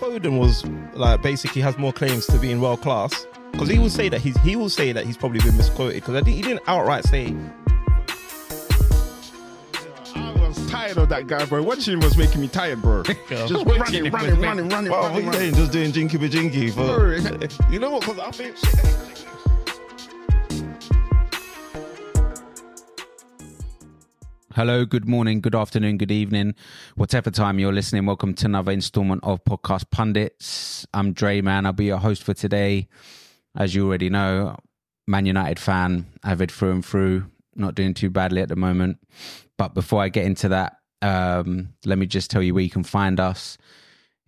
Foden was like basically has more claims to being world class because he will say that he's he will say that he's probably been misquoted because I think he didn't outright say I was tired of that guy, bro. Watching him was making me tired, bro. Just running, running, running, running, running, Well, what are running, you doing? Just doing jinky be jinky for. You know what? Because I think. Hello, good morning, good afternoon, good evening, whatever time you're listening. Welcome to another installment of Podcast Pundits. I'm Dre Man. I'll be your host for today. As you already know, Man United fan, avid through and through. Not doing too badly at the moment. But before I get into that, um, let me just tell you where you can find us.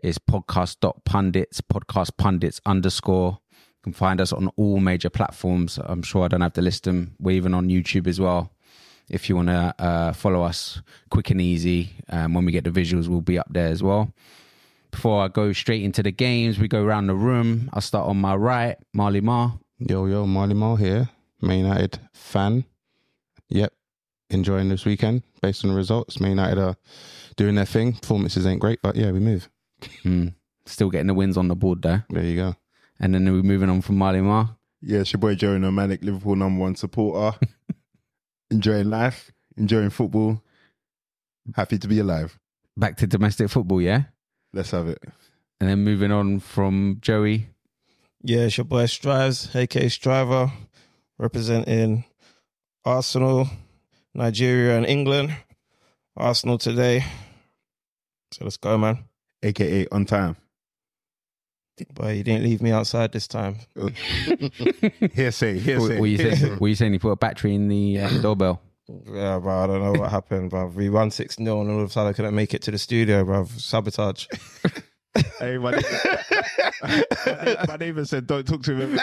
It's podcast.pundits, podcast pundits underscore. You can find us on all major platforms. I'm sure I don't have to list them. We're even on YouTube as well if you want to uh, follow us quick and easy. Um, when we get the visuals, we'll be up there as well. Before I go straight into the games, we go around the room. I'll start on my right, Marley Mar. Yo, yo, Marley Marl here, Man United fan. Yep, enjoying this weekend based on the results. Man United are doing their thing. Performances ain't great, but yeah, we move. Hmm, Still getting the wins on the board though. There you go. And then we're moving on from Marley Mar. Yeah, it's your boy Jerry Nomanic, Liverpool number one supporter. enjoying life, enjoying football. Happy to be alive. Back to domestic football, yeah? Let's have it. And then moving on from Joey. Yeah, it's your boy Strives, aka Striver, representing Arsenal, Nigeria, and England. Arsenal today. So let's go, man. AKA on time. But you didn't leave me outside this time. Hearsay, What, hearsay. what you saying? what you saying? You put a battery in the uh, doorbell. Yeah, bro. I don't know what happened, bro. We won 6 0 and all of a sudden I couldn't make it to the studio, bro. Sabotage. Hey, my, my neighbor said, don't talk to him.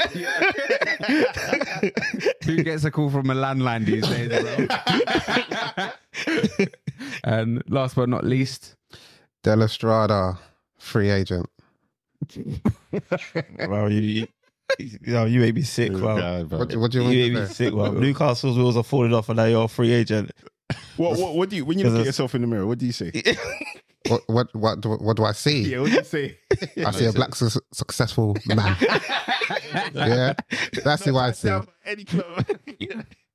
Who gets a call from a landline these days, bro? and last but not least, Della Strada, free agent. bro, you, you, yo, you made me sick, bro. What, do- what do You you want made me me to say? sick, bro. Newcastle's wheels are falling off and now you're a free agent. What, what, what do you, when you look at yourself in the mirror, what do you say? Mm-hmm. What, what, what, do- what do I see? Yeah, what do you say? I see a black su- successful man. yeah, that's who I see. Down for Any club.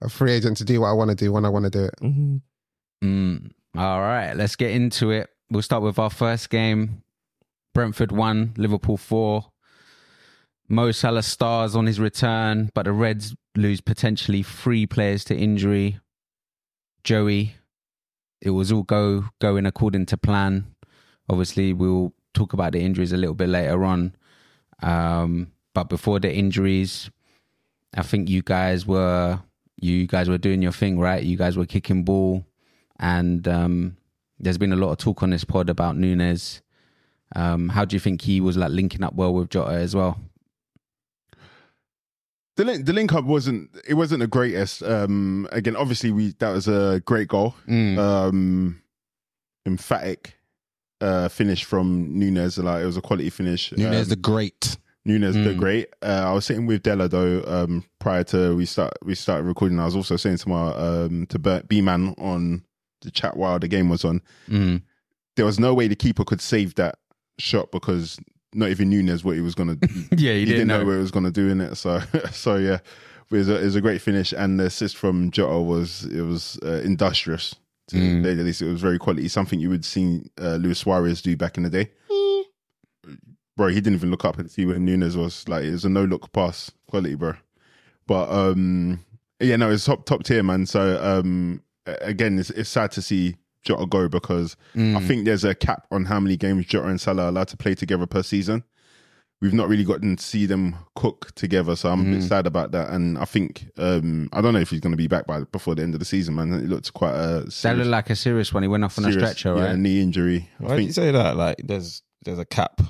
A free agent to do what I want to do when I want to do it. Mm. All right, let's get into it. We'll start with our first game. Brentford one, Liverpool four. Mo Salah stars on his return, but the Reds lose potentially three players to injury. Joey, it was all go going according to plan. Obviously, we'll talk about the injuries a little bit later on. Um, but before the injuries, I think you guys were you guys were doing your thing, right? You guys were kicking ball and um, there's been a lot of talk on this pod about Nunes. Um, how do you think he was like linking up well with Jota as well? The link, the link up wasn't it wasn't the greatest. Um, again, obviously we that was a great goal. Mm. Um, emphatic uh, finish from Nunes. Like it was a quality finish. Um, great. Nunes the Mm. great. Uh, I was sitting with Della though um, prior to we start we started recording. I was also saying to my um, to B man on the chat while the game was on. Mm. There was no way the keeper could save that shot because not even Nunes what he was gonna. he Yeah, he, didn't know what he was gonna do in it. So so yeah, it was, a, it was a great finish and the assist from Jota was it was uh, industrious. To Mm. say the least, it was very quality. Something you would see uh, Luis Suarez do back in the day bro, he didn't even look up and see where Nunes was. Like it was a no look pass quality, bro. But um yeah, no, it's top top tier, man. So um a- again, it's it's sad to see Jota go because Mm. Mm. I think there's a cap on how many games Jota and Salah are allowed to play together per season. We've not really gotten to see them cook together, so I'm a Mm. bit sad about that. And I think um I don't know if he's going to be back by before the end of the season, man. It looked quite a That serious, looked like a serious one. He went off on serious, a stretcher, yeah, right? knee injury. I Why do think you say that? Like, there's there's a cap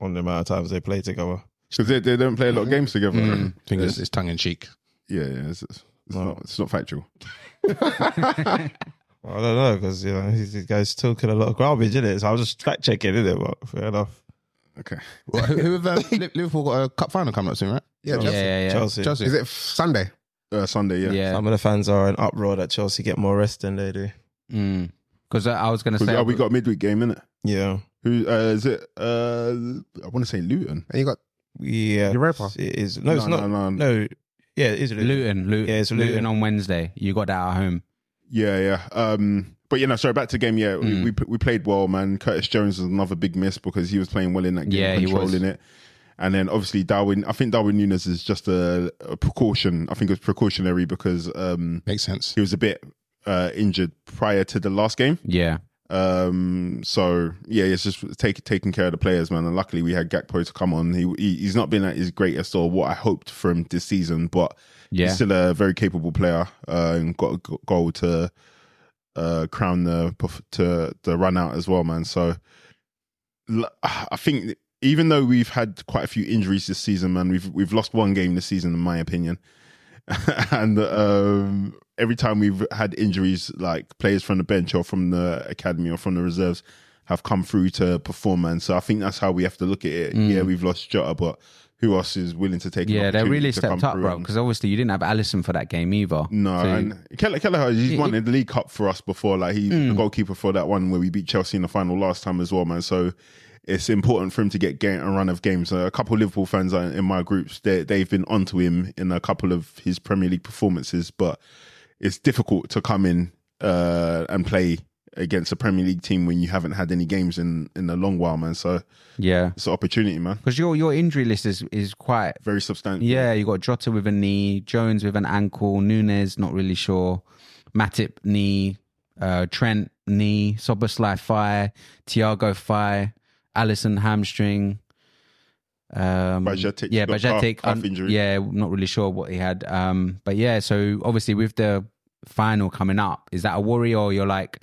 on the amount of times they play together. because they, they don't play a lot of games together. Mm. I think it's, it's tongue in cheek. Yeah, yeah, it's, it's, it's Wow. not it's not factual. Well, I don't know because you know these these guys talking a lot of garbage in it. So I was just fact checking in it, but fair enough. Okay. Well, who, who have uh, Li- Liverpool got a cup final coming up soon, right? Yeah, yeah, yeah, yeah. Chelsea. Chelsea. Is it Sunday? Uh, Sunday, yeah. yeah. Some of the fans are in uproar that Chelsea get more rest than they do. Because Mm. I was going to 'Cause, say, oh, we got a midweek game, innit? Yeah, Who uh, is it? Uh, I want to say Luton. And you got Yeah, Europa? It is. No, it's not. no, no. No, yeah, it is Luton. Luton, Luton, Yeah, it's Luton. Luton. on Wednesday. You got that at home. Yeah, yeah. Um, but you know, sorry. Back to the game. Yeah, Mm. we, we we played well, man. Curtis Jones was another big miss because he was playing well in that game, Yeah, he was. controlling it. And then obviously Darwin. I think Darwin Nunes is just a, a precaution. I think it's precautionary because um, Makes sense. he was a bit uh, injured prior to the last game. Yeah, Um, so yeah, it's just take, taking care of the players, man. And luckily, we had Gakpo to come on. He, he he's not been at his greatest or what I hoped for him this season, but yeah. he's still a very capable player uh, and got a g- goal to uh, crown the perf- to the run out as well, man. So l- I think even though we've had quite a few injuries this season, man, we've we've lost one game this season, in my opinion. and um, every time we've had injuries, like players from the bench or from the academy or from the reserves have come through to perform, man. So I think that's how we have to look at it. Mm. Yeah, we've lost Jota, but who else is willing to take? an yeah, they opportunity really to stepped come up, through bro. and- Because obviously you didn't have Allison for that game either. no, So- and Keller, Keller he's He- Hmm. won the League Cup for us before. Like he's the goalkeeper for that one where we beat Chelsea in the final last time as well, man. So it's important for him to get game, a run of games. Uh, a couple of Liverpool fans are in my groups, they, they've been onto him in a couple of his Premier League performances, but it's difficult to come in uh, and play against a Premier League team when you haven't had any games in in a long while, man. So Yeah, it's an opportunity, man. because your your injury list is is quite. Very substantial. Yeah, you got Jota with a knee, Jones with an ankle, Nunez not really sure, Matip knee, uh, Trent knee, Soboslai thigh, Tiago thigh, Allison hamstring. Um, Bajatic yeah, got Bajatic, calf- calf um, injury. yeah, not really sure what he had. Um, but yeah, so obviously with the final coming up, is that a worry or you're like,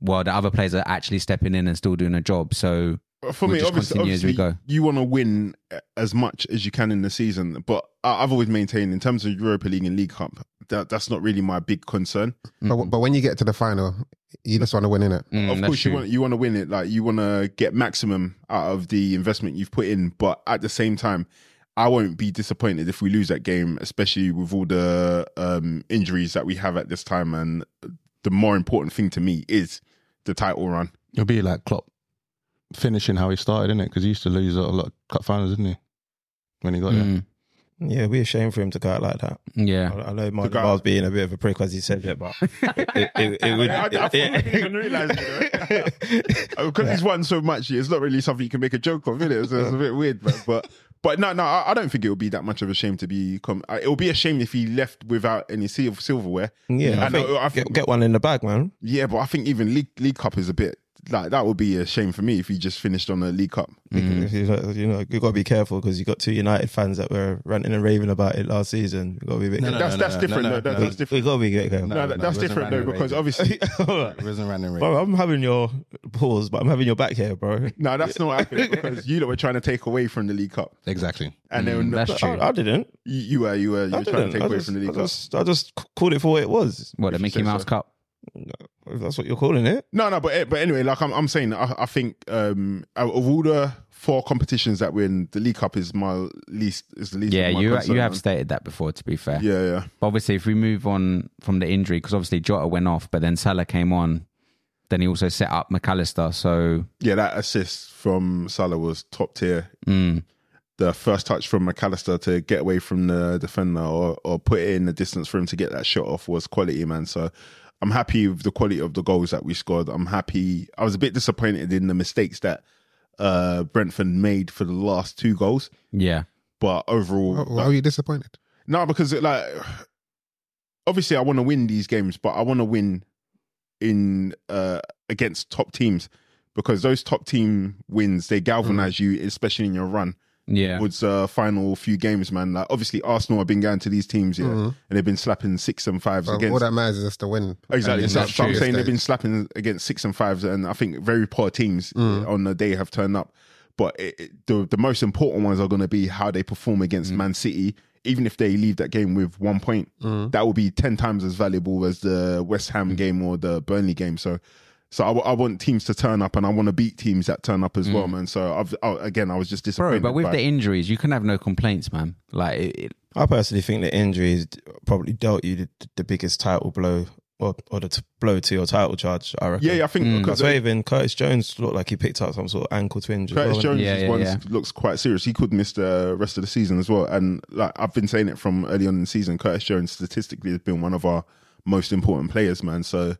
well, the other players are actually stepping in and still doing a job, so for We'll me, just obviously, continue as we obviously go. you want to win as much as you can in the season. But I- I've always maintained, in terms of Europa League and League Cup, that that's not really my big concern. But, but when you get to the final, you just want to win in it. Mm, of that's course, true. you want you want to win it. Like you want to get maximum out of the investment you've put in. But at the same time, I won't be disappointed if we lose that game, especially with all the um, injuries that we have at this time. And the more important thing to me is the title run. It'll be like Klopp finishing how he started, innit? Because he used to lose a lot of cup finals, didn't he? When he got there. Mm, Yeah, it'd be a shame for him to go out like that. yeah. I, I know To Martin go out- Miles being a bit of a prick as he said that, but it, it, it would. I- I didn't even realise it, because Oh, he's won so much, it's not really something you can make a joke of, is it? So it's a bit weird, man. but but no, no, I, I don't think it would be that much of a shame to be. Com- uh, it would be a shame if he left without any sil- silverware. yeah, I And I- think, I think- get, get one in the bag, man. Yeah, but I think even league league cup is a bit like that would be a shame for me if he just finished on a league cup. Because, you know, you know, you got to be careful because you got two United fans that were ranting and raving about it last season. You got to be a bit. No, no, that's that's no, different. no, though. That- no. that's We different. got to be careful. No, No, that, that's no, it wasn't different though random because rating. obviously. It wasn't random. Bro, I'm having your pause, but I'm having your back here, bro. No, that's not happening because you lot were trying to take away from the League Cup, Exactly. and Mm, then that's true. I, I didn't. you, you were you were you I were trying to didn't. take I away just, from the I, League Cup. just, I just c- called it for what it was. What the If you Mickey say so. Mouse Cup? If that's what you're calling it. No, no, but but anyway, like I'm, I'm saying, I, I think um, out of all the four competitions that we're in, the League Cup is my least is the least. Yeah, of my you concern, you have man. stated that before. To be fair, Yeah, yeah, but obviously, if we move on from the injury, because obviously Jota went off, but then Salah came on, then he also set up McAllister. So yeah. That assist from Salah was top tier. mm, The first touch from McAllister to get away from the defender or or put it in the distance for him to get that shot off was quality, man. So. I'm happy with the quality of the goals that we scored. I'm happy. I was a bit disappointed in the mistakes that uh, Brentford made for the last two goals, yeah, but overall, Why why were you disappointed? No, because it, like obviously I want to win these games, but I want to win in uh against top teams because those top team wins they galvanize you, especially in your run yeah, towards uh, final few games, man. Like obviously Arsenal have been going to these teams, yeah, Mm-hmm. Mhm. and they've been slapping six and fives Well, against all that matters is just to win. Exactly. And So, that's so I'm true. saying they've been slapping against six and fives, and I think very poor teams uh, Mm. on the day have turned up. But it, it- the the most important ones are going to be how they perform Mm. against Man City. Even if they leave that game with one point, Mm. that will be ten times as valuable as the West Ham Mm. game or the Burnley game. So, so I, w- I want teams to turn up, and I want to beat teams that turn up as well, man. So I've I, again, I was just Mm. bro. disappointed. But with by- the injuries, you can have no complaints, man. Like, it, it, I personally think the injuries probably dealt you the, the biggest title blow or, or the t- blow to your title charge. I reckon. Yeah, yeah, I think Mm. because Because even Curtis Jones looked like he picked up some sort of ankle twinge. as Curtis well, and- Jones Yeah, is yeah, one yeah. looks quite serious. He could miss the rest of the season as well. And like I've been saying it from early on in the season, Curtis Jones statistically has been one of our most important players, man. So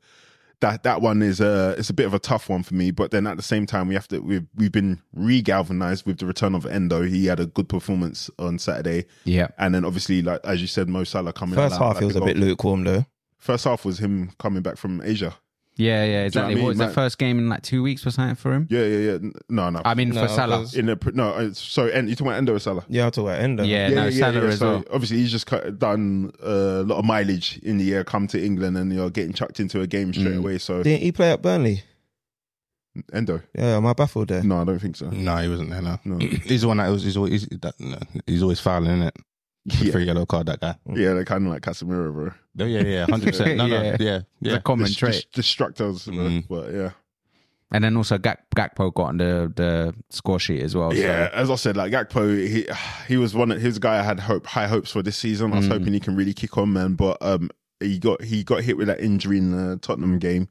that that one is a it's a bit of a tough one for me. But then at the same time, we have to we've we've been regalvanized with the return of Endo. He had a good performance on Saturday, Yeah. and then obviously like as you said, Mo Salah coming First out, half, like he was the a bit goal- lukewarm though. First half was him coming back from Asia. Yeah, yeah, Do you know what I exactly. mean? what was Like- the first game in like two weeks or something for him? Yeah, yeah, yeah. No, no. I mean, No, for Salah. 'cause- in the pr- no, it's- sorry, and you talking about Endo or Salah? Yeah, I thought about Endo. Yeah, no, Salah as well. Obviously, he's just cut, done a lot of mileage in the year. Come to England and you're getting chucked into a game straight Mm. away. So Didn't he play at Burnley? Endo, Yeah, am I baffled there? no, I don't think so. No, he wasn't there. No, No. he's the one that was. He's always. He's, that, no, he's always fouling in it. Yeah, For yellow card, that guy. Mm. yeah, they're kind of like Casemiro, bro. Oh, yeah, yeah, hundred percent. No, no, Yeah. yeah, yeah. It's a common Dis- trait. dis- destructors, bro. Mm. but yeah, and then also Gak- Gakpo got on the, the score sheet as well. yeah. As I said, like Gakpo, he he was one. Of, he was a guy I had hope high hopes for this season. I was Mm. hoping he can really kick on, man. But um, he got he got hit with that injury in the Tottenham game.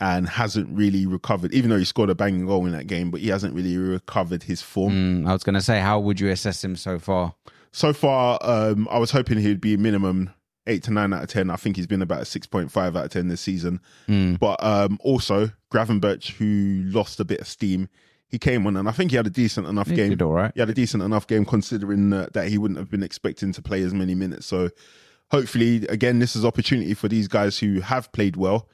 And hasn't really recovered, even though he scored a banging goal in that game. But he hasn't really recovered his So, form. mm, I was going to say, how would you assess him so far? so far, um, I was hoping he'd be minimum eight to nine out of ten. I think he's been about a six point five out of ten this season. Mm. But um, also Gravenberch, who lost a bit of steam, he came on and I think he had a decent enough He game. did all right. He had a decent enough game considering uh, that he wouldn't have been expecting to play as many minutes. So hopefully, again, this is opportunity for these guys who have played well.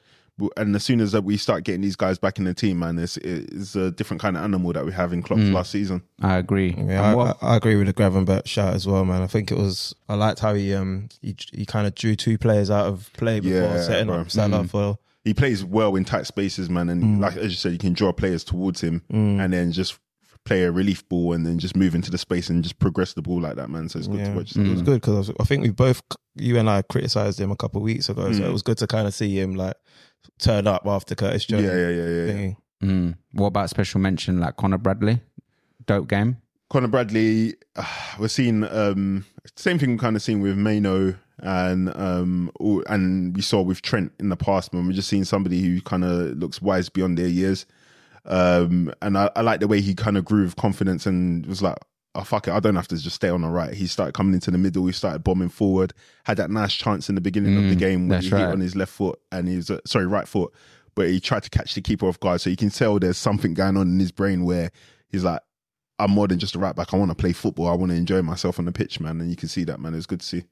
And as soon as that we start getting these guys back in the team, man, it's, it's a different kind of animal that we have in Klopp's Mm. last season. I agree. Yeah, I, And what- I, I agree with the Gravenberch shout as well, man. I think it was. I liked how he um he he kind of drew two players out of play before Yeah, setting bro. up Salah Mm. for. he plays well in tight spaces, man. And Mm. like as you said, you can draw players towards him Mm. and then just play a relief ball and then just move into the space and just progress the ball like that, man. So it's good to Yeah. watch. It was Mm. good because I think we both, you and I, criticized him a couple of weeks ago. So Mm. it was good to kind of see him like turn up after Curtis Yeah, Jones. yeah, yeah, yeah. yeah. thingy. mm, what about special mention like Connor Bradley? Dope game. Connor Bradley, ah, we're seeing um, same thing. We've kind of seen with Mano and um, all- and we saw with Trent in the past, man. We're just seeing somebody who kind of looks wise beyond their years. Um, and I, I like the way he kind of grew with confidence and was like, oh, fuck it, I don't have to just stay on the right. He started coming into the middle, he started bombing forward, had that nice chance in the beginning of the Mm, game where that's he hit right. on his left foot and he was, uh, sorry, right foot, but he tried to catch the keeper off guard. So you can tell there's something going on in his brain where he's like, I'm more than just a right back. I want to play football. I want to enjoy myself on the pitch, man. And you can see that, man. It's good to see,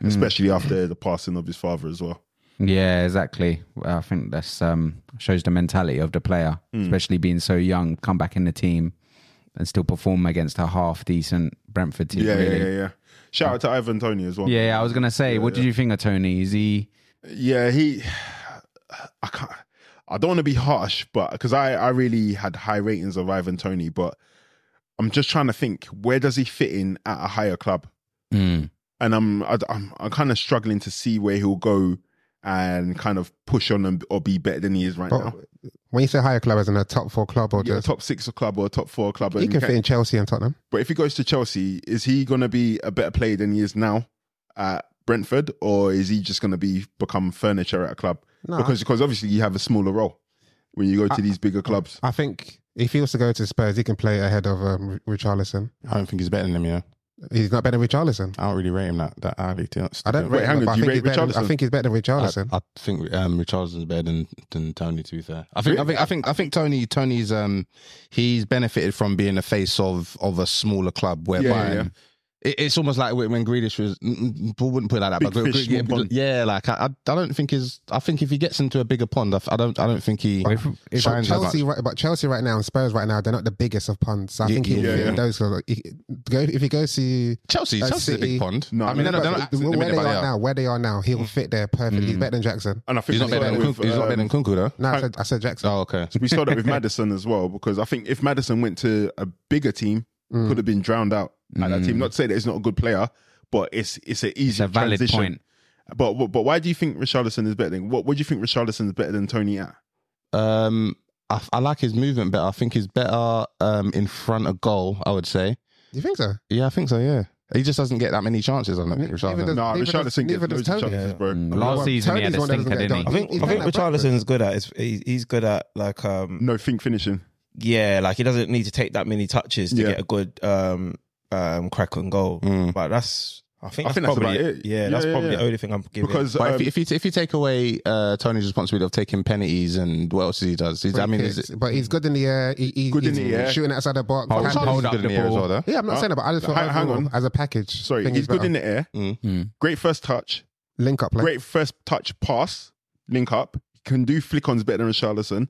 Mm. especially after the passing of his father as well. Yeah, exactly. Well, I think that's um, shows the mentality of the player, Mm. especially being so young, come back in the team and still perform against a half decent Brentford team. Yeah, yeah, really. yeah, yeah. Shout out to Ivan Tony as well. Yeah, I was gonna say, Yeah, what did yeah. you think of Tony? Is he? Yeah, he. I can't. I don't want to be harsh, but because I I really had high ratings of Ivan Tony, but I'm just trying to think where does he fit in at a higher club, Mm, and I'm I, I'm I'm kind of struggling to see where he'll go and kind of push on and, or be better than he is right But now. when you say higher club, as in a top four club or Yeah, just. top six club or top four club. he and can ca- fit in Chelsea and Tottenham. But if he goes to Chelsea, is he going to be a better player than he is now at Brentford, or is he just going to be become furniture at a club? No, Because because obviously you have a smaller role when you go to I- these bigger clubs. I think if he was to go to Spurs, he can play ahead of um, Richarlison. I don't think he's better than him. You know, He's not better than Richarlison. I don't really rate him that that highly. To be honest. I don't Wait, rate hang him, on, but I do you think, rate he's better than, I Richarlison? think he's better than Richarlison. Uh, I, I think um, Richardson's better than, than Tony. To be fair, I think I think I think I think Tony Tony's um he's benefited from being the face of of a smaller club whereby. Yeah, yeah. It, it's almost like when when Grealish was, mm, mm, wouldn't put it like that, Big but Gre- fish, Gre- yeah, small pond. yeah, like I, I I don't think his, I think if he gets into a bigger pond, I, f- I don't, I don't think he. if, if, But Shines as Chelsea, right, but Chelsea right now and Spurs right now, they're not the biggest of ponds. So I Yeah, think he yeah, yeah, yeah. in those. Like, he, go, if he goes to Chelsea, Uh, Chelsea's a City- big pond. No, I I mean, mean, they're not, they're But not acting in it, where they but are they are. now, where they are now, he'll fit there perfectly. He's Mm. better than Jackson. And I think He's not we saw better than that with, Kunku- he's not better um, than Kunku, though. No, I Frank- said, I said Jackson. Oh, okay. we saw that with Madison as well. Because I think if Madison went to a bigger team, Mm. could have been drowned out at that Mm. team. Not to say that he's not a good player, but it's it's an it's easy a valid transition. point. But but why do you think Richarlison is better than what? What do you think Richarlison is better than Tony at? Um, I, I like his movement better. I think he's better um in front of goal. I would say. You think so? Yeah, I think so. Yeah. He just doesn't get that many chances. I don't think. Neither Richarlison. does- Nah, Neither Richarlison gets neither does loads of Tony. Hmm. chances, bro. Mm, You know Last what? season he had Tony's a one that doesn't stinker, get didn't I done. he? think He's I think done that breakfast. Richarlison's good at is he, he's good at like um No think finishing. yeah like he doesn't need to take that many touches to Yeah. get a good um um crack on goal. Mm. But that's I think I that's think that's probably about it. Yeah, Yeah, that's yeah, probably yeah. the only thing I'm giving. Because But um, if, you, if you if you take away uh, Tony's responsibility of taking penalties and what else he does, he's, I mean, Free is kicks. it, Oh, but he's good in the air. He, he, Good in he's the air. Shooting outside the box. hold, Can- Tony's hold up good in the the ball. air as well, Yeah, I'm not Huh? saying that, but I just feel Hang- hang overall, on. as a package. sorry, I think he's good better. in the air. Mm. Great first touch. link up. Like, Great first touch pass. Link up. Can do flick ons better than Richarlison.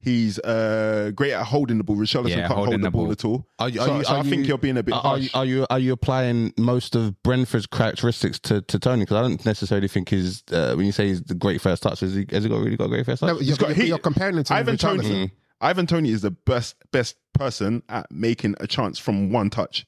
He's uh, great at holding the ball. Richarlison Yeah, can't hold holding the the ball, ball. at all. Are you- are so you- so are I think you- you're being a bit are, are you, harsh. are you are you applying most of Brentford's characteristics to, to Tony? Because I don't necessarily think he's uh, when you say he's the great first touch. Has he has he got really got a great first touch? no, you're, got you're, heat. you're comparing him to Ivan Richarlison. Tony. Ivan Tony is the best best person at making a chance from one touch.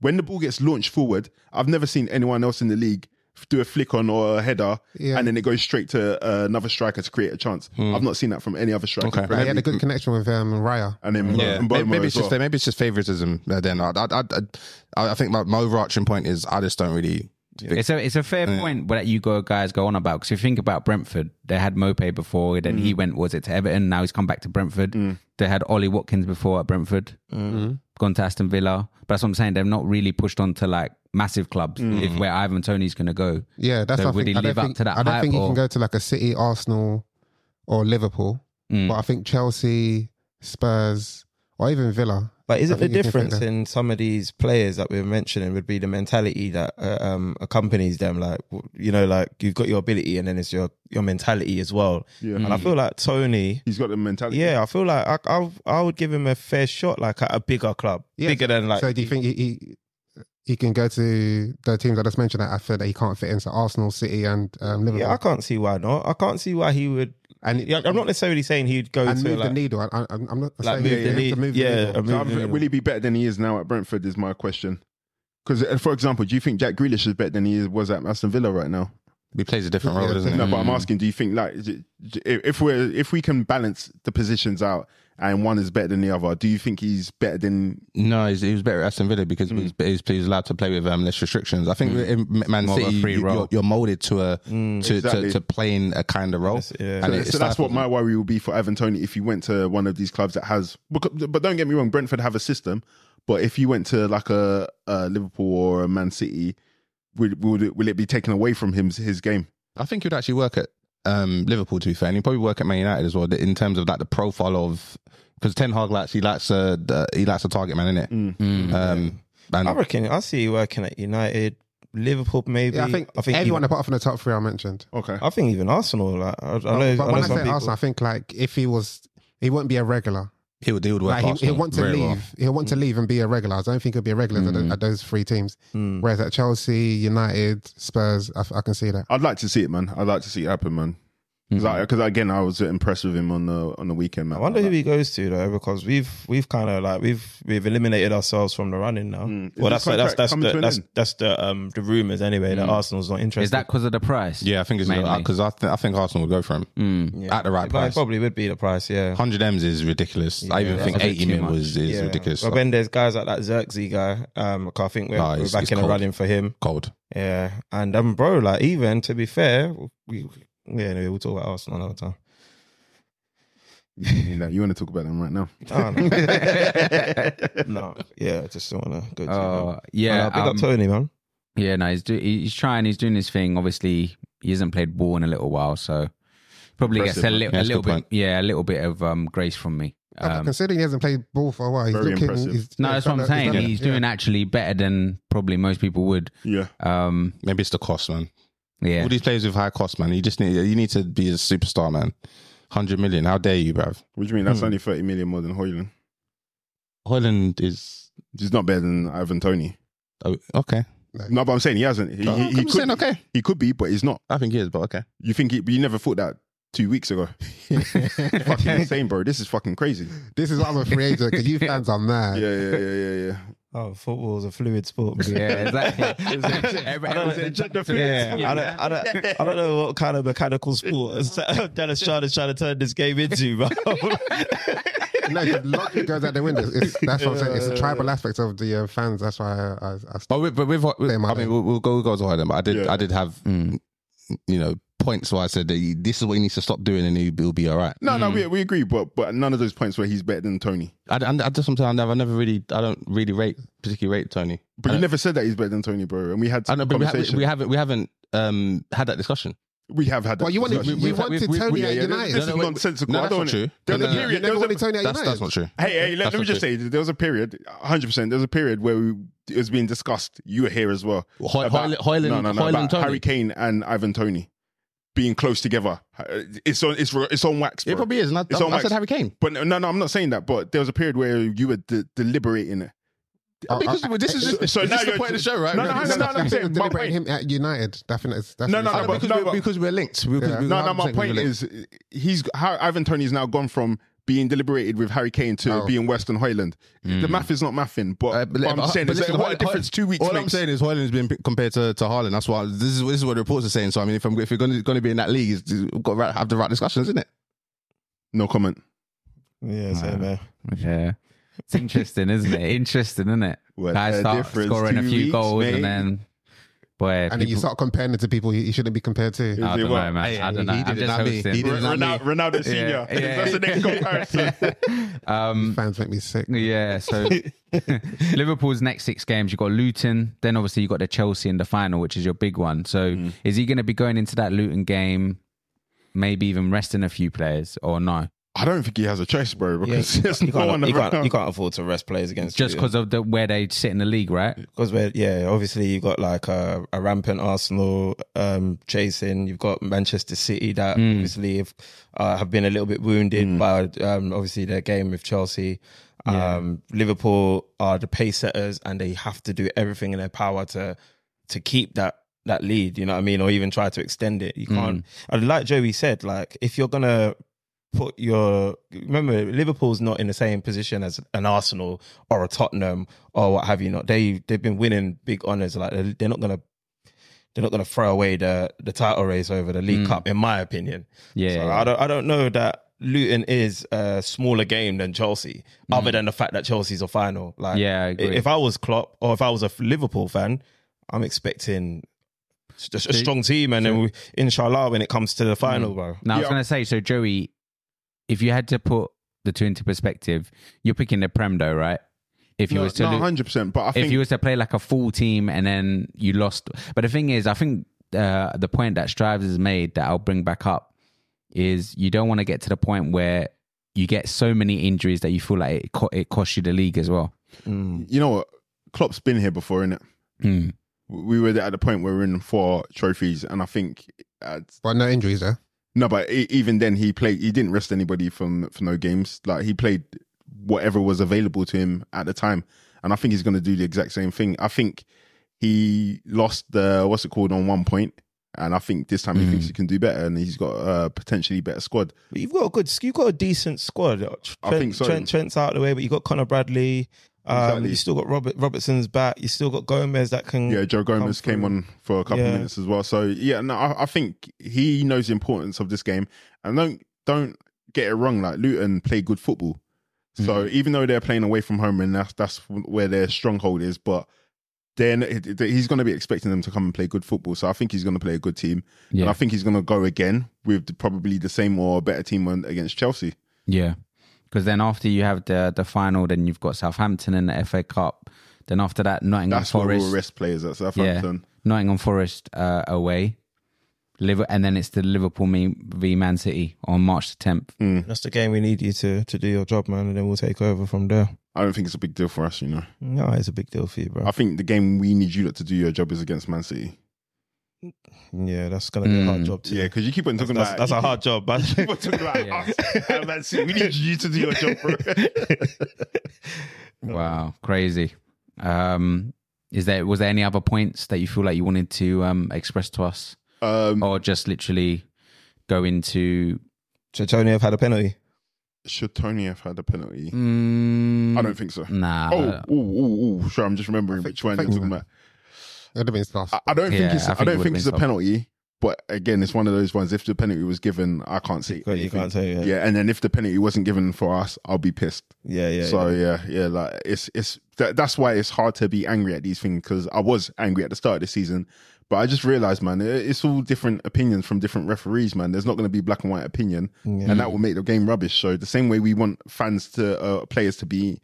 When the ball gets launched forward, I've never seen anyone else in the league f- do a flick on or a header, Yeah. and then it goes straight to uh, another striker to create a chance. I've not seen that from any other striker. Hmm. Okay. Like, he had a good connection with um, Raya. And then Mo- Yeah, Mbomo maybe, maybe as it's just well. maybe it's just favoritism. uh, Then I I, I, I I think my, my overarching point is I just don't really. think- It's a it's a fair point that you go guys go on about because you think about Brentford, they had Mope before, then Mm. he went was it to Everton? Now he's come back to Brentford. They had Ollie Watkins before at Brentford, Mm. gone to Aston Villa. But that's what I'm saying. They've not really pushed on to like massive clubs Mm. if where Ivan Tony's going to go. Yeah, that's So what I would he think. I don't live up think, to that I don't hype think he or- can go to like a City, Arsenal, or Liverpool. Mm. But I think Chelsea, Spurs, or even Villa. But I isn't the think you can fit difference that. in some of these players that we are mentioning would be the mentality that uh, um, accompanies them? Like w- you know, like you've got your ability and then it's your your mentality as well. Yeah. And Mm. I feel like Tony. He's got the mentality. Hmm. Yeah, I feel like I, I I would give him a fair shot, like at a bigger club, Yeah, bigger than like. so do you think he, he he can go to the teams I just mentioned that I feel that he can't fit into Arsenal, City, and um, Liverpool? yeah, I can't see why not. I can't see why he would. and Yeah, I'm not necessarily saying he'd go and to move like the needle. I, I, I'm not Like, saying move he the has needle. to move Yeah, the a needle. move So the I'm- needle. will he be better than he is now at Brentford? Is my question. Because, for example, do you think Jack Grealish is better than he was at Aston Villa right now? He plays a different role, Yeah, doesn't No, he? but Hmm. I'm asking, do you think like is it- if if we're if we can balance the positions out and one is better than the other, do you think he's better than Mm. No, he's, he was better at Aston Villa because he, was, he, was, he was allowed to play with um, less restrictions. I think in Man More of a City, free you, role. are molded to a to, Exactly. to, to playing a kind of role. yeah. So, And it so that's what stifles him. my worry will be for Evan Tony if he went to one of these clubs that has. becau- But don't get me wrong, Brentford have a system. But if you went to like a, a Liverpool or a Man City, would would it, will it be taken away from him his game? I think he'd actually work at um, Liverpool. To be fair, and he'd probably work at Man United as well. In terms of like the profile of because Ten Hag likes he likes a the, he likes a target man in it. Um, I and reckon I see you working at United, Liverpool, maybe. Yeah, I think, everyone apart from the top three I mentioned. Okay, even, I think even Arsenal. Like I, I know, I know But when I some say people, Arsenal, I think like if he was, he wouldn't be a regular. he would he would work. Like, he, Arsenal he'll want to very leave. well. He'll want to Mm. leave and be a regular. I don't think he'll be a regular at, the- at those three teams. Mm. Whereas at Chelsea, United, Spurs, I, I can see that. I'd like to see it, man. I'd like to see it happen, man. Hmm. Because again, I was impressed with him on the on the weekend, man. I wonder who he goes to though, because we've we've kind of like we've we've eliminated ourselves from the running now. Mm. Is Well, his that's that's that's contract coming to the, an that's end? Mm. that's the um the rumors anyway that Arsenal's not interested. Is that because of the price? Yeah, I think it's Mainly. Mm. because I, th- I think Arsenal would go for him Yeah. at the right It price. probably would be the price, yeah. Hundred M's is ridiculous. I even Yeah, think that's a bit eighty too mil much. was is yeah. ridiculous. But then there's guys like that Xerxes guy. Um, I think we're, Nah, we're it's- back it's in the cold. running for him. Cold. Yeah, and um, bro, like even to be fair, we yeah, anyway, we'll talk about Arsenal another time. You, know, you want to talk about him right now? Oh, no. no, yeah, I just don't want to go. Oh, Too long. Uh, yeah, Uh, big um, up Tony, man. Yeah, no, he's do, he's trying, he's doing his thing. Obviously, he hasn't played ball in a little while, so probably Impressive, gets a, man. li- Yeah, a that's a little good bit, point. yeah, a little bit of um, grace from me. Um, Considering he hasn't played ball for a while, he's Very looking. impressive. He's, no, that's what I'm saying. He's doing actually better than probably most people would. Yeah, Um, Maybe it's the cost, man. yeah, All these players with high cost, man. You just need you need to be a superstar, man. Hundred million. How dare you, bruv? what do you mean? Hmm. That's only thirty million more than Hoyland. Hoyland is He's not better than Ivan Tony. oh, okay. No, but I'm saying he hasn't. He, Oh, he, he I'm could saying be, okay. he could be, but he's not. I think he is, but okay. You think he, you never thought that two weeks ago? fucking insane, bro. This is fucking crazy. This is why I'm a free agent because you fans are mad. Yeah, yeah, yeah, yeah, yeah. Oh, football's a fluid sport. man. yeah, exactly. Every- I every- don't, yeah, I don't, I don't, I don't know what kind of mechanical sport Dennis Shard is trying to turn this game into, bro. no, the logic goes out the window. It's, that's what I'm saying. It's the tribal aspect of the uh, fans. That's why I, I, I Oh, we- but we've. I They might mean, be. we'll, we'll go we'll go to Harden, but I did. Yeah. I did have. Mm. You know, points where I said that he- this is what he needs to stop doing, and he- he'll be all right. No, no, we, we agree, but but none of those points where he's better than Tony. I, I, I just sometimes I never, I never really, I don't really rate particularly rate Tony. But you I don't- never said that he's better than Tony, bro. And we had Uh, I know, but we, ha- we, conversation. we haven't, we haven't um, had that discussion. we have had that. Well, you wanted, discussion. you we- wanted we- we- Tony we- at yeah, yeah, United. this is No, no, wait. nonsensical. No, I that's don't not want- true. There was No, a no, no. you period. There never was a wanted Tony at That's United. that's not true. Hey, hey, let, That's let me not just say, there was a period, 100%, there was a period where we, it was being discussed, you were here as well. Hoy- Hoyland- Hoyland- no, no, no, Hoyland about Tony. Harry Kane and Ivan Tony being close together. It's on, it's, it's on wax, bro. It probably is. And I, It's I- on I wax. said Harry Kane But no, no, I'm not saying that, but there was a period where you were de- deliberating it. Oh, because oh, this is so- this, so is now the you're- point of the show, right? No, no, hang on, no, no, I'm I'm saying, saying my deliberating point, him at United. Definitely. That's No, no, no, I know, but- because, no, we're, but- because we're linked. Because Yeah. we- no, no, my 100% we're point linked. is, he's how Ivan Tony's now gone from being deliberated with Harry Kane to Oh. being Western Hoyland. The math is not mathing, but, Uh, but I'm but- saying but is listen, that what a Hoyland- difference two weeks All I'm makes. saying is Hoyland's been compared to, to Haaland. That's why this is this is what the reports are saying. So I mean, if I'm if you're going to, going to be in that league, it's- we've got to ra- have the right discussions, isn't it? No comment. Yeah, same man. Yeah. It's interesting, isn't it? Interesting, isn't it? What Guys a start difference scoring a two few weeks goals made. and then, boy, And then you people- start comparing it to people you you shouldn't be compared to. I Is it don't what? know, man. Hey, I he don't know. did I'm it, just not me. hosting. He did it, not Ronaldo, Ronaldo Senior. That's the next comparison. um, Fans make me sick. yeah, so Liverpool's next six games, you've got Luton, then obviously you've got the Chelsea in the final, which is your big one. So is he going to be going into that Luton game, maybe even resting a few players or no? I don't think he has a choice, bro, Yeah, because there's you, no can't, one you, can't, you around. can't afford to rest players against Just because of the, where they sit in the league, right? because we're yeah obviously you've got like a, a rampant Arsenal um, chasing you've got Manchester City that obviously have, uh, have been a little bit wounded by um, obviously their game with Chelsea um, Liverpool are the pace setters and they have to do everything in their power to to keep that that lead you know what I mean or even try to extend it you can't and like Joey said like if you're gonna put your remember Liverpool's not in the same position as an Arsenal or a Tottenham or what have you not. They they've been winning big honors. Like they're, they're not gonna they're not gonna throw away the the title race over the League Cup, in my opinion. Mm. Yeah, So yeah. I don't I don't know that Luton is a smaller game than Chelsea, other than the fact that Chelsea's a final. Like Mm. Yeah, I agree. if I was Klopp or if I was a Liverpool fan, I'm expecting. just A strong team, and then we, inshallah, when it comes to the final, bro. Now, I was Yeah. going to say, so Joey, if you had to put the two into perspective, you're picking the Prem though, right? If you No, was to no, lo- 100%. But I if think you was to play like a full team and then you lost, but the thing is, I think uh, the point that Strives has made that I'll bring back up is you don't want to get to the point where you get so many injuries that you feel like it co- it costs you the league as well. you know what? Klopp's been here before, innit? Mm. We were at the point where we're in four trophies, and I think uh, at, But no injuries there. no, but e- even then he played. He didn't rest anybody from for no games. Like he played whatever was available to him at the time, and I think he's going to do the exact same thing. I think he lost the what's it called on one point, and I think this time he thinks he can do better, and he's got a potentially better squad. But you've got a good, you've got a decent squad. Trent, I think so. Trent, Trent's out of the way, but you have got Connor Bradley. Um, Exactly. You still got Robert Robertson's back. You still got Gomez that can. Yeah, Joe Gomez come came through. on for a couple Yeah. minutes as well. So yeah, no, I, I think he knows the importance of this game, and don't don't get it wrong. Like Luton play good football, so Mm-hmm. even though they're playing away from home and that's that's where their stronghold is, but then it- it- he's going to be expecting them to come and play good football. So I think he's going to play a good team, and Yeah, I think he's going to go again with the, probably the same or better team on, against Mm, Chelsea. yeah. Because then after you have the the final, then you've got Southampton in the FA Cup. Then after that, Nottingham That's where we'll Forest. rest players at Yeah, Southampton. Nottingham Forest uh, away. Liver, and then it's the Liverpool me- v Man City on March the 10th. Mm. That's the game we need you to to do your job, man, and then we'll take over from there. I don't think it's a big deal for us, you know. No, it's a big deal for you, bro. I think the game we need you lot to do your job is against Man City. yeah, that's gonna be a hard Mm. job too. Yeah, because you keep on talking that's, about that's a hard job, man. People talking about Yeah. us and Man City. We need you to do your job, bro. Wow, crazy. Um, is there was there any other points that you feel like you wanted to um, express to us, Um, or just literally go into? So Tony have had a penalty. Should Tony have had a penalty? Mm, I don't think so. Nah. Oh, ooh, ooh, ooh. Sure, I'm just remembering think- which one I you're think talking so. about. It would have been stuff. I, I don't Yeah, think it's. I I, think it don't would've think it's been a soft. penalty. But again, it's one of those ones. If the penalty was given, I can't see. Because you anything. can't tell. Yeah, yeah, Yeah, and then if the penalty wasn't given for us, I'll be pissed. yeah. yeah so yeah. yeah, like it's it's that, that's why it's hard to be angry at these things because I was angry at the start of the season, but I just realized, man, it- it's all different opinions from different referees, man. There's not going to be black and white opinion, Yeah. and that will make the game rubbish. So the same way we want fans to uh, players to be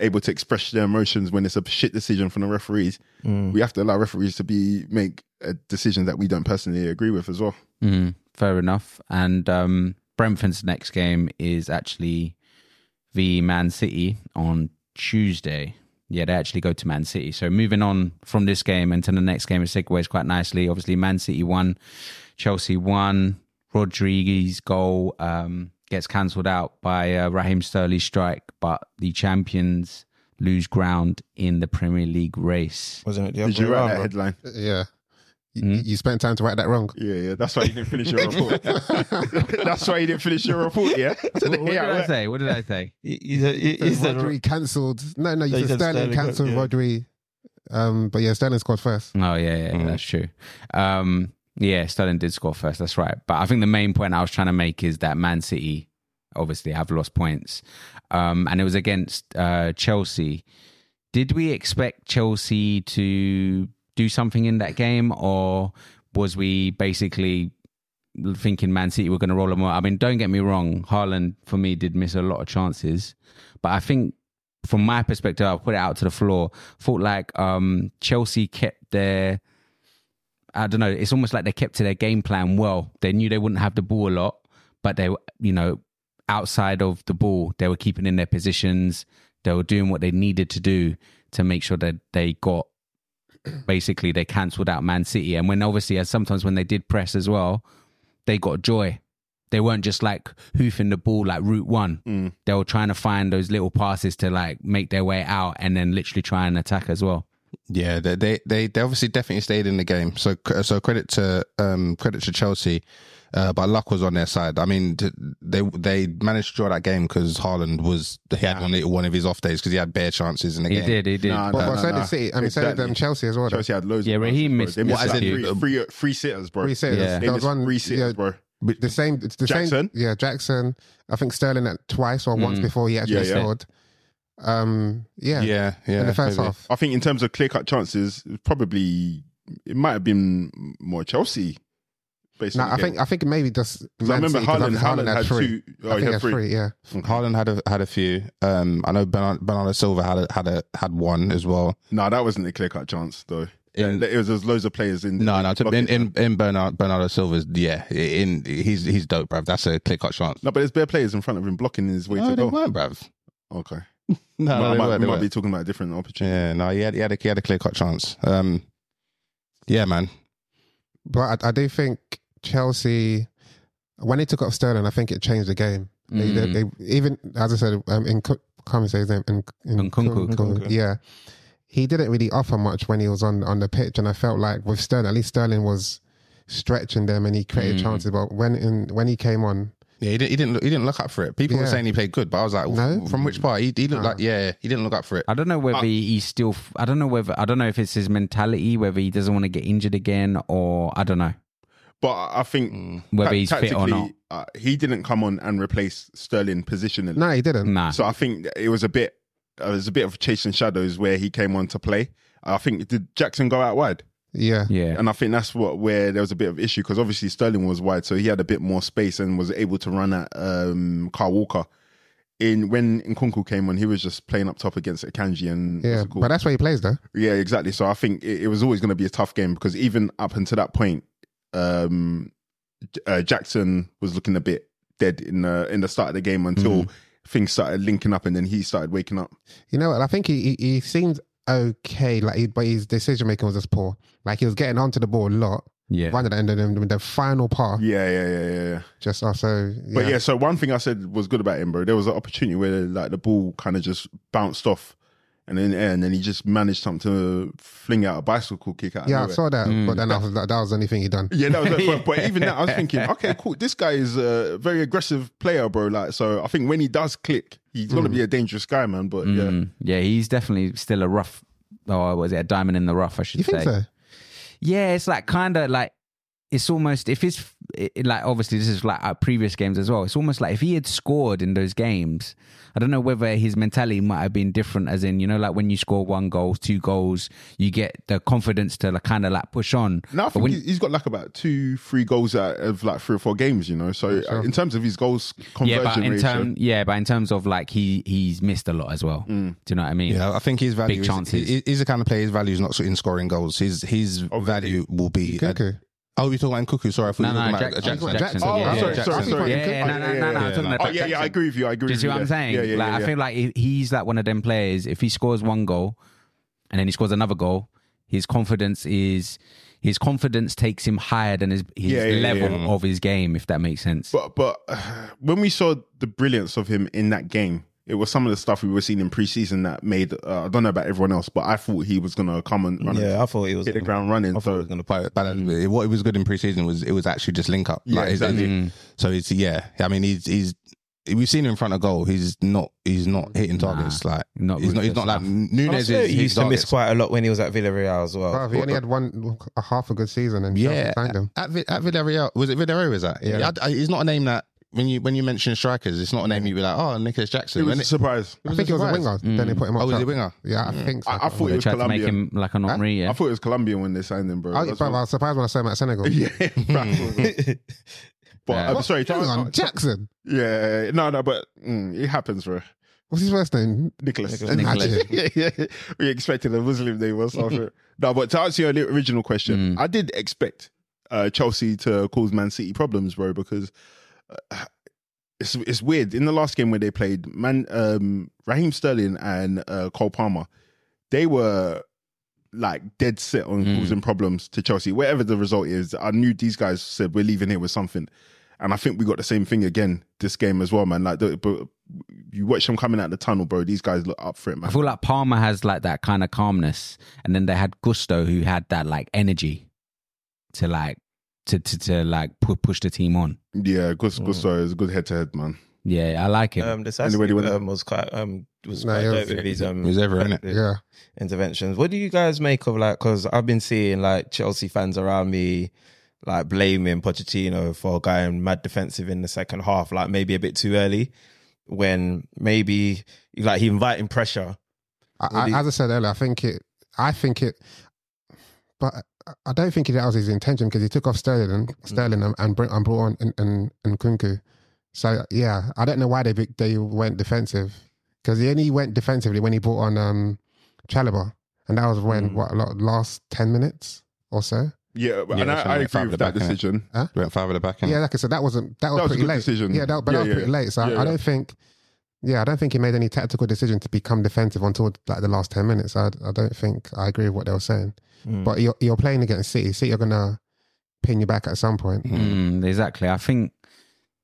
able to express their emotions when it's a shit decision from the referees, Mm. we have to allow referees to be make a decision that we don't personally agree with as well. Mm, fair enough. And um, Brentford's next game is actually the Man City on Tuesday. Yeah, they actually go to Man City. So moving on from this game into the next game, it segues quite nicely. Obviously, Man City won, Chelsea won. Rodriguez's goal um, gets cancelled out by uh, Raheem Sterling's strike, but the champions lose ground in the Premier League race. Wasn't it the Did other you way around, write that bro? headline? Yeah. You, Hmm? you spent time to write that wrong. Yeah, yeah. That's why you didn't finish your report. that's why you didn't finish your report. Yeah. What, Yeah, what did I well- say? What did I say? You- you said- you- you Is said- Rodri cancelled? No, no, you No, said, Sterling cancelled yeah. Rodri. Um, but yeah, Sterling scored first. Oh yeah, yeah, yeah, that's true. Um, yeah, Sterling did score first. That's right. But I think the main point I was trying to make is that Man City obviously have lost points, um, and it was against uh, Chelsea. Did we expect Chelsea to do something in that game, or was we basically thinking Man City were going to roll them out? I mean, don't get me wrong, Haaland for me did miss a lot of chances, but I think from my perspective, I'll put it out to the floor. Thought like um, Chelsea kept their, I don't know, it's almost like they kept to their game plan well. They knew they wouldn't have the ball a lot, but they, were, you know, outside of the ball, they were keeping in their positions. They were doing what they needed to do to make sure that they got, basically, they cancelled out Man City. And when obviously, as sometimes when they did press as well, they got joy. They weren't just like hoofing the ball like route one Mm. they were trying to find those little passes to like make their way out and then literally try and attack as well. Yeah, they, they they they obviously definitely stayed in the game. So so credit to um credit to Chelsea, uh, but luck was on their side. I mean, t- they they managed to draw that game because Haaland was he had one little- one of his off days because he had bare chances in the He game. did, he did. Nah, But, nah, but nah, so nah. did City. I mean, so did um, Exactly. Chelsea as well. though. Chelsea had loads. Yeah, of Raheem chances, bro. missed- They Well, missed as like in- three, three, three sitters, bro. Three sitters. Yeah. They There was missed one. three sitters, yeah, bro. the same. It's the Jackson? same. Yeah, Jackson. I think Sterling at twice or once Mm. before he actually Yeah, yeah. scored. Um. Yeah. Yeah, yeah. in the first maybe. half. I think in terms of clear cut chances, probably it might have been more Chelsea. Based No, on the I game. think I think maybe just. 'Cause I Man remember City, 'cause I Haaland, think Haaland had two. Oh, I he think had that's three. three. Yeah. Haaland had a, had a few. Um, I know Bernard, Bernardo Silva had a, had a, had one as well. No, that wasn't a clear cut chance, though. In- it was, there's loads of players in. No, no, to, in, bucket. in in Bernard, Bernardo Silva's yeah, in he's he's dope, bruv. That's a clear cut chance. No, but there's bare players in front of him blocking his way to No, they go. weren't, bruv. Okay. No, Well, I they might, weren't, they we might weren't. be talking about a different opportunity. Yeah, no, he had he had a, he had a clear cut chance. Um, yeah, man. But I, I do think Chelsea, when they took up Sterling, I think it changed the game. They, Mm. they, they, even as I said, um, in Cook- can't even say his name in, in Nkunku. Nkunku, Nkunku. yeah, he didn't really offer much when he was on on the pitch, and I felt like with Sterling, at least Sterling was stretching them and he created Mm. chances. But when in, when he came on, Yeah, he didn't he didn't look, he didn't look up for it. People were Yeah. saying he played good, but I was like, No? from which part? He, he looked No. like yeah, he didn't look up for it. I don't know whether Uh, he he's still. f- I don't know whether I don't know if it's his mentality, whether he doesn't want to get injured again, or I don't know But I think whether ta- he's fit or not. tactically, Uh, he didn't come on and replace Sterling positionally. no, he didn't. Nah, So I think it was a bit, uh, it was a bit of chasing shadows where he came on to play. I think did Jackson go out wide, Yeah, yeah, and I think that's what where there was a bit of issue because obviously Sterling was wide, so he had a bit more space and was able to run at um, Carl Walker. In when Nkunku came on, he was just playing up top against Akanji and yeah. what's it called? But that's where he plays though. Yeah, exactly. So I think it, it was always going to be a tough game because even up until that point, um, J- uh, Jackson was looking a bit dead in the in the start of the game until things started linking up and then he started waking up. You know, what? I think he he, he seemed okay, like he, but his decision making was just poor. Like he was getting onto the ball a lot. yeah. Right at the end of the, the final pass, Yeah, yeah, yeah, yeah. yeah. just off. So, yeah. But yeah, so one thing I said was good about him, bro. There was an opportunity where like the ball kind of just bounced off. And then, and then he just managed something to fling out a bicycle kick out. Of Yeah, I nowhere. saw that, Mm. but then I was like, that was the only thing he done. Yeah, that was it. But, but even that, I was thinking, okay, cool. This guy is a very aggressive player, bro. Like, so I think when he does click, he's gonna be a dangerous guy, man. But yeah, Mm, yeah, he's definitely still a rough. Oh, was it a diamond in the rough? I should You say. think so? Yeah, it's like kind of like it's almost if it's it, it- like obviously this is like our previous games as well. It's almost like if he had scored in those games, I don't know whether his mentality might have been different. As in, you know, like when you score one goal, two goals, you get the confidence to like, kind of like push on. No, I But think when- he- he's got like about two, three goals out of like three or four games, you know. So uh, in terms of his goals yeah, conversion but in ratio, Mm. term, yeah, but in terms of like he he's missed a lot as well. Do you know what I mean? Yeah, I think his value. Big is- chances. he- he's the kind of player. His value is not in scoring goals. His his value will be. Cuckoo. oh, we talking about Nkuku? Sorry, I thought No, you were no, talking Jack- about Jackson. Jackson. Jackson, Oh, yeah, sorry, yeah. sorry, Jackson. sorry. Yeah, Yeah, no, no, no, no. I'm talking Oh, about yeah, yeah, I Jackson. agree with you. I agree Do you with see you. what I'm yeah. saying? Yeah, yeah, like, yeah, I yeah. feel like if he's like one of them players. If he scores one goal, and then he scores another goal, his confidence is his confidence takes him higher than his his Yeah, yeah, level of his game. If that makes sense. But but uh, when we saw the brilliance of him in that game, it was some of the stuff we were seeing in preseason that made uh, I don't know about everyone else, but I thought he was gonna come and run and Yeah, I thought he was hit the gonna- ground running. I thought he So was gonna play. But, but uh, what was good in preseason was it was actually just link up. Yeah, Like, it's- exactly. Mm. it's- So it's yeah. I mean, he's he's we've seen him in front of goal. He's not he's not hitting targets. Like Not he's not he's ruthless not like enough. Nunes Also, is he used his to miss targets. quite a lot when he was at Villarreal as Oh, well. Wow, he only had one a half a good season and Yeah, yeah, signed him. at, Vi- at Villarreal was it Villarreal? Was that? Yeah. I, I, it's not a name that when you when you mention strikers, it's not a name you'd be like, oh, Nicholas Jackson. it was When a surprise. I think he was a surprise. winger. Then they put him up. Oh, was he top. a winger? Yeah, I think so. I, I thought it they was tried to make Colombian. him like an Henri. Yeah. I thought it was Colombian when they signed him, bro. I, That's but I what- was surprised when I saw him at Senegal. yeah, bro. but Yeah. I'm sorry, Hang on, Jackson. Yeah, no, no, but mm, it happens, bro. What's his first name? Nicholas. Nicholas. Nicholas. yeah, yeah. Mm-hmm. We expected a Muslim name or something. no, but to answer your original question, I did expect uh, Chelsea to cause Man City problems, bro, because uh, it's it's weird. In the last game where they played, man, um, Raheem Sterling and uh, Cole Palmer, they were like dead set on Mm. causing problems to Chelsea. Whatever the result is, I knew these guys said we're leaving here with something. And I think we got the same thing again this game as well, man. Like, the, but you watch them coming out the tunnel, bro. These guys look up for it, man. I feel like Palmer has like that kind of calmness, and then they had Gusto who had that like energy to like to to, to like pu- push the team on. Yeah, Gus Mm. Gusto is a good head to head man. Yeah, I like him. Um, the Anybody Sassuolo wanna- um, was quite um was No, quite he was- dope with his um he was everywhere, innit? effective Yeah. interventions. What do you guys make of like? Because I've been seeing like Chelsea fans around me like blaming Pochettino for going mad defensive in the second half, like maybe a bit too early. When maybe like he inviting pressure, I, What do you- I, as I said earlier, I think it. I think it, but I- I don't think that was his intention because he took off Sterling and Mm. Sterling and, and, bring, and brought on and and, and Kunku. So yeah, I don't know why they be- they went defensive because he only went defensively when he brought on um Chalobah, and that was when Mm. what like, last ten minutes or so. Yeah, Yeah, and I, that's I right, agree five with at the that back, innit? decision. went five at the back. innit? Yeah, like I said, that wasn't that was That was a pretty good late. decision. Yeah, that, but Yeah, that was yeah. pretty late. So I- Yeah, I, yeah. don't think. Yeah, I don't think he made any tactical decision to become defensive until like the last ten minutes. I, I don't think I agree with what they were saying. Mm. but But you're, you're playing against City. City are gonna pin you back at some point. Mm, exactly. I think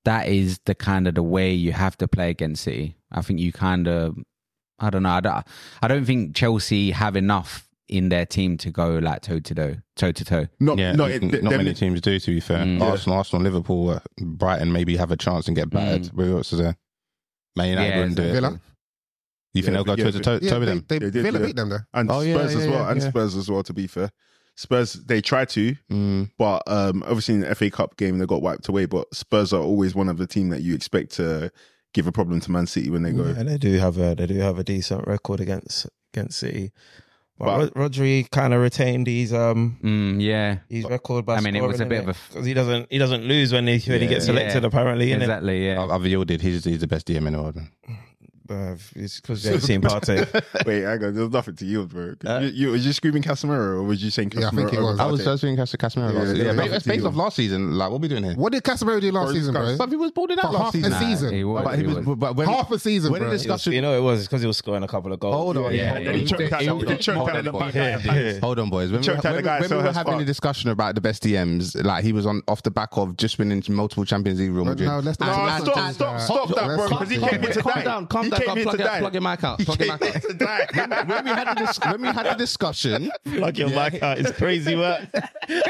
that is the kind of the way you have to play against City. I think you kind of, I don't know. I don't, I don't think Chelsea have enough in their team to go like toe to toe, toe to toe. Not, Yeah, no, n- it, not them- many teams do. To be fair, Mm. Arsenal, Arsenal, Liverpool, uh, Brighton maybe have a chance and get battered. Mm. Who else is there? uh, Man United Yeah, wouldn't do it. Villa? You think Yeah, they'll go yeah, toe to toe Yeah, toe with they, them? They, They did, Villa yeah. beat them though. and Oh, yeah, Spurs as yeah, well, yeah, and yeah. Spurs as well. To be fair, Spurs they try to, Mm. but um, obviously in the FA Cup game they got wiped away. But Spurs are always one of the team that you expect to give a problem to Man City when they go. and they do have a they do have a decent record against against City. But, But- Rod- Rodri kind of retained his um Mm, yeah, his record by. I mean, it was a bit of a f- because he doesn't he doesn't lose when he when he Yeah. Oh, gets selected Yeah. apparently. Innit? exactly. Yeah, I- I've yielded. uh, He's he's the best DM in the world. Man. Uh, it's because they've seen Partey. Wait, hang on, there's nothing to yield, bro. Uh, you, you, was you screaming Casemiro or was you saying Casemiro? Yeah, I think it over was. Partey? I I was just doing Casper Casemiro Yeah, last yeah, season. Yeah, yeah. but it's based off last season. Like, what are we doing here? What did Casemiro do last Or season, bro? Scar- But he was balled it For out last half a season. Nah, season. he was, But he he was. was. But when, Half a season, when bro. the discussion you know, it was because he was scoring a couple of goals. Hold on. Yeah, hold yeah, on. he choked out- he Hold on, choked out hold the on, back guy. Hold on, boys. When we, Choked out the when we- guy, when so we were has having Spark. the discussion about the best DMs, like he was on off the back of just winning multiple Champions League Real But Madrid. no, let's No, not. And- stop, and- stop, stop that, bro, because he Calm came here to down, die. Calm down, calm He down. came here Plug to your- die. Plug your mic out. He Plug your came mic out. to die. When we had the dis- when we had the discussion, Like your mic out is crazy work. when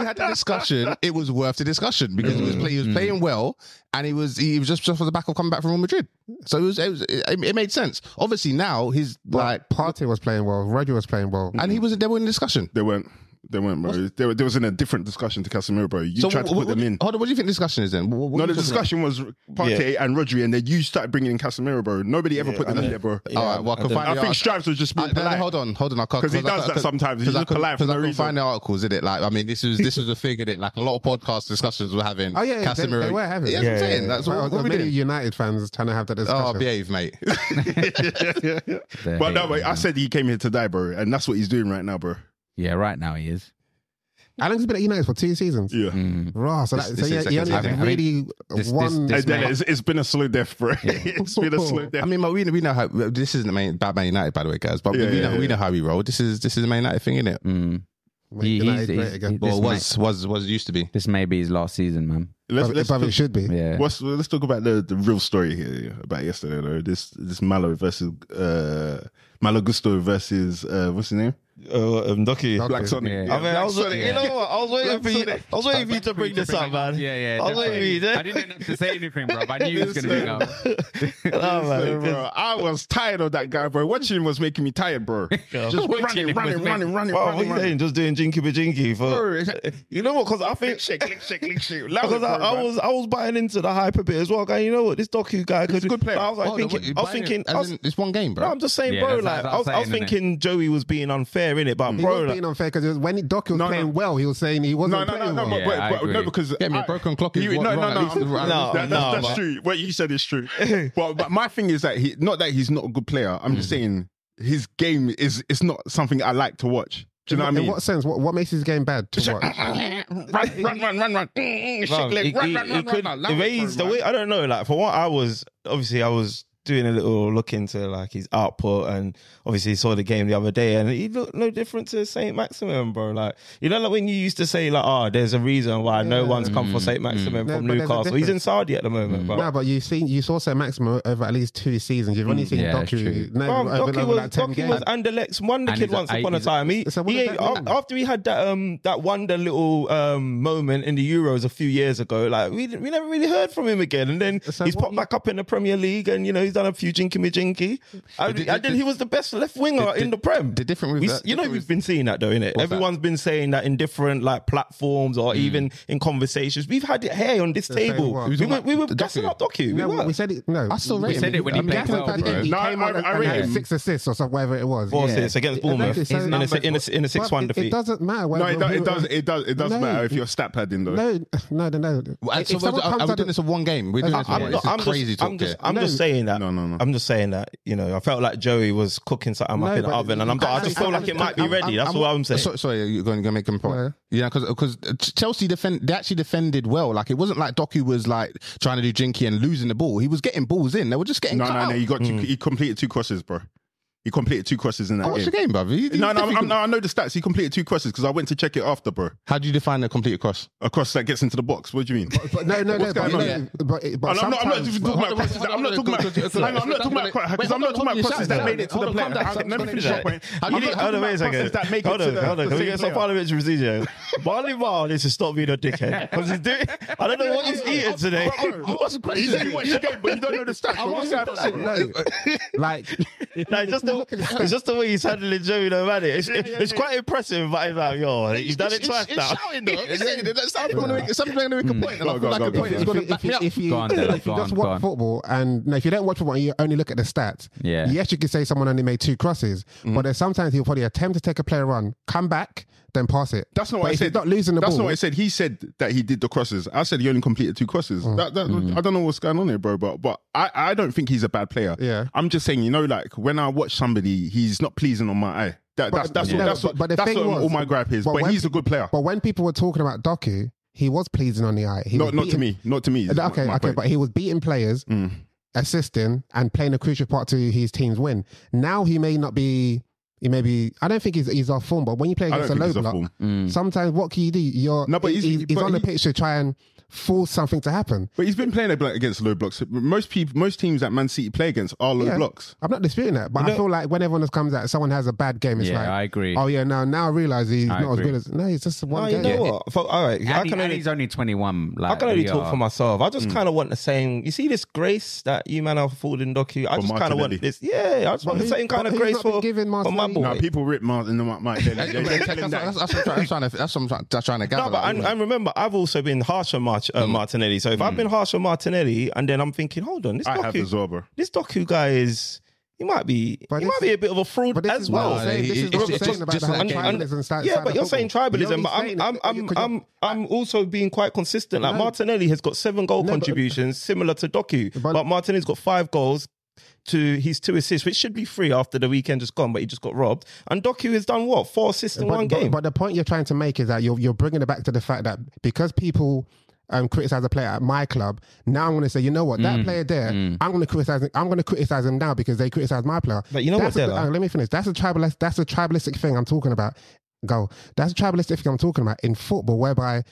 we had the discussion, it was worth the discussion because Mm. he was, play, he was playing well and he was he was just just off the back of coming back from Real Madrid, so it was it, was, it, it made sense. Obviously now he's like Like Partey was playing well. Rodri was playing well. and he wasn't there in the discussion. They weren't. They weren't, bro. They, were, they was in a different discussion to Casemiro, bro. You tried to what, put them in. Hold on, what do you think the discussion is then? oh, What, what No, are you the talking discussion was Partey and Rodri, and then you started bringing in Casemiro, bro. Nobody ever Yeah, put I them in know. there, bro. about? All right, well, I can I find I the think art- Stripes was just being I- no, polite. hold on, hold on. I can't 'Cause he does I, that sometimes. He's Because I just couldn't- polite for 'cause I no couldn't reason. find the articles, in it? Like, I mean, this was this was a thing, in it? Like a lot of podcast discussions we're having. Oh yeah, they, Casemiro. they were having. it. Yeah, that's Yeah, what I'm saying. yeah, That's Well, what, what we many doing. United fans trying to have that Oh, discussion. behave, mate. They're But no, hating, wait, I man. said he came here to die, bro, and that's what he's doing right now, bro. yeah, right now he is. How long has he been at United for? Two seasons. Yeah. Mm. Raw. So, that, This- this so yeah, is he only second season. really this- won. this- And this- then man- it's, it's been a slow death, bro. it's been a slow death. I mean, but we, we know how this isn't main, bad Man United, by the way, guys. But Yeah, we, yeah, know, we yeah. know how we roll. This is this is the Man United thing, isn't it? Mm. Make He- he's- United he's- great again. he's- Well, This was was was used to be. This may be his last season, man. let's, But- let's, but it talk, should be. Yeah. what's- let's talk about the, the real story here yeah, about yesterday, though. This this Malo versus uh, Malo Gusto versus uh, what's his name? Uh, um, Ducky. Ducky. Black Sonic. Yeah. Yeah, I I mean, Black I was, Sonic, you know what? I was waiting for you. I was waiting for you to bring this up, man. Yeah, yeah. I was waiting for you. definitely. to- I didn't have to say anything, bro. I knew he was going to bring up. No, So, man, bro, I was tired of that guy, bro. Watching him was making me tired, bro. Just Watching running, him running, was running, running, Well, what running, you running. saying? Just doing jinky be jinky for. Bro, it's- You know what? Because I think Click, shake, click, shake, click, shake. Love because it, I, bro, I man. was I was buying into the hype a bit as well. Guy, you know what? This Doku guy could a good player. I was like Hold on, thinking. wait, I was Bayern- thinking. I as was, in, it's one game, no, bro. I'm just saying, Yeah, bro. that's- Like that's I was, I was saying, innit? thinking Joey was being unfair in it, but Mm. He bro, was like, being unfair because when Doc was No, no. playing well, he was saying he wasn't No, no, no, playing no, well. but, Yeah, but, I but no, agree. because Get me, I- broken clock is You, what- no, wrong, no, at no, least- I'm- at least- that- that's, no, that's but- true. What you said is true. but, but my thing is that he, not that he's not a good player. I'm just saying his game is it's not something I like to watch. Do you know what I In mean? what sense? What, what makes his game bad to watch? Run, Uh-uh. run, run, run, run. Mm, Bro, shake leg, it- run, it- run, it run, could- run, the run, way run, he's- the run. way I don't know. Like for what I was, obviously I was doing a little look into like his output, and obviously saw the game the other day, and he looked no different to Saint Maximum, bro. Like you know, like when you used to say like, oh, there's a reason why no Yeah. one's come for Saint Maximum No, from but there's a Newcastle. He's in Saudi at the moment, bro. No, but you've seen you saw Sir Maximo over at least two seasons. You've only seen Yeah, that's Doku. No, Bro, over, Docky over was like ten Docky games. was Anderlecht's wonder And kid he's a- once I- upon a he's a- time. He, So what he does that a- mean? after he had that um that wonder little um moment in the Euros a few years ago, like we didn't- we never really heard from him again. And then So he's what popped you- back up in the Premier League, and you know he's done a few jinky me jinky. And, did- and then did- he was the best left winger did- in the Prem. The different with We, that- you know different we've with- been seeing that though, innit? What's that? Everyone's been saying that in different like platforms or even in conversations. We've had it here on this saying table. what? We Who's were, we were Doku? gassing up Docu. No, we were. we said it. No, I still rate we him. said it when he I'm played definitely well, said bro. He No, came I- on and- I and rate had him. six assists or something, whatever it was. Four Yeah. assists against Exactly, Bournemouth so in a- numbers- in a- in a 6-1 But it- defeat. It doesn't matter. No, whether- it, do, it does. It does. It does No. matter if you're stat padding though. No, no, no, no. Well, If So someone we're- comes are we out of- doing this in one game? We're doing this in I'm one not- game. This is crazy talk I'm just, here. I'm just saying that. No, no, no. I'm just saying that. You know, I felt like Joey was cooking something No, up in the but- oven, and I'm, I just feel like it might be I'm- ready. That's all I'm saying. So, sorry, you're going to make him Yeah. point. Yeah, because Chelsea defend they actually defended well. Like it wasn't like Doku was like trying to do jinky and losing the ball. He was getting balls in. They were just getting No, cut no, out. no. You got two, he completed two crosses, bro. He completed two crosses in I that Oh, watched game. the game, bruv. He- he No, no, I'm, definitely- I'm, no, I know the stats. He completed two crosses because I went to check it after, bro. How do you define a complete cross? A cross that gets into the box. What do you mean? But no, no, no. What's But, going you on know, here? but, but And I'm not, I'm not sometimes- even talking about crosses. that- I'm not talking about. hang on, I'm not talking about crosses because I'm not talking about crosses that made it to the player. Let me finish that point. I'm You not need- hold talking on, about wait a second. crosses that make it Hold to on, the- hold on. the Can we same get some player. parliamentary procedure? Barley Bar needs to stop being a dickhead. 'Cause he's doing, I don't know what he's eating today. What's the You question? said you watched the game, but you don't know the stats. bro. What's that? No, like No, it's just the, it's just the way he's handling Joey, though, man. It's, it's quite impressive, but it's like, yo, he's done it twice now. Something's going to make a point, and I Go, feel go, like go, a go, point go. is if going you, to if back me you, up. if you, Go on, Dylan, if you go just on, go watch on. football and no, if you don't watch football and you only look at the stats, Yeah. yes, you could say someone only made two crosses, Mm. but there's sometimes he'll probably attempt to take a player on, come back, then pass it. That's not But what I if he's said. Not losing the That's ball. not what I said. He said that he did the crosses. I said he only completed two crosses. Oh. That, that, I don't know what's going on here, bro. But but I, I don't think he's a bad player. Yeah. I'm just saying, you know, like when I watch somebody, he's not pleasing on my eye. That, that's that's no, what, that's what, but the that's thing what was- all my gripe is. but But, when he's a good player. But when people were talking about Doku, he was pleasing on the eye. He Not was not to beating- me. Not to me. is my- Okay, my okay, point. but he was beating players, Mm. assisting, and playing a crucial part to his team's win. Now he may not be. He may be. I don't think he's, he's off form, but when you play I against a don't think low he's off block, form. sometimes what can you do? You're No, but he's- he's, he's, but on the he- pitch to try and force something to happen. But he's been playing a block against low blocks. Most people, most teams that Man City play against are low Yeah. blocks. I'm not disputing that, but I feel like when everyone else comes out, someone has a bad game. It's Yeah, like, I agree. Oh yeah, now now I realize he's I not agree. as good as no. He's just one No, you game. know what? For- all right, I And, he- can and only he's only 21. Like, I can only we talk are- for myself. I just kind of want the same. You see this grace that you man are affording Docu. I For just kind of Martinelli. want this. Yeah, I just want the who- same kind of but who's grace not been for, given for my Martinelli Now Thimbleweed. people rip Martin and Mike. They're like, they're that's, telling that's, that. that's, what I'm trying- that's what I'm trying to. That's what I'm trying- that's trying to gather. No, but like, and, and remember, I've also been harsh on March, Mm. uh, Martinelli. So if I've been harsh on Martinelli, and then I'm thinking, hold on, this I have docu, as well, bro. this docu guy is, he might be, But he this- might be a bit of a fraud But this as is what well. I'm saying. No, This is he- what I'm it's saying just- about just the whole like- and- tribalism side. Yeah, side but of you're football. saying tribalism, only but I'm saying I'm it I'm because you're- I'm, I'm also being quite consistent. Like No. Martinelli has got seven goal No, but- contributions, similar to Doku, but, But- Martinelli's got five goals. To his two assists, which should be free after the weekend just gone, but he just got robbed. And Doku has done what four assists in but, one but- game. But, the point you're trying to make is that you're you're bringing it back to the fact that because people um, criticize a player at my club, now I'm going to say, you know what, Mm. that player there, I'm going to criticize. I'm going to criticize him now because they criticize my player. But you know That's what, a- Della? uh, let me finish. That's a tribalist. That's a tribalistic thing I'm talking about. Go. That's a tribalistic thing I'm talking about in football, whereby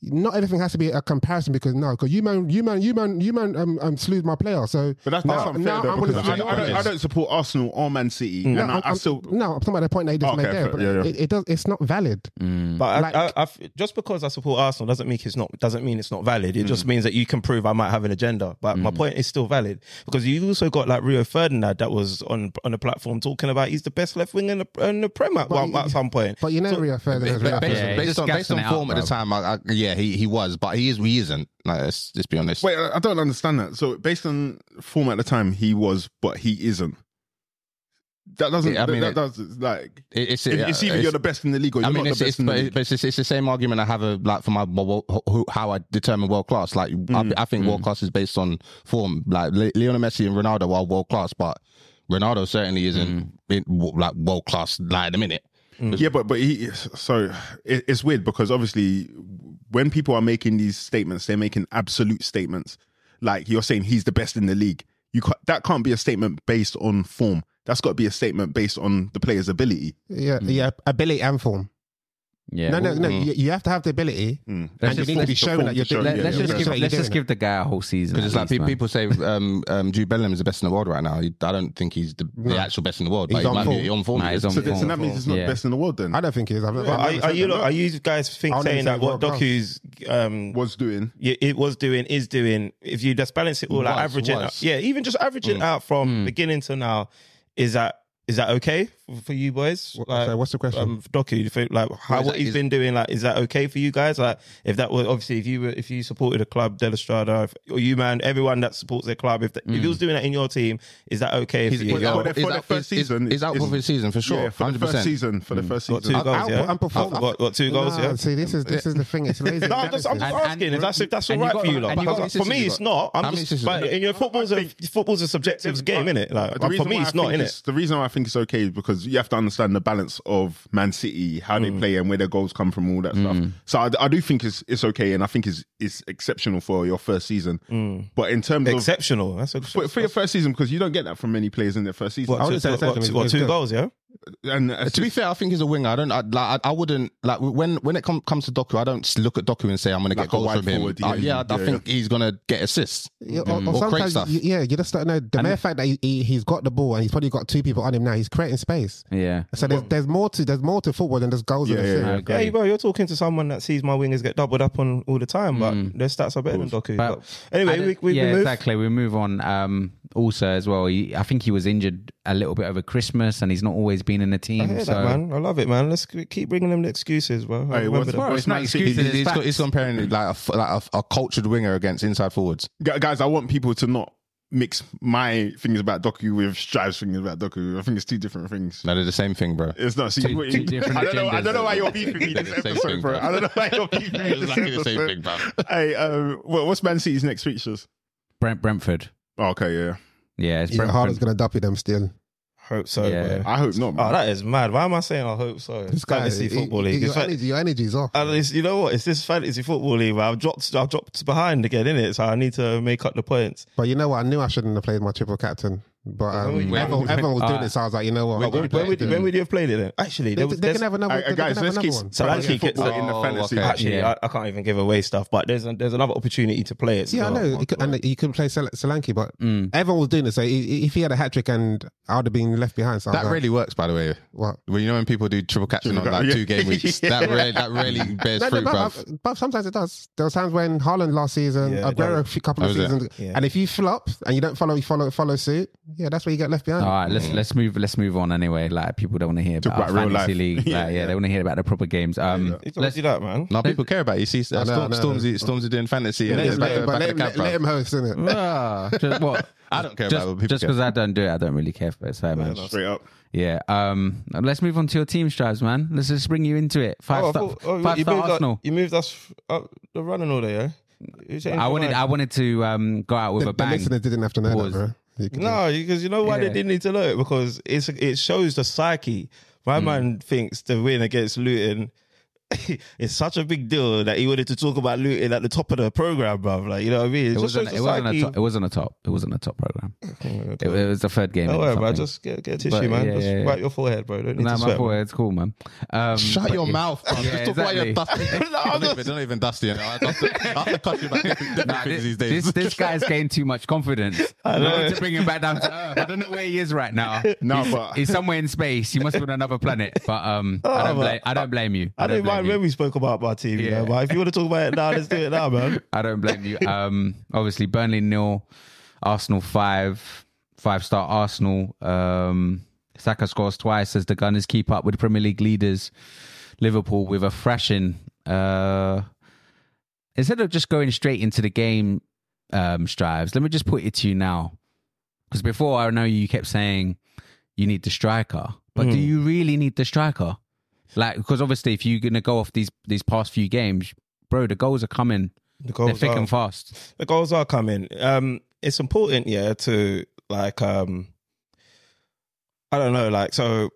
not everything has to be a comparison because no, because you man, you man, you man, you man, um, um, slewed my player. So But that's, now- that's unfair now though, I'm because gonna- I, I, don't, I don't support Arsenal or Man City, and I, I'm- I I'm- still. Oh, no, I'm talking about the point that you just Okay, made there. fair. But Yeah, yeah. It, it does. It's not valid. Mm, But I- Like- I, I f- just because I support Arsenal doesn't mean it's not doesn't mean it's not valid. It just means that you can prove I might have an agenda. But my point is still valid because you also got like Rio Ferdinand that was on on the platform talking about he's the best left wing in the in the Prem at, one- you- at some point. But you know, Rio Ferdinand. But based, Yeah, based just on based gassing on it out, form at bro. the time, I, I, yeah, he, he was, but he is he isn't. Like, let's just be honest. Wait, I I don't understand that. So based on form at the time, he was, but he isn't. That doesn't. Yeah, I mean, that, it- that does like. It- it's, It's, yeah, it's either it's- you're the best in the league or you're I mean, not it's, the it's, best in the but league. it's, but it's, it's the same argument I have uh, like for my well, well, who, how I determine world class. Like Mm, I, I think world class is based on form. Like Le- Lionel Messi and Ronaldo are world class, but Ronaldo certainly isn't in, w- like world class. Like at the minute, Mm. Yeah, but but he so it, it's weird because obviously when people are making these statements, they're making absolute statements. Like you're saying he's the best in the league. You can that can't be a statement based on form. That's got to be a statement based on the player's ability. Yeah, Mm. yeah, ability and form. yeah. no, no, no. You, you have to have the ability, Mm. Let's and you just- need to let's be just showing form that to you're show, doing. Let, yeah, let's yeah, just yeah. give let's just give. give the guy a whole season. because it's at like least, pe- man. people say um, um, Jude Bellingham is the best in the world right now. He- I don't think he's the, the actual best in the world. He's but he on might form. Be on form. Nah, he's on So, then- so form. that means he's not Yeah. the best in the world. Then I don't think it is. I've, But I've are, are you never lot- are you guys think I'll never saying say that what world class. Doku's um was doing. yeah, it was doing is doing if you just balance it all like Was, averaging was. out- yeah even just averaging Hmm. out from Hmm. beginning to now is that is that okay for, for you boys Wh- sorry, what's the question? um, docu you think, like how is what that- he's is- been doing like is that okay for you guys like if that was obviously if you were if you supported a club De La Strada if, or you man everyone that supports their club if, the, if he was doing that in your team is that okay if Hmm. He's, you- he's for out, the- for he's the out- first he's- season, He's out it's- for the season for sure. Yeah, for the 100%. first season. Mm. For the first got two season. goals Out- yeah outperformed. got, got two goals yeah See, this is this is the thing. It's lazy. no, I'm just, I'm just And- and- asking if that's if that's all and you right got- for you, lot. and you got- Because For me, it's not. I'm How many just, sisters but you got? in your football's a football's a subjective game, innit? Like The for reason me, why I it's not think in it. it's- The reason why I think it's okay is because you have to understand the balance of Man City, how Mm. they play, and where their goals come from, all that stuff. So I, I do think it's it's okay, and I think it's it's exceptional for your first season. Mm. But in terms of Exceptional. That's what. for, for your first season, because you don't get that from many players in their first season. what, I wouldn't two, say what, exceptional, what, it's- what, it's two good. goals, yeah. and uh, To be fair, I think he's a winger. I don't I, like. I, I wouldn't like when when it com- comes to Doku. I don't s- look at Doku and say I'm going to Like get a goals wide from him. forward, Uh, yeah, yeah, I, I yeah. think he's going to get assists. Yeah, or, Or or create sometimes, stuff. you, yeah, you just don't know. The mere fact that he, he, he's got the ball and he's probably got two people on him now, he's creating space. Yeah. So there's, there's more to there's more to football than just goals Yeah, and yeah, assists. yeah. I Hey, agree. bro, you're talking to someone that sees my wingers get doubled up on all the time, but their stats are better than Doku. Mm. But- But anyway, I we, don't- we, yeah, we move. exactly. We move on. Um, also, as well, he, I think he was injured a little bit over Christmas, and he's not always been in the I team. hear so that, man. I love it, man. Let's c- keep bringing them the excuses, bro. I Hey, remember what's- them. what's it's not Man excuse City- It He's, is he's, got, facts. he's comparing like a, f- like a, a cultured winger against inside forwards. Gu- guys, I want people to not mix my things about Doku with Strive's things about Doku. I think it's two different things. No, they're the same thing, bro. It's not. See, Two- what- two different I don't know. I agendas. don't know why you're beefing me They're this the same episode, thing, bro. bro. I don't know why you're beefing me this It's exactly the same episode. thing, bro. Hey, um, what- what's Man City's next fixtures? Brent Brentford. Oh, okay, yeah. Yeah, it's Yeah, Haaland's Brentford. gonna duppy them still. Hope so. Yeah. bro. I hope not. Oh, Man. that is mad. Why am I saying I hope so? It's fantasy it- football it- league. Your, It's like- energy, your energy's off. And it's, you know what? It's this fantasy football league. where I've dropped. I've dropped behind again in it, so I need to make up the points. But you know what? I knew I shouldn't have played my triple captain. But um, When we- everyone, when- everyone was doing uh, it, so I was like, you know what? But when, when, would, when would you have played it then? Actually, they, there was, they there's, can have another, Alright, they guys, can have let's another keep one. so Fantasy actually, football in the Oh, fantasy. okay. actually, Yeah. I, I can't even give away stuff. But there's a, there's another opportunity to play it. Yeah, so- I know. You could, and you could play Sol- Solanke, but everyone was doing it. So i- i- if he had a hat trick and I would have been left behind, so I was That like, really works, by the way. what? Well, you know when people do triple captain Triple on like cap- two game weeks, Yeah. that really that really bears No, no, fruit, but, bro. I've- but sometimes it does. There was times when Haaland last season, Yeah, it Aguero a few- couple of That was it. seasons, Yeah. and if you flop and you don't follow, follow, follow suit, Yeah, that's where you get left behind. All right, let's let's move let's move on anyway. Like people don't want to hear Talk Mm. about, our about real fantasy life. league. Like, Yeah, yeah, yeah. they want to hear about the proper games. Um, You don't do that, man. Now people care about it. You see, uh, I know, Storm, I know. Stormzy, Stormzy doing fantasy. And Let it's him- back, let, back but of let, the him- cab, let, bro. let him host, innit? ah, just, what? I don't care Just about what people just care. because I don't do it, I don't really care. But it's fair, man. enough. Straight up. Yeah. Um, let's move on to your team stripes, man. Let's just bring you into it. Five I star, thought- oh, five you, star moved Arsenal. Up, you moved us up the running order, yeah? You changed I your wanted mind. I wanted to um go out with The, a the bang. listeners didn't have to know Pause. that, bro. You can- No, because you know why Yeah. they didn't need to know it because it's it shows the psyche. Hmm. My man thinks the win against Luton is such a big deal that he wanted to talk about Luton at the top of the program, bro. Like you know what I mean? It, It just wasn't. shows It the wasn't, a psyche. top, it wasn't a top. It wasn't a top program. It, Oh, it was the third game. Don't or worry, bro. something. Just get, get a tissue, But, man. yeah, just yeah, yeah. wipe your forehead, bro. Don't need Nah, to my sweat. boy, it's cool, man. Um, Shut but your yeah. mouth, bro. Yeah, just talk about your exactly. dusty. don't, even, don't even dusty. You know? I have to- I have to cut you back into different Nah, things this, these days. this this guy's gained too much confidence. I know. to bring him back down to earth. I don't know where he is right now. No, he's, but- he's somewhere in space. He must be on another planet. But um, I but- don't blame I don't blame you. I don't didn't blame mind you. when we spoke about my team, you Yeah. know, but if you want to talk about it now, let's do it now, man. I don't blame you. Um, obviously Burnley nil, Arsenal five, five star Arsenal. Um, Saka scores twice as the Gunners keep up with Premier League leaders Liverpool with a thrashing. Uh, instead of just going straight into the game um, strives, let me just put it to you now. Because before, I know you kept saying you need the striker, but do you really need the striker? Like, because obviously, if you're gonna go off these these past few games, bro, the goals are coming The goals they're thick are- and fast. the goals are coming. Um, it's important, yeah, to like, um, I don't know, like, so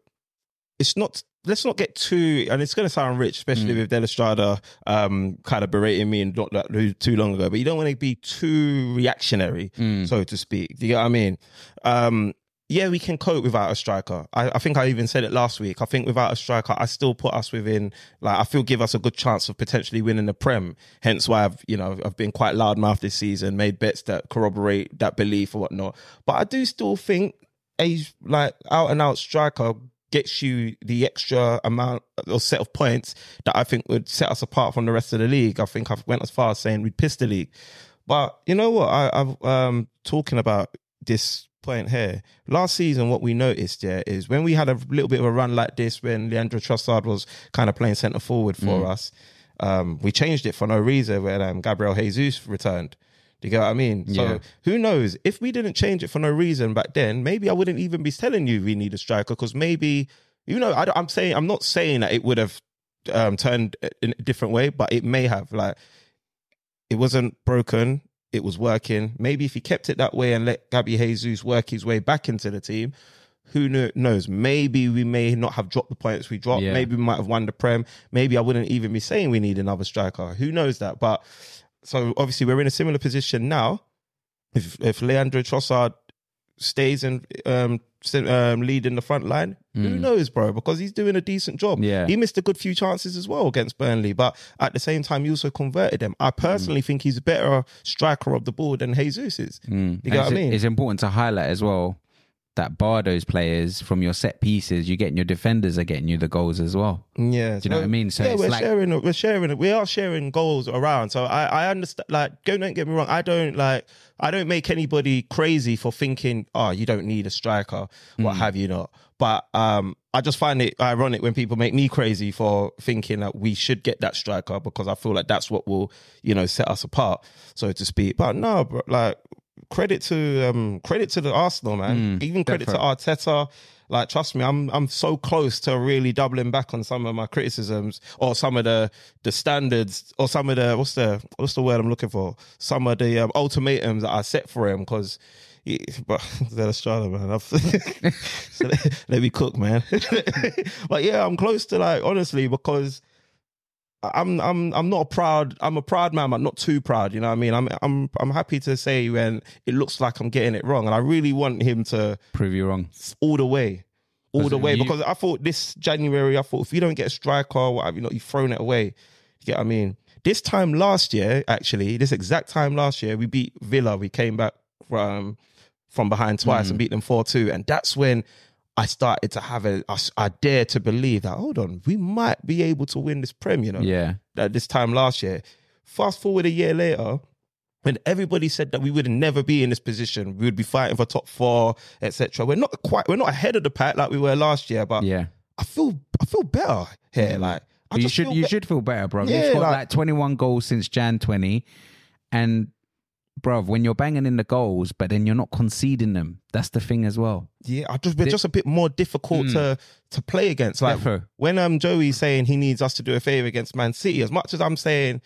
it's not. Let's not get too, and it's going to sound rich, especially with Del Estrada um, kind of berating me and not that lo- too long ago. But you don't want to be too reactionary, so to speak. Do you get what I mean? Um, yeah, we can cope without a striker. I, I think I even said it last week. I think without a striker, I still put us within. Like I feel give us a good chance of potentially winning the Prem. Hence why I've you know I've been quite loudmouthed this season, made bets that corroborate that belief or whatnot. But I do still think a like out and out striker gets you the extra amount or set of points that I think would set us apart from the rest of the league. I think I've went as far as saying we'd piss the league. But you know what? I, I'm um, talking about this point here. Last season, what we noticed yeah, is when we had a little bit of a run like this, when Leandro Trossard was kind of playing centre forward for us, um, we changed it for no reason when um, Gabriel Jesus returned. Do you get what I mean? Yeah. So who knows? If we didn't change it for no reason back then, maybe I wouldn't even be telling you we need a striker because maybe you know I, am saying I'm not saying that it would have um, turned in a different way, but it may have. Like it wasn't broken. It was working. Maybe if he kept it that way and let Gabby Jesus work his way back into the team, who kno- knows? Maybe we may not have dropped the points we dropped. Yeah. Maybe we might have won the Prem. Maybe I wouldn't even be saying we need another striker. Who knows that? But so obviously we're in a similar position now. If if Leandro Trossard stays and um, s- um, lead in the front line, who knows, bro? Because he's doing a decent job. Yeah. He missed a good few chances as well against Burnley, but at the same time, he also converted them. I personally think he's a better striker of the ball than Jesus Hmm. is. You And get what I it's- mean? It's important to highlight as well that bar those players from your set pieces, you're getting your defenders are getting you the goals as well. Yeah, Do you know what I mean? So yeah, it's we're like- sharing, we're sharing, we are sharing goals around. So I, I understand. Like, don't don't get me wrong. I don't like, I don't make anybody crazy for thinking, oh, you don't need a striker, Mm. what have you not. But um, I just find it ironic when people make me crazy for thinking that we should get that striker because I feel like that's what will, you know, set us apart, so to speak. But no, bro, like credit to um credit to the Arsenal man. Even credit to Arteta. Like trust me, I'm I'm so close to really doubling back on some of my criticisms or some of the the standards or some of the what's the what's the word I'm looking for? Some of the um, ultimatums that I set for him because. But that Estrada man, I've, so let, let me cook, man. but yeah, I'm close to like honestly because I'm I'm I'm not a proud I'm a proud man, but not too proud. You know what I mean? I'm I'm I'm happy to say when it looks like I'm getting it wrong, and I really want him to Prove you wrong. all the way, all the way. you- Because I thought this January, I thought if you don't get a striker, what have you not? You've thrown it away. You get what I mean? This time last year, actually, this exact time last year, we beat Villa. We came back from from behind twice and beat them four two, and that's when. I started to have a, I, s- I dare to believe that, hold on, we might be able to win this Prem, you know? Yeah. when everybody said that we would never be in this position, we would be fighting for top four, etc. We're not quite, we're not ahead of the pack like we were last year, but Yeah. I feel, I feel better here. Like Uh, I you just should feel you be- should feel better, bro. Yeah, You've got like, like- 21 goals since Jan 20, and bro, when you're banging in the goals, but then you're not conceding them, that's the thing as well. Yeah, I just we're just a bit more difficult Hmm. to to play against. Like Defo. when um Joey's saying he needs us to do a favor against Man City, as much as I'm saying,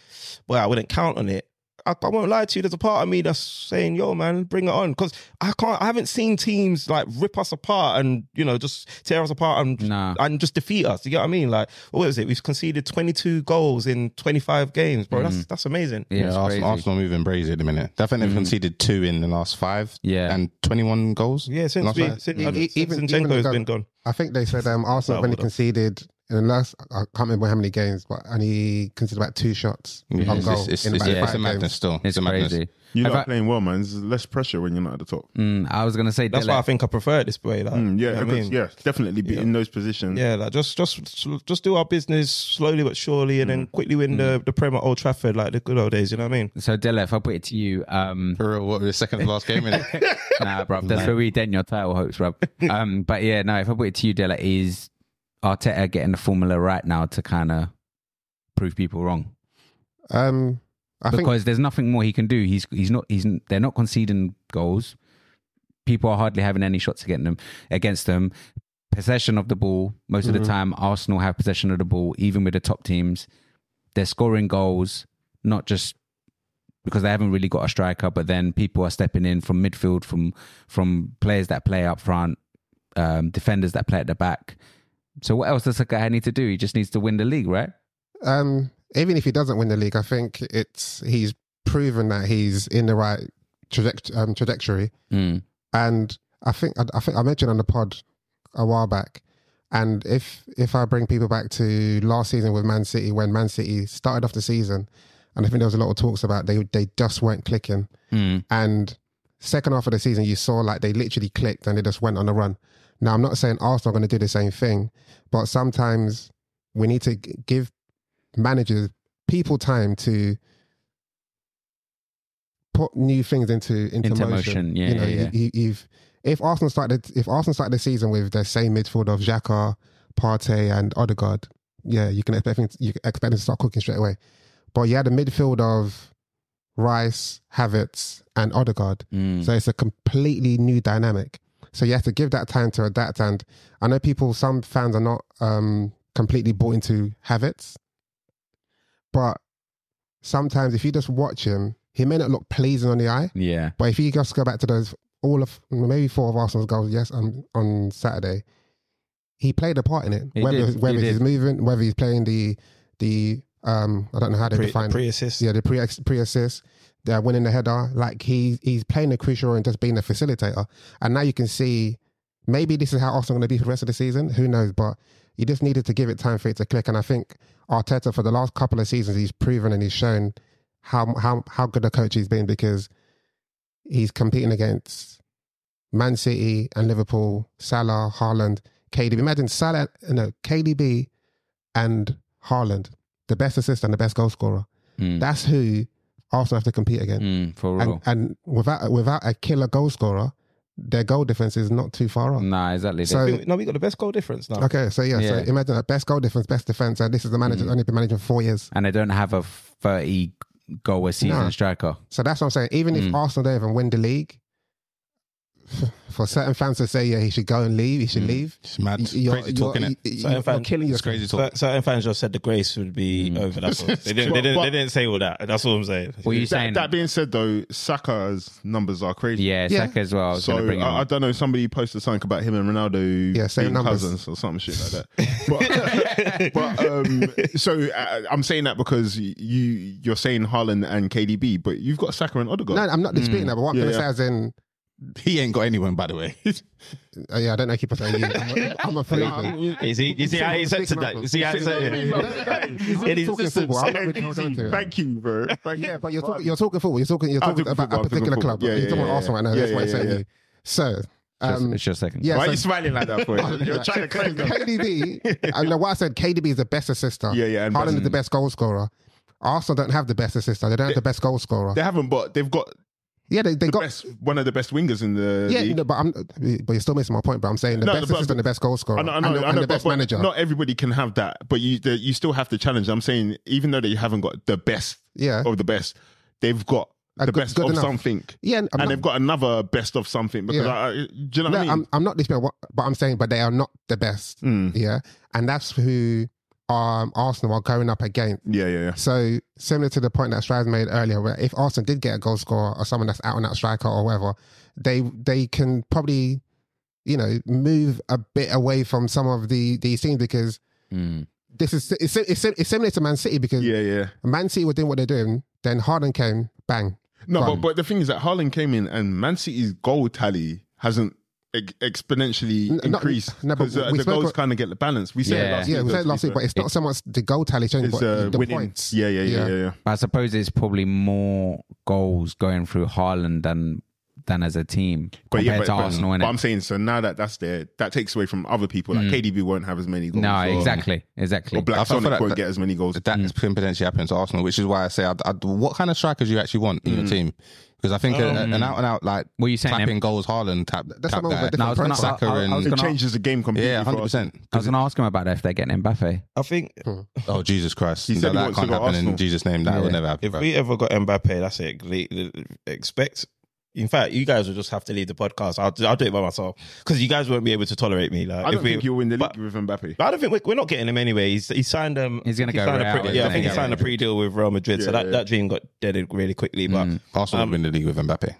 well, I wouldn't count on it. I, I won't lie to you. There's a part of me that's saying, "Yo, man, bring it on," because I can't. I haven't seen teams like rip us apart and you know just tear us apart and Nah. and just defeat us. You get what I mean? Like what was it? We've conceded 22 goals in 25 games, bro. Mm. That's that's amazing. Yeah, Yeah, it's crazy. Mm. Arsenal, Arsenal moving crazy at the minute. I think they've conceded two in the last five. Yeah. and twenty-one goals. Yeah, since Last we, night. since, E- e- since even- Zinchenko even has though- been gone. I think they said um, Arsenal have only Well, conceded in the last. I can't remember how many games, but only conceded about two shots Yeah, on it's, goal it's, it's, in it's, about it's a five madness games. still. It's a madness. crazy. You're Have not I- playing well, man. There's less pressure when you're not at the top. Mm, I was gonna say That's Dele. why I think I prefer it this way. Like, Mm, you yeah, know what I mean? yeah, definitely be in those positions. Yeah, like just just just do our business slowly but surely, and Mm. then quickly win the the Prem at Old Trafford, like the good old days. You know what I mean? So Dele, if I put it to you, um, For real, what the second to last game? innit? nah, bro, that's where we dent your title hopes, bro. Um, but yeah, no, if I put it to you, Dele, is Arteta getting the formula right now to kind of prove people wrong? Um, I think because there's nothing more he can do. He's he's not he's they're not conceding goals. People are hardly having any shots against them against them. Possession of the ball most Mm-hmm. of the time. Arsenal have possession of the ball, even with the top teams. They're scoring goals, not just because they haven't really got a striker, but then people are stepping in from midfield, from from players that play up front, um, defenders that play at the back. So what else does the guy need to do? He just needs to win the league, right? um, even if he doesn't win the league, I think it's he's proven that he's in the right traject- um, trajectory. And I think I, I think I mentioned on the pod a while back. And if if I bring people back to last season with Man City, when Man City started off the season, and I think there was a lot of talks about they they just weren't clicking. And second half of the season, you saw like they literally clicked and they just went on a run. Now I'm not saying Arsenal are going to do the same thing, but sometimes we need to g- give managers people time to put new things into into, Into motion. motion, yeah, you know, yeah, yeah. You, you, have if Arsenal started if Arsenal started the season with the same midfield of Xhaka, Partey, and Odegaard, yeah, you can expect things- you can expect them to start cooking straight away. But you had a midfield of Rice, Havertz, and Odegaard. So it's a completely new dynamic. So you have to give that time to adapt. And I know people, some fans are not um, completely bought into Havertz, but sometimes if you just watch him, he may not look pleasing on the eye, Yeah. but if you just go back to those all of maybe four of Arsenal's goals, yes, on on Saturday, he played a part in it. He whether did, it's, he whether did. he's moving, whether he's playing the the um I don't know how they Pre, define it. pre-assist. Yeah, the pre pre assist, they're winning the header. Like he he's playing a crucial role and just being a facilitator. And now you can see maybe this is how Arsenal are going to be for the rest of the season. Who knows? But you just needed to give it time for it to click. And I think Arteta for the last couple of seasons he's proven and he's shown how how how good a coach he's been because he's competing against Man City and Liverpool, Salah, Haaland, KDB. Imagine Salah, no KDB, and Haaland, the best assist and the best goal scorer. Mm. That's who Arsenal have to compete against. Mm, for real. And, and without without a killer goal scorer, their goal difference is not too far off. oh, nah, exactly. So- I think- No, we got the best goal difference now. Okay, so yeah, Mm. Yeah. so imagine that best goal difference, best defense, and this is the manager only been managing for four years. and they don't have a 30 goal a season No. striker. So that's what I'm saying. Even if Mm. Arsenal don't even win the league, for certain fans to say, yeah, he should go and leave, he should Mm. leave. It's mad. crazy talking it. You're, Certain you're fans- killing It's yourself. crazy So, talk. certain fans just said the grace would be Mm. over. That's all. They didn't, they, didn't, they didn't say all that. That's all I'm saying. What are you That, saying? that being said, though, Saka's numbers are crazy. yeah, Yeah. Saka as well. I was So uh, going to bring him I, I on. don't know. Somebody posted something about him and Ronaldo Yeah, same being numbers. cousins or some shit like that. But, but um, so uh, I'm saying that because you you're saying Haaland and KDB, but you've got Saka and Odegaard. No, I'm not disputing that, but what I'm Yeah, going to yeah. say is in, He ain't got anyone, by the way. uh, yeah, I don't know, keep on saying you. I'm a- I'm a favorite. You see, you see how he said Speaking that. of- You see how he said it. It is- talking football. I'm not really going to it. Thank you, bro. Thank Yeah, you. but you're talking, you're talking football. You're talking, you're I'm talking talking about football, I'm a talking particular football. club. Yeah, you're yeah, talking about yeah, Arsenal right now. yeah. That's Yeah, why I'm yeah, saying yeah, you. So, Just- um, it's your second. yeah, Why are so- you smiling like that for? You're trying to cleanse them. KDB. I know why I said KDB is the best assister. Yeah, yeah, and Harlan best- is the best goal scorer. Arsenal don't have the best assister. They don't have the best goal scorer. They haven't, but they've got Yeah, they, they the got. best, one of the best wingers in the yeah, league. no, but I'm, but you're still missing my point. But I'm saying the No, best but- assistant, and the best goal scorer, I know, I and know, the, I and know, the but- best but manager. Not everybody can have that, but you the, you still have to challenge. I'm saying, even though they haven't got the best yeah, of the best, they've got Uh, the good- best good of enough. something, yeah, I'm and not, they've got another best of something. Because Yeah. I, I- do you know no, what I mean? I'm, I'm not disputing what, but I'm saying, but they are not the best. Mm. Yeah, and that's who um, Arsenal are going up against. Yeah, yeah, yeah. So similar to the point that Strides made earlier, where if Arsenal did get a goal scorer or someone that's out and out striker or whatever, they they can probably, you know, move a bit away from some of the these teams because Mm. this is it's, it's, it's similar to Man City because Yeah, yeah. Man City were doing what they're doing. Then Harden came, bang. No, but, Done. but the thing is that Haaland came in and Man City's goal tally hasn't e- exponentially N- not- increased no, but because uh, we the spoke goals a- kind of get the balance. We said it Yeah. last Yeah, week, we said though, it to last be week, but fair. it's not so much the goal tally change, it's but uh, the winning. points. Yeah, yeah, yeah, Yeah. yeah, yeah. I suppose it's probably more goals going through Haaland than than as a team But compared yeah, but, to but- Arsenal. but innit? I'm saying so now that that's there, that takes away from other people. Like KDB won't have as many goals. no, or- exactly, exactly. Or I Black feel Sonic like won't that- get as many goals. That Mm. can potentially happen to Arsenal, which is why I say, I, I- what kind of strikers you actually want in your team? Because I think a- an out and out like Mm. Oh. What are you saying, tapping Em? goals, Haaland tap. That's tap someone with guy. a different No, I was gonna- Saka I- I- I and- was It gonna- changes the game completely. yeah, for hundred us. percent. I was going to ask him about that if they're getting Mbappe. I think Oh Jesus Christ! He said No, he that wants to can't go happen Arsenal. in Jesus' name. That Yeah. will never happen. if bro. we ever got Mbappe, that's it. Le- le- Expect. In fact, you guys will just have to leave the podcast. I'll, I'll do it by myself because you guys won't be able to tolerate me. Like, I if don't we, think you'll win the but- league with Mbappe. I don't think we're, we're not getting him anyway. He's, he signed um. He's gonna he go signed Real, a pre- isn't yeah, I he? think he Yeah. signed a pre-deal with Real Madrid, so Yeah, that, yeah. that dream got deaded really quickly. But Arsenal Um, win the league with Mbappe.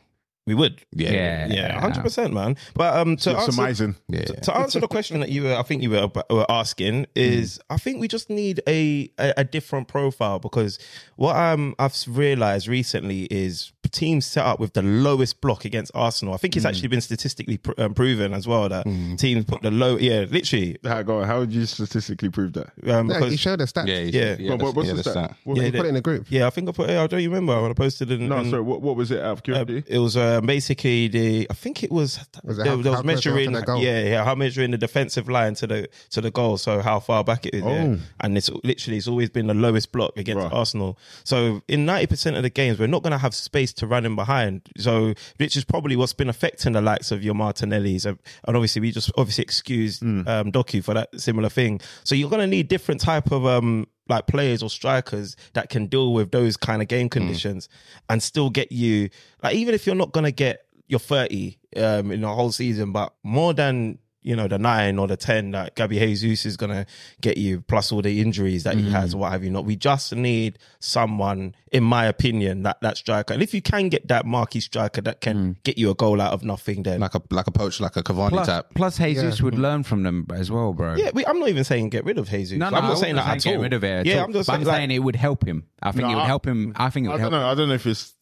we would, Yeah, Mm. Yeah. yeah, yeah, hundred percent, man. But um, to You're answer, surmising. yeah. yeah. to answer the question that you were, I think you were, ab- were Mm. asking is, I think we just need a, a a different profile because what um I've realized recently is teams set up with the lowest block against Arsenal. I Mm. think it's actually been statistically pr- um, proven as well that teams put the low, yeah, literally How, go on, how would you statistically prove that? um, Yeah, he because. showed us that. Yeah, he's- Yeah. yeah, No, but that's- what's yeah, the um, that's stat? that. What- He Yeah, put it they- in the group. yeah, I think I put. I don't remember when I posted. In, No, in- sorry. What, what was it out of Um, curiosity? it was uh, basically the I think it was, Was it there, how- there was how close they were to measuring their goal? yeah yeah how measuring the defensive line to the to the goal so how far back it is yeah. Oh. and it's literally it's always been the lowest block against Right. Arsenal so in ninety percent of the games we're not going to have space to run in behind so which is probably what's been affecting the likes of your Martinellis and and obviously we just obviously excused Hmm. um, Doku for that similar thing so you're going to need different type of um like players or strikers that can deal with those kind of Hmm. game conditions and still get you like even if you're not gonna get your 30 um in the whole season, but more than you know the nine or the ten that Gabby Jesus is gonna get you, plus all the injuries that Mm-hmm. he has, or what have you not. We just need someone, in my opinion, that that striker. And if you can get that marquee striker that can Mm. get you a goal out of nothing, then Like a like a poach, like a Cavani Plus, tap. plus Jesus Mm. would learn from them as well, bro. yeah, we, I'm not even saying get rid of Jesus. No, no, I'm I not saying wasn't that at get all. rid of it. at yeah, all. I'm just But saying, like, it would help him. I think No, it would I- help him. I think it I would don't help. know. I don't know if it's.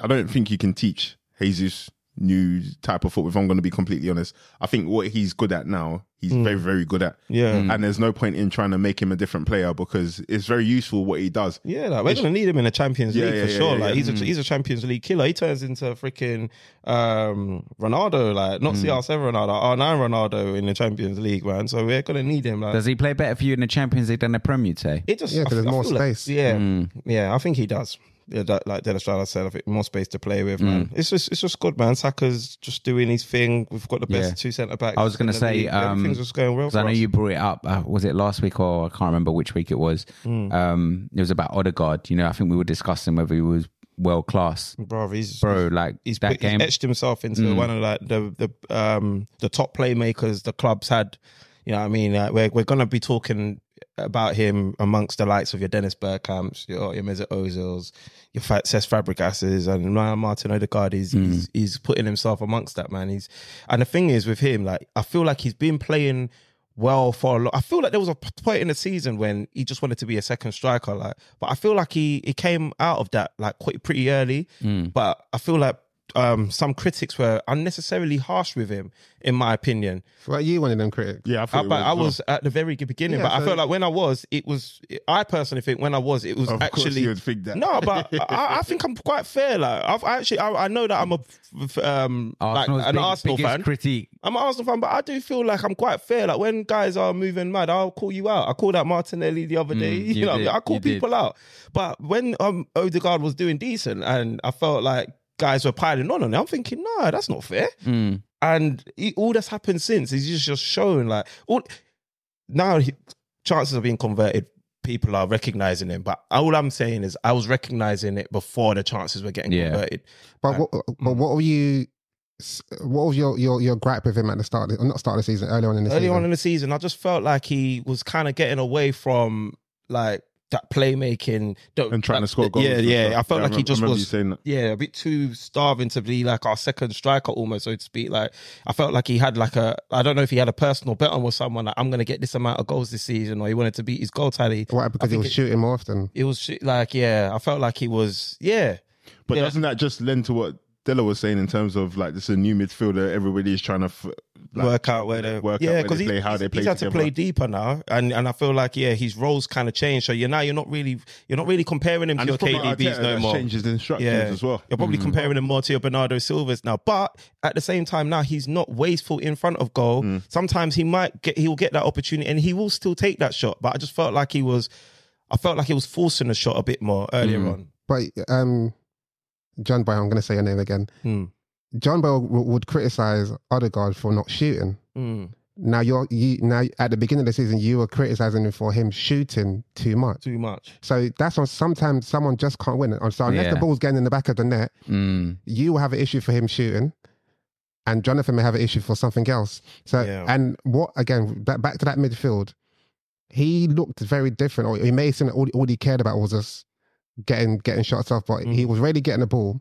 I don't think you can teach Jesus new type of football. If I'm going to be completely honest, I think what he's good at now, he's very, very good at. Yeah. And there's no point in trying to make him a different player because it's very useful what he does. Yeah, like we're gonna need him in a Champions Yeah, League yeah, for yeah, sure. yeah, like yeah. he's a Mm. he's a Champions League killer. He turns into freaking um, Ronaldo, like Mm. not CR7 Ronaldo, R9 Ronaldo in the Champions League, man. So we're gonna need him. Like Does he play better for you in the Champions League than the Prem? You say? it just Yeah, 'cause I- there's I more feel like- space. yeah, Mm. yeah, I think he does. Yeah, that, like Delestrada said, I think more space to play Mm. with, man. It's just it's just good, man. Saka's just doing his thing. We've got the best Yeah. two centre backs. I was going in to the say league. um, everything's just going well. 'cause For I know us. you brought it up. Uh, was it last week or I can't remember which week it was? Mm. Um, it was about Odegaard. You know, I think we were discussing whether he was world class, bro, he's bro. Like he's, that put, he's game. Mm. etched himself into one of like the the um the top playmakers the clubs had. You know what I mean? Like we're we're gonna be talking about him amongst the likes of your Dennis Bergkamps, your your Mesut Ozils, your Fa- Cesc Fabregases, and Ryan Martin Odegaard. He's, Mm. he's he's putting himself amongst that man. He's and the thing is with him, like I feel like he's been playing well for a lot. I feel like there was a p- point in the season when he just wanted to be a second striker, Mm. like. But I feel like he he came out of that like quite pretty early. But I feel like um, some critics were unnecessarily harsh with him, in my opinion. Well, you one of them critics. Yeah, I I, thought Uh, but I it was. was at the very beginning, Yeah, but I so- felt like when I was, it was. I personally think when I was, it was Of course actually you would think that. No, but I, I think I'm quite fair. Like I've I actually, I, I know that I'm a f- um like Arsenal's an big- Arsenal biggest fan. critique. I'm an Arsenal fan, but I do feel like I'm quite fair. Like when guys are moving mad, I'll call you out. I called out Martinelli the other day. you, Mm, you know, did, I call you did. people out. But when um Odegaard was doing decent, and I felt like guys were piling on on it, I'm thinking, nah, that's not fair. Mm. And he, all that's happened since is he's just showing like all now he, chances of being converted. People are recognizing him, but all I'm saying is I was recognizing it before the chances were getting Yeah. converted. But what, Mm. but what were you? What was your your your gripe with him at the start? Of, the- not start of the season. Early on in the early season. on in the season, I just felt like he was kind of getting away from like that playmaking the- and trying to like, score the- goals. Yeah, and yeah. stuff. I felt like remem- he just remember you was. saying that. Yeah, a bit too starving to be like our second striker, almost so to speak. Like I felt like he had like a, I don't know if he had a personal bet on with someone like I'm going to get this amount of goals this season, or he wanted to beat his goal tally. Why? Because he think was it- shooting more often. It was shit, like, yeah, I felt like he was, yeah, But Yeah. doesn't that just lend to what Della was saying in terms of like this is a new midfielder? Everybody is trying to f- like, work out where they work out yeah, where they he- play, how they play He's had to together. play deeper now, and and I feel like yeah, his roles kind of changed. So you're now you're not really you're not really comparing him And to your it's probably KDBs Arteta no that's more. Changed Mm. his instructions Yeah. as well. You're probably comparing him more to your Bernardo Silvas now, but at the same time, now he's not wasteful in front of goal. Mm. Sometimes he might get he will get that opportunity, and he will still take that shot. But I just felt like he was, I felt like he was forcing the shot a bit more earlier Mm. on. But um, John Boyle. I'm going to say your name again. Hmm. John Boyle w- would criticize Odegaard for not shooting. Mm. Now you're you now at the beginning of the season you were criticizing him for him shooting too much. Too much. So that's on sometimes someone just can't win it. So unless Yeah. the ball's getting in the back of the net, Mm. you will have an issue for him shooting, and Jonathan may have an issue for something else. So, Yeah. and what again? That, back to that midfield, he looked very different, or he may have seemed all, all he cared about was just getting getting shots off, but he was really getting the ball.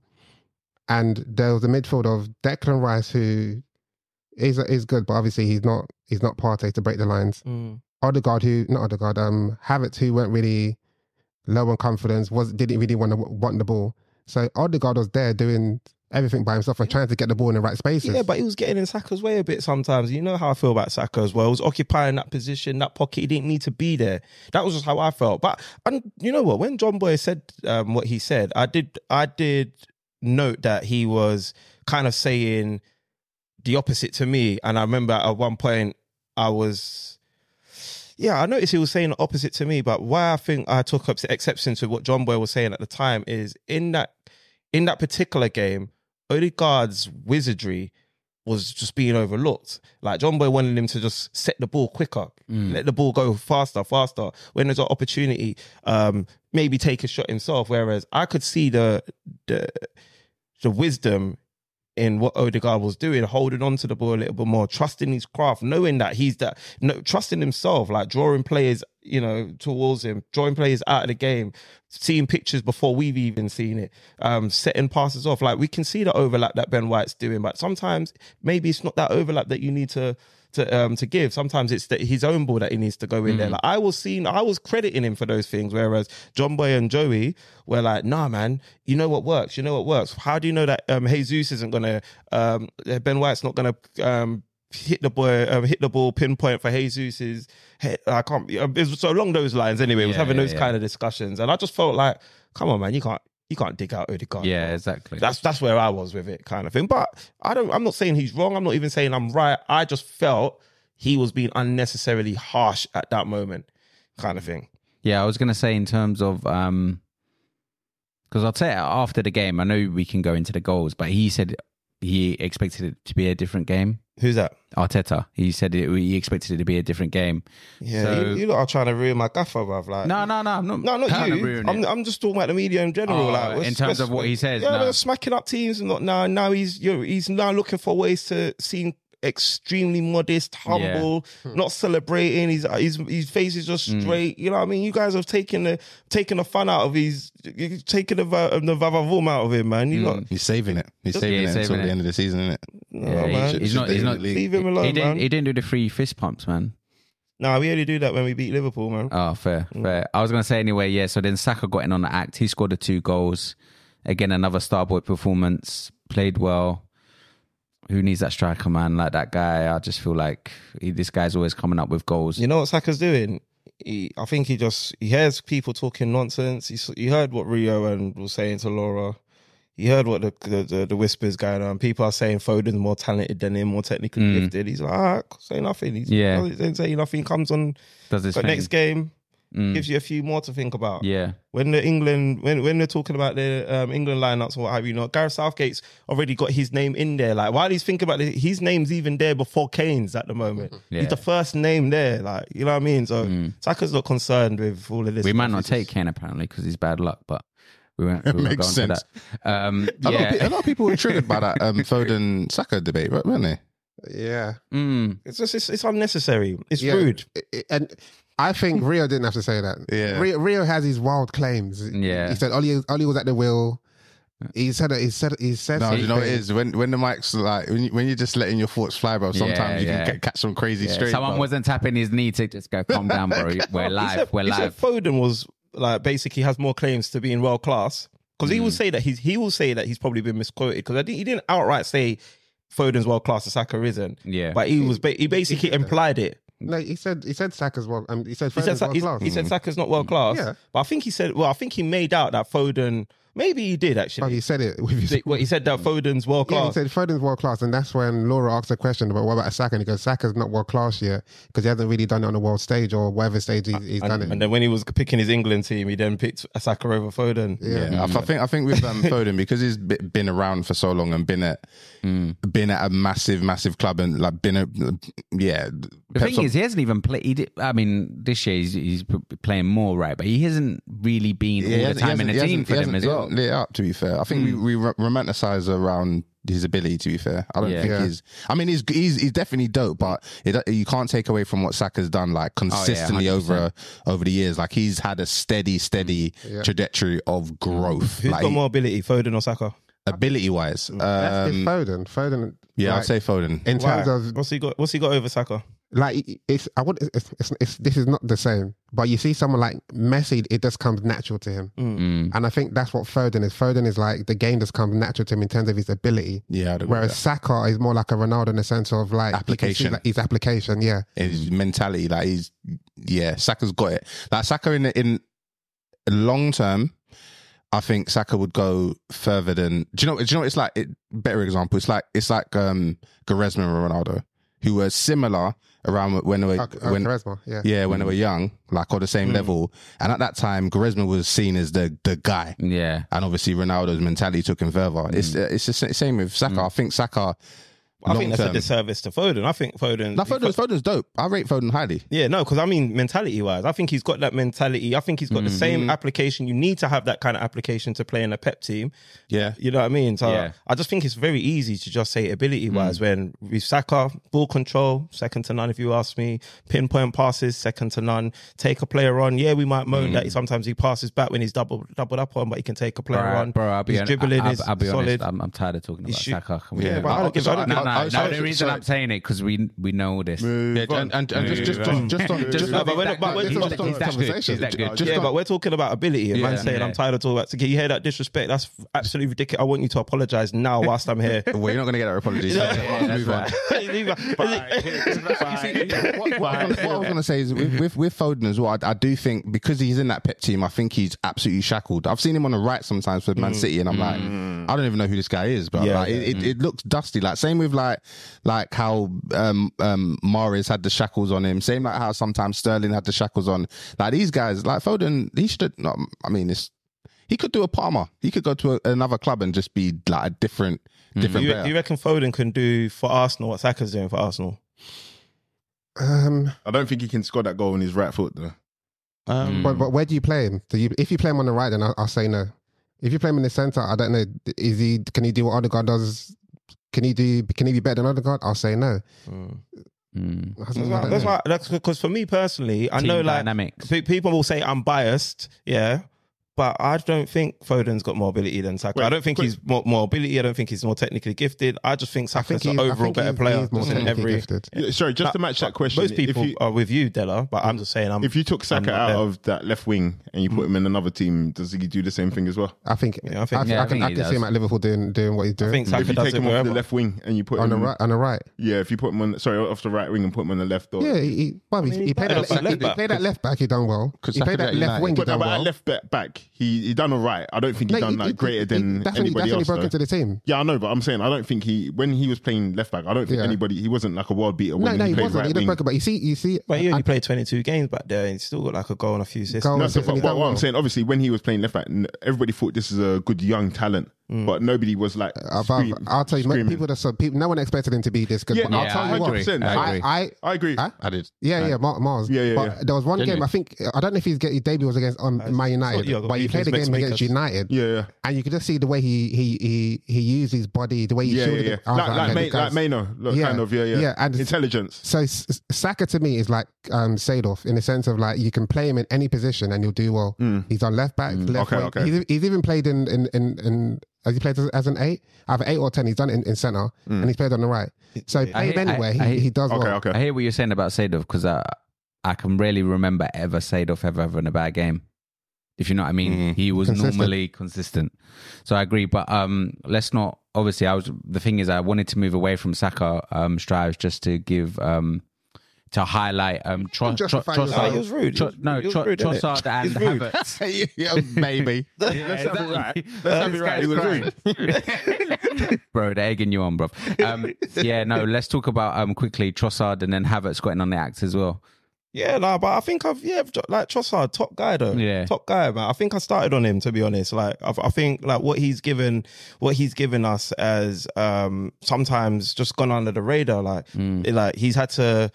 And there was a midfield of Declan Rice, who is is good, but obviously he's not he's not Partey to break the lines. Mm. Odegaard, who not Odegaard, um, Havertz, who weren't really low on confidence, was didn't really want to want the ball. So Odegaard was there doing everything by himself and trying to get the ball in the right spaces. Yeah, but he was getting in Saka's way a bit sometimes. You know how I feel about Saka as well. He was occupying that position, that pocket. He didn't need to be there. That was just how I felt. But and you know what? When John Boy said um, what he said, I did I did note that he was kind of saying the opposite to me. And I remember at one point I was yeah, I noticed he was saying the opposite to me, but why I think I took up exception to what John Boy was saying at the time is in that in that particular game, Odegaard's wizardry was just being overlooked. Like John Boy wanted him to just set the ball quicker, let the ball go faster, faster. When there's an opportunity, um, maybe take a shot himself. Whereas I could see the the the wisdom in what Odegaard was doing, holding on to the ball a little bit more, trusting his craft, knowing that he's that, no, trusting himself, like drawing players, you know, towards him, drawing players out of the game, seeing pictures before we've even seen it, um, setting passes off. Like we can see the overlap that Ben White's doing, but sometimes maybe it's not that overlap that you need to to um to give. Sometimes it's that his own ball that he needs to go in Mm. there. Like I was seeing, I was crediting him for those things. Whereas John Boy and Joey were like, "Nah, man, you know what works. You know what works. How do you know that um Jesus isn't gonna um Ben White's not gonna um." Hit the boy, um, hit the ball, pinpoint for Jesus's head. I can't. It was so along those lines. Anyway, it was Yeah, having yeah, those yeah. kind of discussions, and I just felt like, come on, man, you can't, you can't dig out Odegaard. Yeah, exactly. That's that's where I was with it, kind of thing. But I don't. I'm not saying he's wrong. I'm not even saying I'm right. I just felt he was being unnecessarily harsh at that moment, kind of thing. Yeah, I was going to say in terms of um because I'll say after the game, I know we can go into the goals, but he said he expected it to be a different game. Who's that? Arteta, he said it, he expected it to be a different game. Yeah, So- you, you lot are trying to ruin my gaffer, bruv. Like, No, no, no, I'm not. Uh, no, not trying to you. ruin it. I'm, I'm just talking about the media in general. Oh, like, in terms of what he says, yeah, no. they're smacking up teams and not now. Now he's you know, he's now looking for ways to seem extremely modest, humble, not celebrating. His his his face is just Hmm. straight. You know what I mean? You guys have taken the taken the fun out of his, you've taken the va- the vavavoom out of him, Hmm. man. You lot, He's saving it. He's saving Yeah, it he's until saving the it. end of the season, isn't it? no, Yeah, he man. should- he's not. He's not. He Leave him alone, man. didn't. He didn't do the free fist pumps, man. nah, we only do that when we beat Liverpool, man. Oh, fair, Mm. fair. I was going to say anyway, yeah. So then Saka got in on the act. He scored the two goals. Again, another starboard performance. played well. Who needs that striker man like that guy? I just feel like he, this guy's always coming up with goals. You know what Saka's doing? He, I think he just he hears people talking nonsense. He, s- he heard what Rio and was saying to Laura. He heard what the the, the, the whispers going on. People are saying Foden's more talented than him, more technically Mm. gifted. He's like, ah, say nothing. He's, Yeah. he doesn't say nothing. Comes on Does this but next game, Mm. gives you a few more to think about. yeah, When the England when when they're talking about the um, England lineups or what have you not, Gareth Southgate's already got his name in there. Like, why are these thinking about this? His name's even there before Kane's at the moment. Mm-hmm. yeah. Mm. He's the first name there. Like, you know what I mean? So Saka's not concerned with all of this. we might stuff. not It's take just- Kane apparently because he's bad luck, but we won't. We won't Makes go on to sense. that. Um, A, lot yeah. of, pe- a lot of people were triggered by that um, Foden Saka debate, right, weren't they? Yeah. Mm. It's just it's, it's unnecessary. It's Yeah. rude. I- I- And I Hmm. think Rio didn't have to say that. Yeah. Rio, Rio has his wild claims. Yeah. He said Oli, Oli was at the wheel. He said he said he said No, you know what it something. is when when the mic's like when, you, when you're just letting your thoughts fly, bro. Sometimes Yeah, you yeah. can ca- catch some crazy Yeah, straight. Someone bro. wasn't tapping his knee to just go, calm down, bro. We're He live. said- We're he said live. Foden was like basically has more claims to being world class because Mm. he will say that he's he will say that he's probably been misquoted because I think he didn't outright say Foden's world class and Saka isn't, yeah. but he was ba- he basically implied it. No, he said he said Saka's well. Um, he said He said, Foden's Sa- world he, class. he said Mm. Saka's not world class, Yeah. but I think he said well I think he made out that Foden maybe he did Oh, actually. he said it with his. That- well, he said Mm. that Foden's world Yeah, he class. said Foden's world class, and that's when Laura asked a question about what about Saka, and he goes, "Saka's not world class yet because he hasn't really done it on the world stage or whatever stage he's, he's done it." and, and then when he was picking his England team, he then picked Saka over Foden. Yeah, I, I think I think with um, Foden because he's be- been around for so long and been at Mm. been at a massive massive club and like been a yeah. The thing is, he hasn't even played. He did, I mean, this year he's, he's p- playing more, right? But he hasn't really been all the time in the team for them as well. Mm. Lit up to be fair, I think we, we ro- romanticize around his ability. To be fair, I don't Yeah. think Yeah. he's. I mean, he's he's, he's definitely dope, but it, you can't take away from what Saka's done like Oh, consistently over over the years. Like he's had a steady, steady trajectory of growth, Who's like got more ability, Foden or Saka? ability wise. that's Um, with Foden. Foden. yeah, like, I'd say Foden. in terms Why? of what's he got? What's he got over Saka? like it's I would it's, it's, it's this is not the same, but you see someone like Messi, it just comes natural to him, Mm. and I think that's what Foden is. Foden is like the game just comes natural to him in terms of his ability. Yeah, I'd agree with Whereas Saka is more like a Ronaldo in the sense of like you can see Application. that his application, yeah. his mentality. Like he's yeah, Saka's got it. Like Saka in in long term, I think Saka would go further than do you know? Do you know? It's like it, better example. It's like it's like um Griezmann and Ronaldo, who were similar around when they were Uh, uh, when. Quaresma, yeah. Yeah, when they were young, like or the same level, and at that time, Griezmann was seen as the the guy, Yeah. and obviously Ronaldo's mentality took him further. It's uh, it's the sa- same with Saka. I think Saka. I think that's a long-term- disservice to Foden. I think Foden. No, Foden's, Foden's dope. I rate Foden highly. yeah, no, because I mean, mentality wise, I think he's got that mentality. I think he's got the Mm. same application. You need to have that kind of application to play in a pep team. Yeah, You know what I mean? So Yeah. Mm. I just think it's very easy to just say ability wise when with Saka, ball control, second to none, if you ask me, pinpoint passes, second to none, take a player on. Yeah, we might moan Mm. that sometimes he passes back when he's double, doubled up on, but he can take a player on. Bro, bro, I'll be, He's hon- dribbling, I, I'll, is I'll be solid. honest. I'm, I'm tired of talking about should- Saka. Can we- Yeah, but I don't give- I Mm. don't give- No, no, I- no, I- no. The reason I'm saying it because we we know this. Yeah, and, and, and just, just, on, just on, just No, on, but we're not- but we're- just but- on the he's that good. conversation. He's that good. Just yeah, on- but we're talking about ability. And man Yeah. saying I'm Yeah. tired of talking about. Can you hear that disrespect? That's absolutely ridiculous. I want you to apologize now whilst I'm here. well, you're not going to get that apology. So let's move on. What, what I was going to say is with, with, with Foden as well, I, I do think because he's in that pep team, I think he's absolutely shackled. I've seen him on the right sometimes with Man City, and I'm like, I don't even know who this guy is, bro. Mm. Yeah. like, it, it, it looks dusty. Like same with like like how um um Mares had the shackles on him. Same like how sometimes Sterling had the shackles on. Like these guys, like Foden, he should. not I mean, it's he could do a Palmer. He could go to a, another club and just be like a different do, different Mm. you, player. do you reckon Foden can do for Arsenal what Saka's doing for Arsenal? Um, I don't think he can score that goal on his right foot though. Mm. Mm. um, but, but where do you play him? Do you if you play him on the right, then I'll, I'll say no. If you play him in the center, I don't know. Is he? Can he do what Odegaard does? Can he do? Can he be better than Odegaard? I'll say no. Mm. I That's don't why. know. That's why. That's because for me personally, I Team know like dynamics. pe- people will say I'm biased. Yeah. but I don't think Foden's got more ability than Saka. Wait, I don't think quick. he's more, more ability. I don't think he's more technically gifted. I just think I Saka's think an he- I overall think better he- player he is more than technically every. gifted. Yeah, Sorry, just But- to match that question. Most people if you, are with you, Della, but I'm just saying. I'm, if you took Saka not out there. Hmm. of that left wing and you put him in another team, does he do the same thing as well? I think Yeah, I I think- think Yeah, I I can think I he can see does. him at Liverpool doing doing what he's I doing think Saka if you does take it him off wherever. the left wing and you put on him the in- right on the right. yeah, if you put him on, sorry, off the right wing and put him on the left or Yeah, he, he, well, he, mean, he played he's that better he, off at left he back. played that left back. He done well. Because He Saka played that at left wing. He But, no, done but well. at left back, back, he he done all right. I don't think he No, done he- like he- greater he- than definitely- anybody definitely else. broke though. into the team. Yeah, I know, but I'm saying I don't think he when he was playing left back. I don't think Yeah. anybody. He wasn't like a world beater. No, when no, he, he played wasn't. Right He wing. didn't break it, but you see, you see, But he I- only played 22 games back there and he's still got like a goal and a few assists. Goal. No, Well, so, but he what, done what I'm well. saying, obviously, when he was playing left back, n- everybody thought this is a good young talent, but nobody was like. above. scream- I'll tell you, mo- screaming. people that said people, no one expected him to be this good. Yeah, but no, I'll yeah, tell you what, 100%. I agree. I, I I agree. Huh? I did. yeah, yeah, Mar- Mars. Yeah, yeah, but yeah. there was one Didn't game. he? I think I don't know if he's get, his debut was against um, Man United, yeah, but he he played a plays game Mexica's. against United, Yeah, yeah. and you could just see the way he he he he used his body, the way he Yeah, yeah, shielded yeah. it. I was Like, like, okay, May, this guy's- like Mayno, look, Yeah. kind of, yeah, yeah. Yeah, and- Intelligence. So S- S- Saka to me is like um, Sadoff in the sense of like you can play him in any position and he'll do well. He's on left back, left Hmm. Okay, wing. okay. He's, he's even played in in in, in has he played as, as an eight? Either eight or ten. He's done it in, in centre and he's played on the right. So I played hate- I- anywhere, I he, hate- he does Hmm. Okay, well. okay. I hear what you're saying about Sadov because I I can rarely remember ever Sadov ever having a bad game. If you know what I mean, he was Consistent. normally consistent. So I agree, but um, let's not. Obviously, I was the thing is I wanted to move away from Saka um, strives just to give um to highlight um Tro- Tro- justify Trossard. yourself. No, he was rude. He Tro- was- no, he was Tro- rude, innit? Trossard and He's rude. Havertz. yeah, maybe. Let's have it right. have it right. He was rude. bro, they're egging you on, bro. Um, yeah, no, let's talk about um quickly Trossard and then Havertz got in on the act as well. Yeah, nah, but I think I've yeah, like Trossard, top guy though. Yeah. top guy, man. I think I started on him to be honest. Like, i I think like what he's given, what he's given us as um sometimes just gone under the radar. Like, Mm. it- like he's had to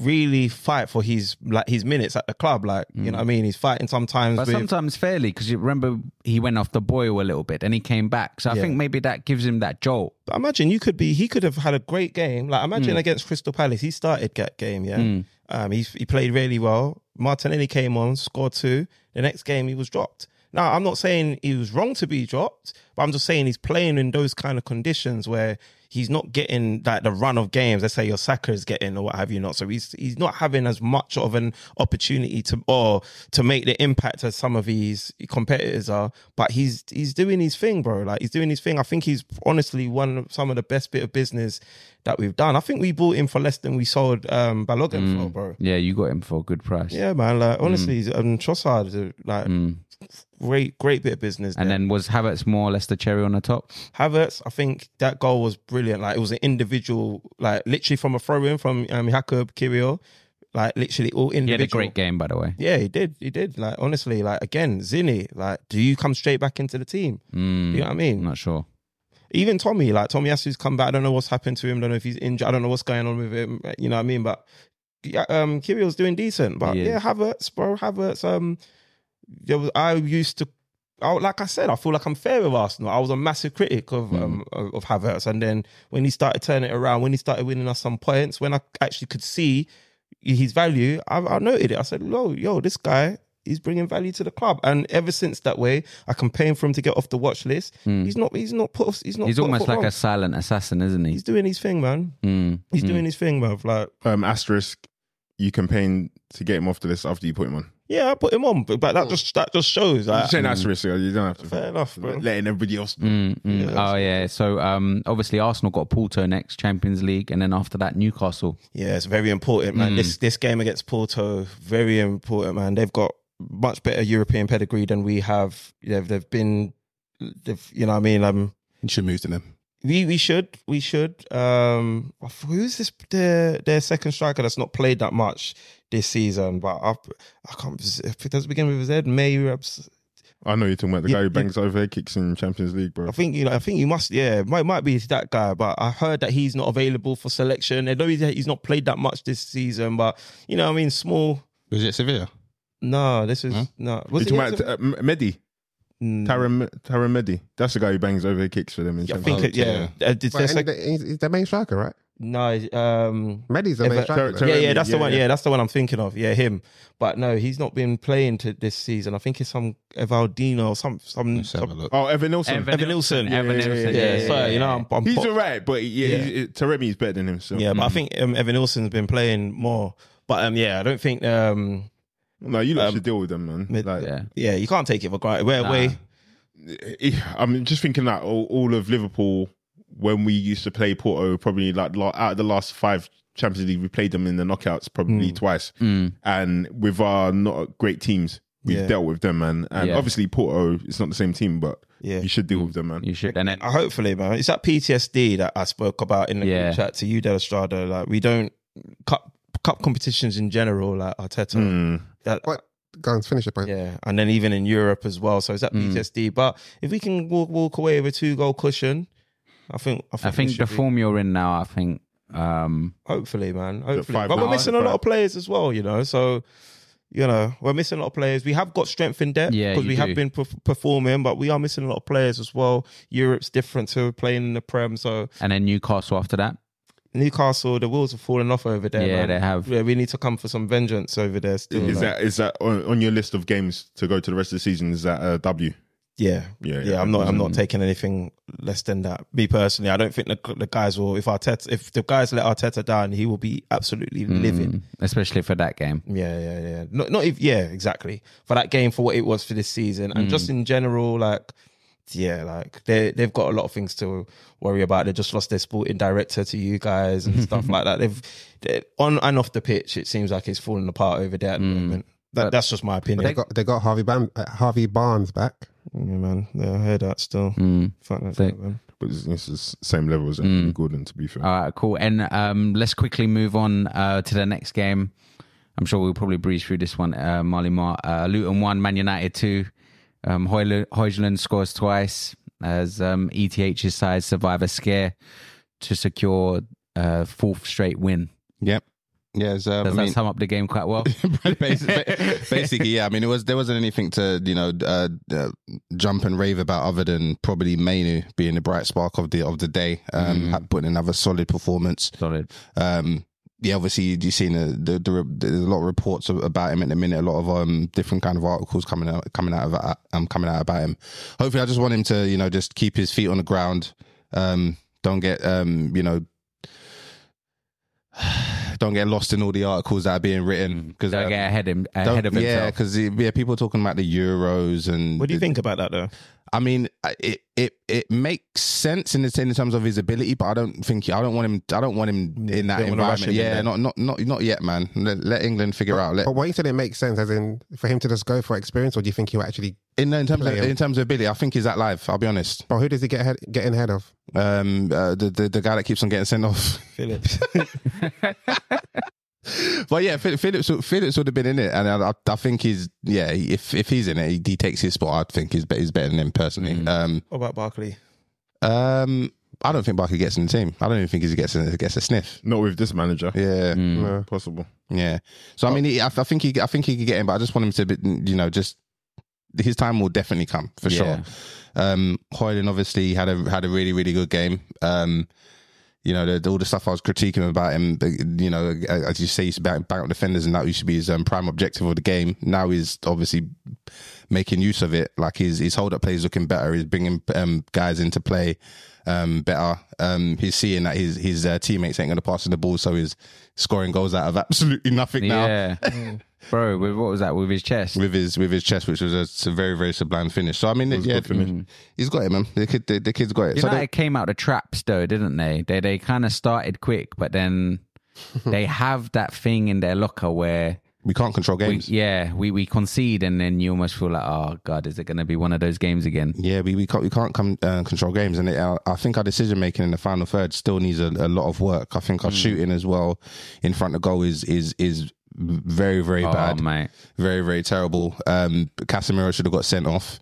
really fight for his like his minutes at the club. Like, you know what I mean? He's fighting sometimes. Mm. But with, sometimes fairly, because you remember he went off the boil a little bit and he came back. So I Yeah. think maybe that gives him that jolt. But imagine you could be. He could have had a great game. Like imagine against Crystal Palace, he started that game. Yeah, um, he he played really well. Martinelli came on, scored two. The next game, he was dropped. Now I'm not saying he was wrong to be dropped, but I'm just saying he's playing in those kind of conditions where he's not getting like the run of games. Let's say your Saka is getting or what have you not. So he's he's not having as much of an opportunity to or to make the impact as some of his competitors are. But he's he's doing his thing, bro. Like he's doing his thing. I think he's honestly one of some of the best bit of business that we've done. I think we bought him for less than we sold um Balogun for, bro. Yeah, you got him for a good price. Yeah, man. Like honestly, um, Trossard is a, like great, great bit of business. And there. then was Havertz more or less the cherry on the top? Havertz, I think that goal was brilliant. Like it was an individual, like literally from a throw-in from um, Jakob Kirio, like literally all He had individual. a great game, by the way. Yeah, he did. He did. Like honestly, like again, Zinny, like do you come straight back into the team? You know what I mean? I'm Mm. not sure. Even Tommy, like Tommy Asu's come back. I don't know what's happened to him. I don't know if he's injured. I don't know what's going on with him. You know what I mean? But yeah, um, Kirio's doing decent. But He is. yeah, Havertz, bro, Havertz. Um, there was, I used to, I, like I said, I feel like I'm fair with Arsenal. I was a massive critic of um of of Havertz, and then when he started turning it around, when he started winning us some points, when I actually could see his value, I, I noted it. I said, "Yo, yo, this guy." He's bringing value to the club, and ever since that way, I can pay him for him to get off the watch list. He's not. He's not put. He's not. Mm. He's put a almost foot like wrong. a silent assassin, isn't he? He's doing his thing, man. Mm. He's doing his thing, man. Like, Um, asterisk. You campaign to get him off the list after you put him on. yeah, I put him on, but, but that just that just shows. I'm Like, just saying asterisk. so You don't have to. mm. fair enough, bro. Letting everybody else. Mm, mm. oh yeah. So um, obviously Arsenal got Porto next, Champions League, and then after that Newcastle. Yeah, it's very important, man. Mm. This this game against Porto, very important, man. They've got much better European pedigree than we have. They've they've been, they've, you know, what I mean, um, You should move to them. we we should we should. Um, who's this their their second striker that's not played that much this season? But I I can't. Does it begin with his head? May I know you're talking about the You- guy who you- bangs over head kicks in Champions League, bro. I think you know. I think you must. Yeah, it might might be that guy. But I heard that he's not available for selection. I know he's he's not played that much this season. But you know, what I mean, small. Was it Sevilla? No, this is no. Was You're talking it- about uh, M- Medi, Mm, Taram Taram Medi. That's the guy who bangs over head kicks for them in I Champions think League. it, yeah. Uh, it's But their and sec- the- he's, he's their main striker, right? No, um, Medi's a If late it- striker. though. yeah, Taremi, yeah, that's yeah, the one. yeah. Yeah. that's the one I'm thinking of. Yeah, him. But no, he's not been playing to this season. I think it's some Evaldino or some some. Let's have a some look. Oh, Evan Nilsson. Evan- Nilsson. Evan Yeah, yeah, yeah, Nilsson. yeah, so you know, I'm, I'm he's pop- all right, but yeah, Yeah. He's, Taremi's better than him. So yeah, but I think um, Evan Nilsson's been playing more. But um, yeah, I don't think um, no, you lot Um, should deal with them, man. mid- Like, yeah. yeah, you can't take it for granted. We're Nah. away. I'm just thinking that all, all of Liverpool when we used to play Porto, probably like la- out of the last five Champions League, we played them in the knockouts probably Mm. twice, Mm. and with our not great teams, we've Yeah. dealt with them, man. And Yeah. obviously Porto, it's not the same team, but Yeah, you should deal with them, man. You should. And then, Uh, hopefully, man. It's that PTSD that I spoke about in the group Yeah. chat to you, Del Estrada. Like we don't cup cup competitions in general, like Arteta. Mm. Hmm. That What? Go on, finish your point. yeah, and then even in Europe as well. So it's that Mm. PTSD. But if we can walk walk away with a two goal cushion, I think I I think, we think should the be- form you're in now, I think. Um, Hopefully, man. Hopefully, five but we're now, missing a the lot five. of players as well. You know, so. You know, we're missing a lot of players. We have got strength in depth Yeah, because you we do. have been perf- performing, but we are missing a lot of players as well. Europe's different to playing in the Prem, so and then Newcastle after that. Newcastle, the wheels are falling off over there. yeah, man. they have. Yeah, we need to come for some vengeance over there still. Is like- that is that on, on your list of games to go to the rest of the season? Is that a W? yeah, Yeah, yeah, yeah, I'm not. I'm not mm. taking anything less than that. Me personally, I don't think the the guys will. If Arteta, if the guys let Arteta down, he will be absolutely Mm, livid. Especially for that game. Yeah, yeah, yeah. Not, not if. Yeah, exactly. For that game, for what it was for this season, and just in general, like. Yeah, like they they've got a lot of things to worry about. They just lost their sporting director to you guys and stuff like that. They've they, on and off the pitch, it seems like it's falling apart over there at the moment. That, that's just my opinion. They got they got Harvey Ban- uh, Harvey Barnes back. Yeah, man. Yeah, I heard that still. Mm. Fuck that, Sick. shit, man. But it's, it's the same level as Mm. Gordon, to be fair. All right, cool. And um, let's quickly move on uh, to the next game. I'm sure we'll probably breeze through this one. Uh, Marley Mar, uh, Luton one, Man United two. Um, Hoylu- Hoyland scores twice as um, ETH's side survive a scare to secure uh, fourth straight win. Yep. Yeah, it's, um, I Does mean- that sum up the game quite well? basically, basically, yeah. I mean, it was there wasn't anything to you know uh, uh, jump and rave about other than probably Mainu being the bright spark of the of the day, um, Mm. had- putting another solid performance. Solid. Um, yeah, obviously you've seen the, the, the, re- there's a lot of reports a- about him at the minute. A lot of um different kind of articles coming out coming out of um coming out about him. Hopefully, I just want him to you know just keep his feet on the ground. Um, don't get um you know. Don't get lost in all the articles that are being written because Don't Mm, get ahead, him, ahead of don't- yeah, himself. because yeah, people are talking about the Euros and What do you think about that, though? I mean, I- it it it makes sense in the in terms of his ability, but I don't think I don't want him. I don't want him in that Don't wanna rush environment. him in Yeah, there. not not not not yet, man. Let, let England figure out. Let, But what you said it makes sense, as in for him to just go for experience, or do you think he'll actually? in, in terms of, Play him. in terms of ability, I think he's that live. I'll be honest. But who does he get ahead, getting ahead of? Um, uh, the, the the guy that keeps on getting sent off. Phillips. but yeah, Phil- Phillips Phillips would have been in it, and I, I- I think he's yeah. If if he's in it, he, he takes his spot. I think he's be- he's better than him personally. Mm. Um, what about Barkley? Um, I don't think Barker gets in the team. I don't even think he gets in, gets a sniff. Not with this manager. Yeah, Mm. No. Possible. yeah. So I mean, he, I, I think he, I think he could get in, but I just want him to, be, you know, just his time will definitely come for Yeah. sure. Um, Hoyland obviously had a had a really really good game. Um, you know, the, all the stuff I was critiquing about him, but, you know, as you say, he's about back up defenders, and that used to be his um, prime objective of the game. Now he's obviously making use of it. Like his his hold up play is looking better. He's bringing um, guys into play um, better. Um, he's seeing that his his uh, teammates ain't going to pass him the ball, so he's scoring goals out of absolutely nothing now Yeah. Bro, with, what was that? With his chest? with his with his chest, which was a, s- very very sublime finish. So I mean, yeah, he's got it, man. The kid, the, the kid's got it. So United they- came out the traps though, didn't they? They they kind of started quick, but then they have that thing in their locker where we can't control we, games. yeah, we, we concede and then you almost feel like, oh god, is it going to be one of those games again? yeah, we, we can't we can't come uh, control games, and it, uh, I think our decision making in the final third still needs a, a lot of work. I think Hmm. our shooting as well in front of goal is is is very very bad, Oh mate, very very terrible. Um, Casemiro should have got sent off.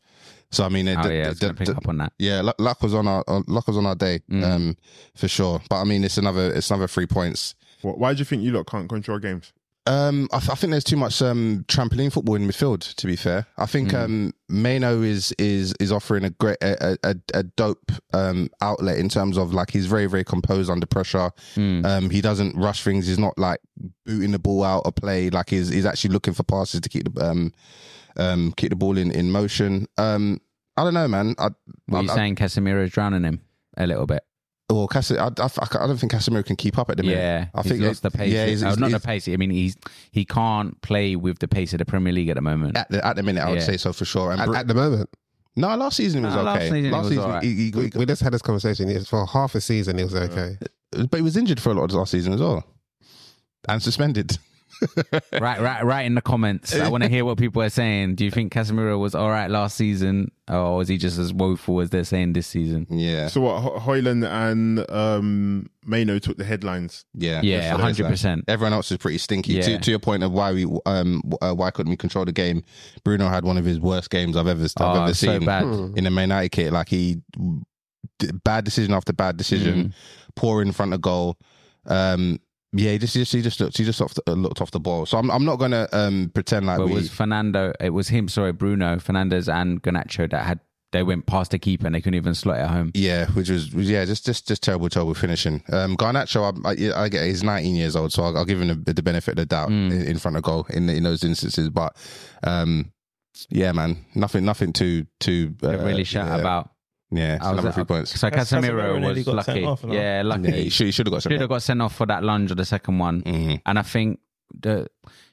So I mean, it- oh the- yeah, I the- was going to the- pick up Mm. on that. Yeah, luck, luck was on our on- luck was on our day, um, for sure. But I mean, it's another it's another three points. Wh- Why do you think you lot can't control games? Um, I, th- I think there's too much um, trampoline football in midfield. To be fair, I think Mm. um, Mano is is is offering a great a, a, a- a dope um, outlet in terms of like he's very very composed under pressure. Mm. Um, he doesn't rush things. He's not like booting the ball out of play. Like he's he's actually looking for passes to keep the um, um, keep the ball in in motion. Um, I don't know, man. I, Were you I- I- saying Casemiro is drowning him a little bit? well, Cas- I, I, I don't think Casemiro can keep up at the minute. Yeah, I I think think lost the it- pace. yeah, Yeah, he's- he's- not the he's- pace. I mean, he's he can't play with the pace of the Premier League at the moment. At the, at the minute, I would Yeah. say so for sure. And At, Bru- at the moment, no, last season he was No, last okay. season he was alright. he, he- we, he- we just had this conversation. It was for half a season. It was okay. but he was injured for a lot of last season as well, and suspended. right, right, right. In the comments, I want to hear what people are saying. Do you think Casemiro was all right last season, or was he just as woeful as they're saying this season? Yeah, So what? Ho- Hoyland and um, Mano took the headlines. yeah, Yeah, That's what hundred it is, man. percent. Everyone else is pretty stinky. To, Yeah. to your point of why we um uh, why couldn't we control the game? Bruno had one of his worst games I've ever I've Oh, ever so seen bad. in the Man United kit. Like he d- bad decision after bad decision, Mm. poor in front of goal. Um, yeah, he just, he just he just looked he just off the, uh, looked off the ball. So I'm I'm not gonna um pretend like But we was Fernando? It was him. Sorry, Bruno Fernandez and Ganacho that had they went past the keeper and they couldn't even slot it home. Yeah, which was was- yeah, just just just terrible, terrible finishing. Um, Garnacho, I, I, I get he's 19 years old, so I'll, I'll give him the, the benefit of the doubt Mm. in, in front of goal in in those instances. But um, yeah, man, nothing, nothing to to They really shout yeah, about. Yeah, it's I was another at- three points. So Cas- Casemiro Casemiro nearly was got sent lucky. off, no? yeah, lucky. Yeah, he should, he should have got Should some. have got sent off for that lunge or the second one. Mhm. And I think the,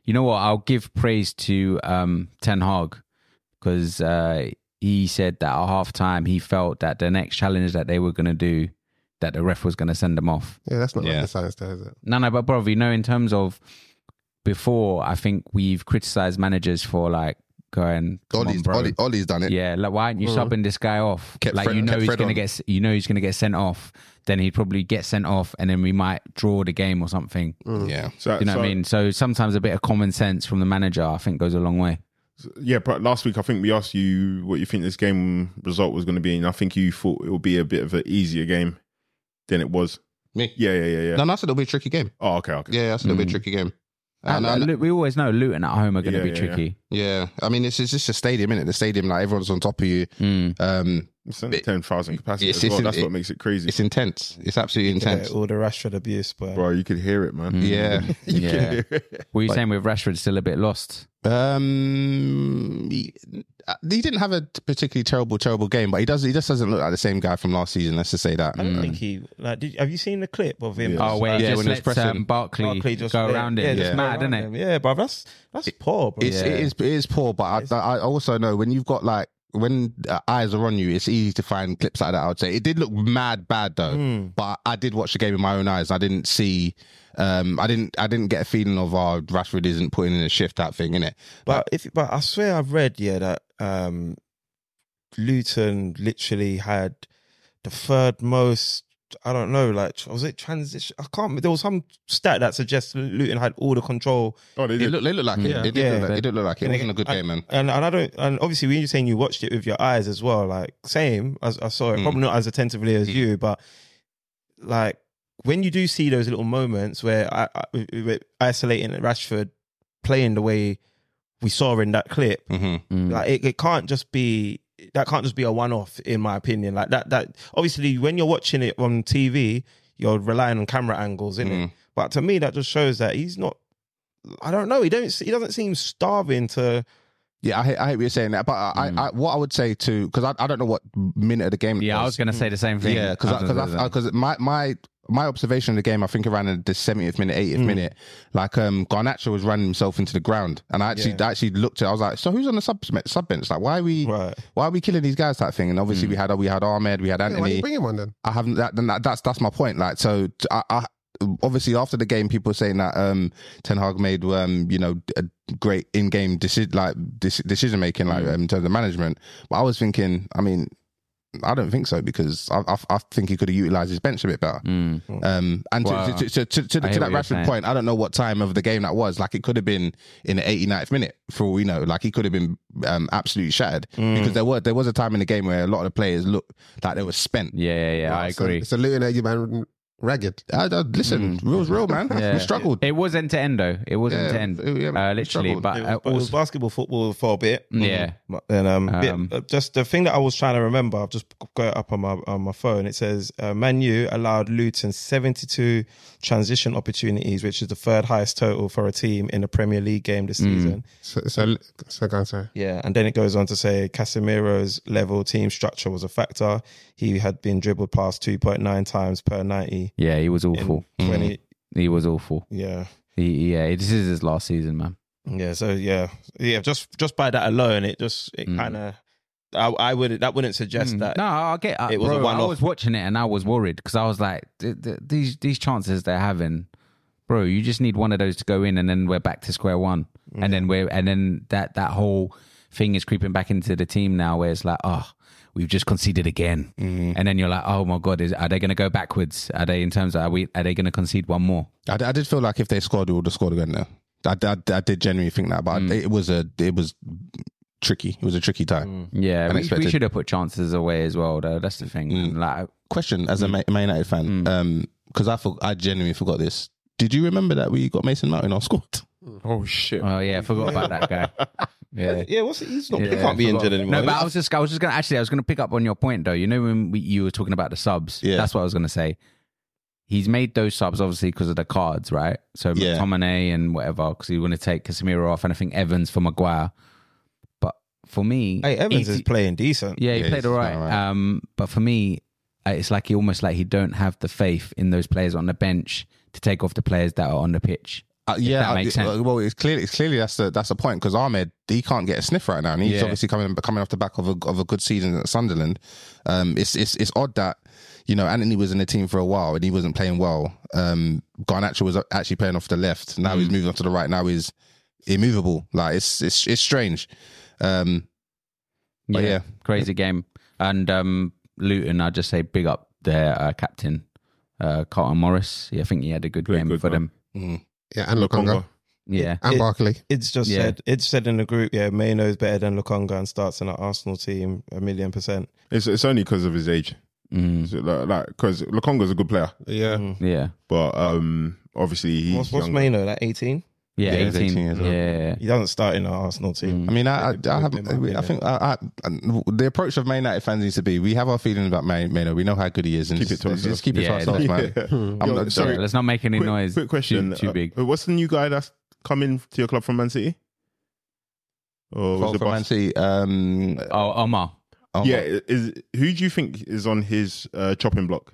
you know what? I'll give praise to um, Ten Hag because uh, he said that at half time he felt that the next challenge that they were going to do, that the ref was going to send them off. Yeah, that's not Yeah. like the science there, is it? No, no, but bro, you know, in terms of before, I think we've criticized managers for like going, come on, Ollie's, bro. Ollie, Ollie's done it. Yeah, like why aren't you subbing this guy off? Kept like Fred- you know kept he's Fred gonna on. get s- you know he's gonna get sent off. Then he'd probably get sent off, and then we might draw the game or something. yeah. So You Uh, know so, what I mean? So sometimes a bit of common sense from the manager, I think, goes a long way. Yeah, but last week I think we asked you what you think this game result was going to be, and I think you thought it would be a bit of an easier game than it was. Me? Yeah, yeah, yeah, yeah. No, no, that's a little bit tricky game. Oh, okay, okay. Yeah, that's a little bit Mm. tricky game. And, And, and- Lu- we always know Luton at home are going to Yeah, be yeah, tricky. yeah, I mean, it's, it's just a stadium, innit? The stadium, like everyone's on top of you. Mm. Um, It's only ten thousand capacity It's- as well. it's- That's it- what makes it crazy, it's intense. It's absolutely Yeah, intense. all the Rashford abuse, but bro. You could hear it, man. Mm. Yeah. you Yeah. could hear it. Were you Like- saying with Rashford still a bit lost? Um, he, uh, he didn't have a particularly terrible, terrible game, but he does. He just doesn't look like the same guy from last season. Let's just say that. Mm. I don't think he like. Did, have you seen the clip of him? Yeah. Oh wait, Yeah, just when he was let pressing. um, Barkley, Barkley just go yeah, around it. yeah, it's just go mad, around isn't it? him. Yeah, but that's that's poor, bro. It's, It is. It is poor, but I, I also know when you've got like when uh, eyes are on you, it's easy to find clips like that. I would say it did look mad bad though, Hmm. but I did watch the game in my own eyes. I didn't see. Um, I didn't. I didn't get a feeling of oh, Rashford isn't putting in a shift. That thing, innit? But if but I swear I've read yeah that um, Luton literally had the third most. I don't know, like tr- was it transition? I can't. There was some stat that suggests Luton had all the control, Oh, they It did. looked. It looked like Hmm. Yeah. it. It did, Yeah. look like, it did look like it. It And wasn't a good I- game, man. and and I don't. And obviously, when you're saying you watched it with your eyes as well, like same as I saw it, Mm. probably not as attentively as you, but like when you do see those little moments where I, I, we're isolating Rashford playing the way we saw in that clip, hmm Mm. like it, it can't just be that can't just be a one off in my opinion. Like that that obviously when you're watching it on TV, you're relying on camera angles, isn't it? Mm. But to me that just shows that he's not I don't know, he don't he doesn't seem starving to Yeah, I hate, I hate what you're saying that, but I, I, I what I would say to because I, I don't know what minute of the game. it yeah, I was going to say the same thing. yeah, I was gonna say because that. because my my my observation of the game, I think around the seventieth minute, eightieth minute, like um Garnacho was running himself into the ground, and I actually Yeah. I actually looked at, it, I was like, so who's on the sub sub bench? Like, why are we Right. why are we killing these guys? That thing, and obviously we had we had Ahmed, we had Yeah, why Anthony. didn't you bring him on then? I haven't. That, then that, that's that's my point. Like, so t- I, I- obviously after the game, people were saying that um, Ten Hag made um, you know a great in-game decision like deci- decision making, like Mm. um, in terms of management. But I was thinking, I mean, I don't think so because I I, I think he could have utilized his bench a bit better. Mm. Um, and to- Wow. to, to, to, to, I to hear what that you're Rashford saying. point, I don't know what time of the game that was. Like, it could have been in the 89th minute, for all we know. Like, he could have been um, absolutely shattered Mm. because there were there was a time in the game where a lot of the players looked like they were spent. yeah, yeah, yeah, I So- agree. So, Luton, you man, ragged. I, I, listen, real's real, man. Yeah. We struggled. It was end to end though. It was Yeah, end to end, it- yeah, uh, we literally. struggled. But It was, uh, but it was also, basketball, football for a bit. yeah, But then um, bit- Um, uh, just the thing that I was trying to remember, I've just got it up on my on my phone. It says uh, Man U allowed Luton 72 transition opportunities, which is the third highest total for a team in a Premier League game Mm. this season. So, so, so go on, sorry. Yeah, and then it goes on to say Casemiro's level team structure was a factor. He had been dribbled past 2.9 times per 90 yeah. He was in awful. Hmm. Mm. 20 He was awful. yeah. He, yeah, this is his last season, man. Yeah, so yeah, yeah, just just by that alone, it just it Mm. kind of, I, I would that wouldn't suggest Mm. that. no, I get. I, it was a bro, I one-off. was watching it and I was worried because I was like, th- th- these these chances they're having, bro. You just need one of those to go in, and then we're back to square one. And then we're and then that that whole thing is creeping back into the team now, where it's like, oh, we've just conceded again. Mm. And then you're like, oh my god, is are they going to go backwards? Are they in terms of are we are they going to concede one more? I, I did feel like if they scored, we would have scored again. Though I, I, I did genuinely think that, but it was a it was tricky. It was a tricky time. Mm. Mm. Yeah, we, we Unexpected. should have put chances away as well, though. That's the thing. Mm. Like, Question as a Ma- Man United fan, um, because I for, I genuinely forgot this. Did you remember that we got Mason Mount in our squad? Oh shit! oh yeah, I forgot about that guy. Yeah. Yeah, what's he's not, he Yeah, can't be I injured forgot. anymore. No, but I was just, I was just gonna actually, I was gonna pick up on your point though. You know when we, you were talking about the subs, Yeah. that's what I was gonna say. He's made those subs obviously because of the cards, right? So Yeah. McTominay and whatever, because he want to take Casemiro off, and I think Evans for Maguire. But for me, hey, Evans he- is playing decent. yeah, he Yeah, played he's all right. done all right. Um, but for me, uh, it's like he almost like he don't have the faith in those players on the bench to take off the players that are on the pitch. Uh, yeah, that I- makes sense. uh, Well, it's clearly it's clearly that's the that's the point because Ahmed he can't get a sniff right now, and he's Yeah. obviously coming coming off the back of a of a good season at Sunderland. Um, it's it's it's odd that you know Anthony was in the team for a while and he wasn't playing well. Um, Garnacho was actually playing off the left. Now Mm. he's moving off to the right. Now he's immovable. Like it's it's it's strange. Um, But yeah. crazy game. And um, Luton, I just say big up their uh, captain, uh, Carlton Morris. Yeah, I think he had a good Played game good, for man. them. Yeah, and Lukonga. Yeah, And It- Barkley. It's just Yeah. said it's said in the group. Yeah, Mayno's better than Lukonga and starts in an Arsenal team a million percent. It's it's only because of his age. Mm, So, Like because Lukonga's a good player, yeah. yeah, but um, obviously he's Mm. What's, what's young. Mayno? Like eighteen? yeah. Yeah, he's 18, 18 years old. yeah, Mm. He doesn't start in an Arsenal team. I mean, I, I, Maybe I both haven't. in my I think I, I, the approach of Man United fans needs to be: we have our feeling about Man Maynard. We know how good he is, and Keep it to just, ourselves. just keep it Yeah, to ourselves, man. Mm. Yeah. I'm Yo, not- sorry, Yeah, Let's not make any quick, noise. quick question. Too, too big. Uh, what's the new guy that's come in to your club from Man City? Or was For, the for bus- Man City, um, oh, Omar. oh, Yeah, is who do you think is on his uh, chopping block?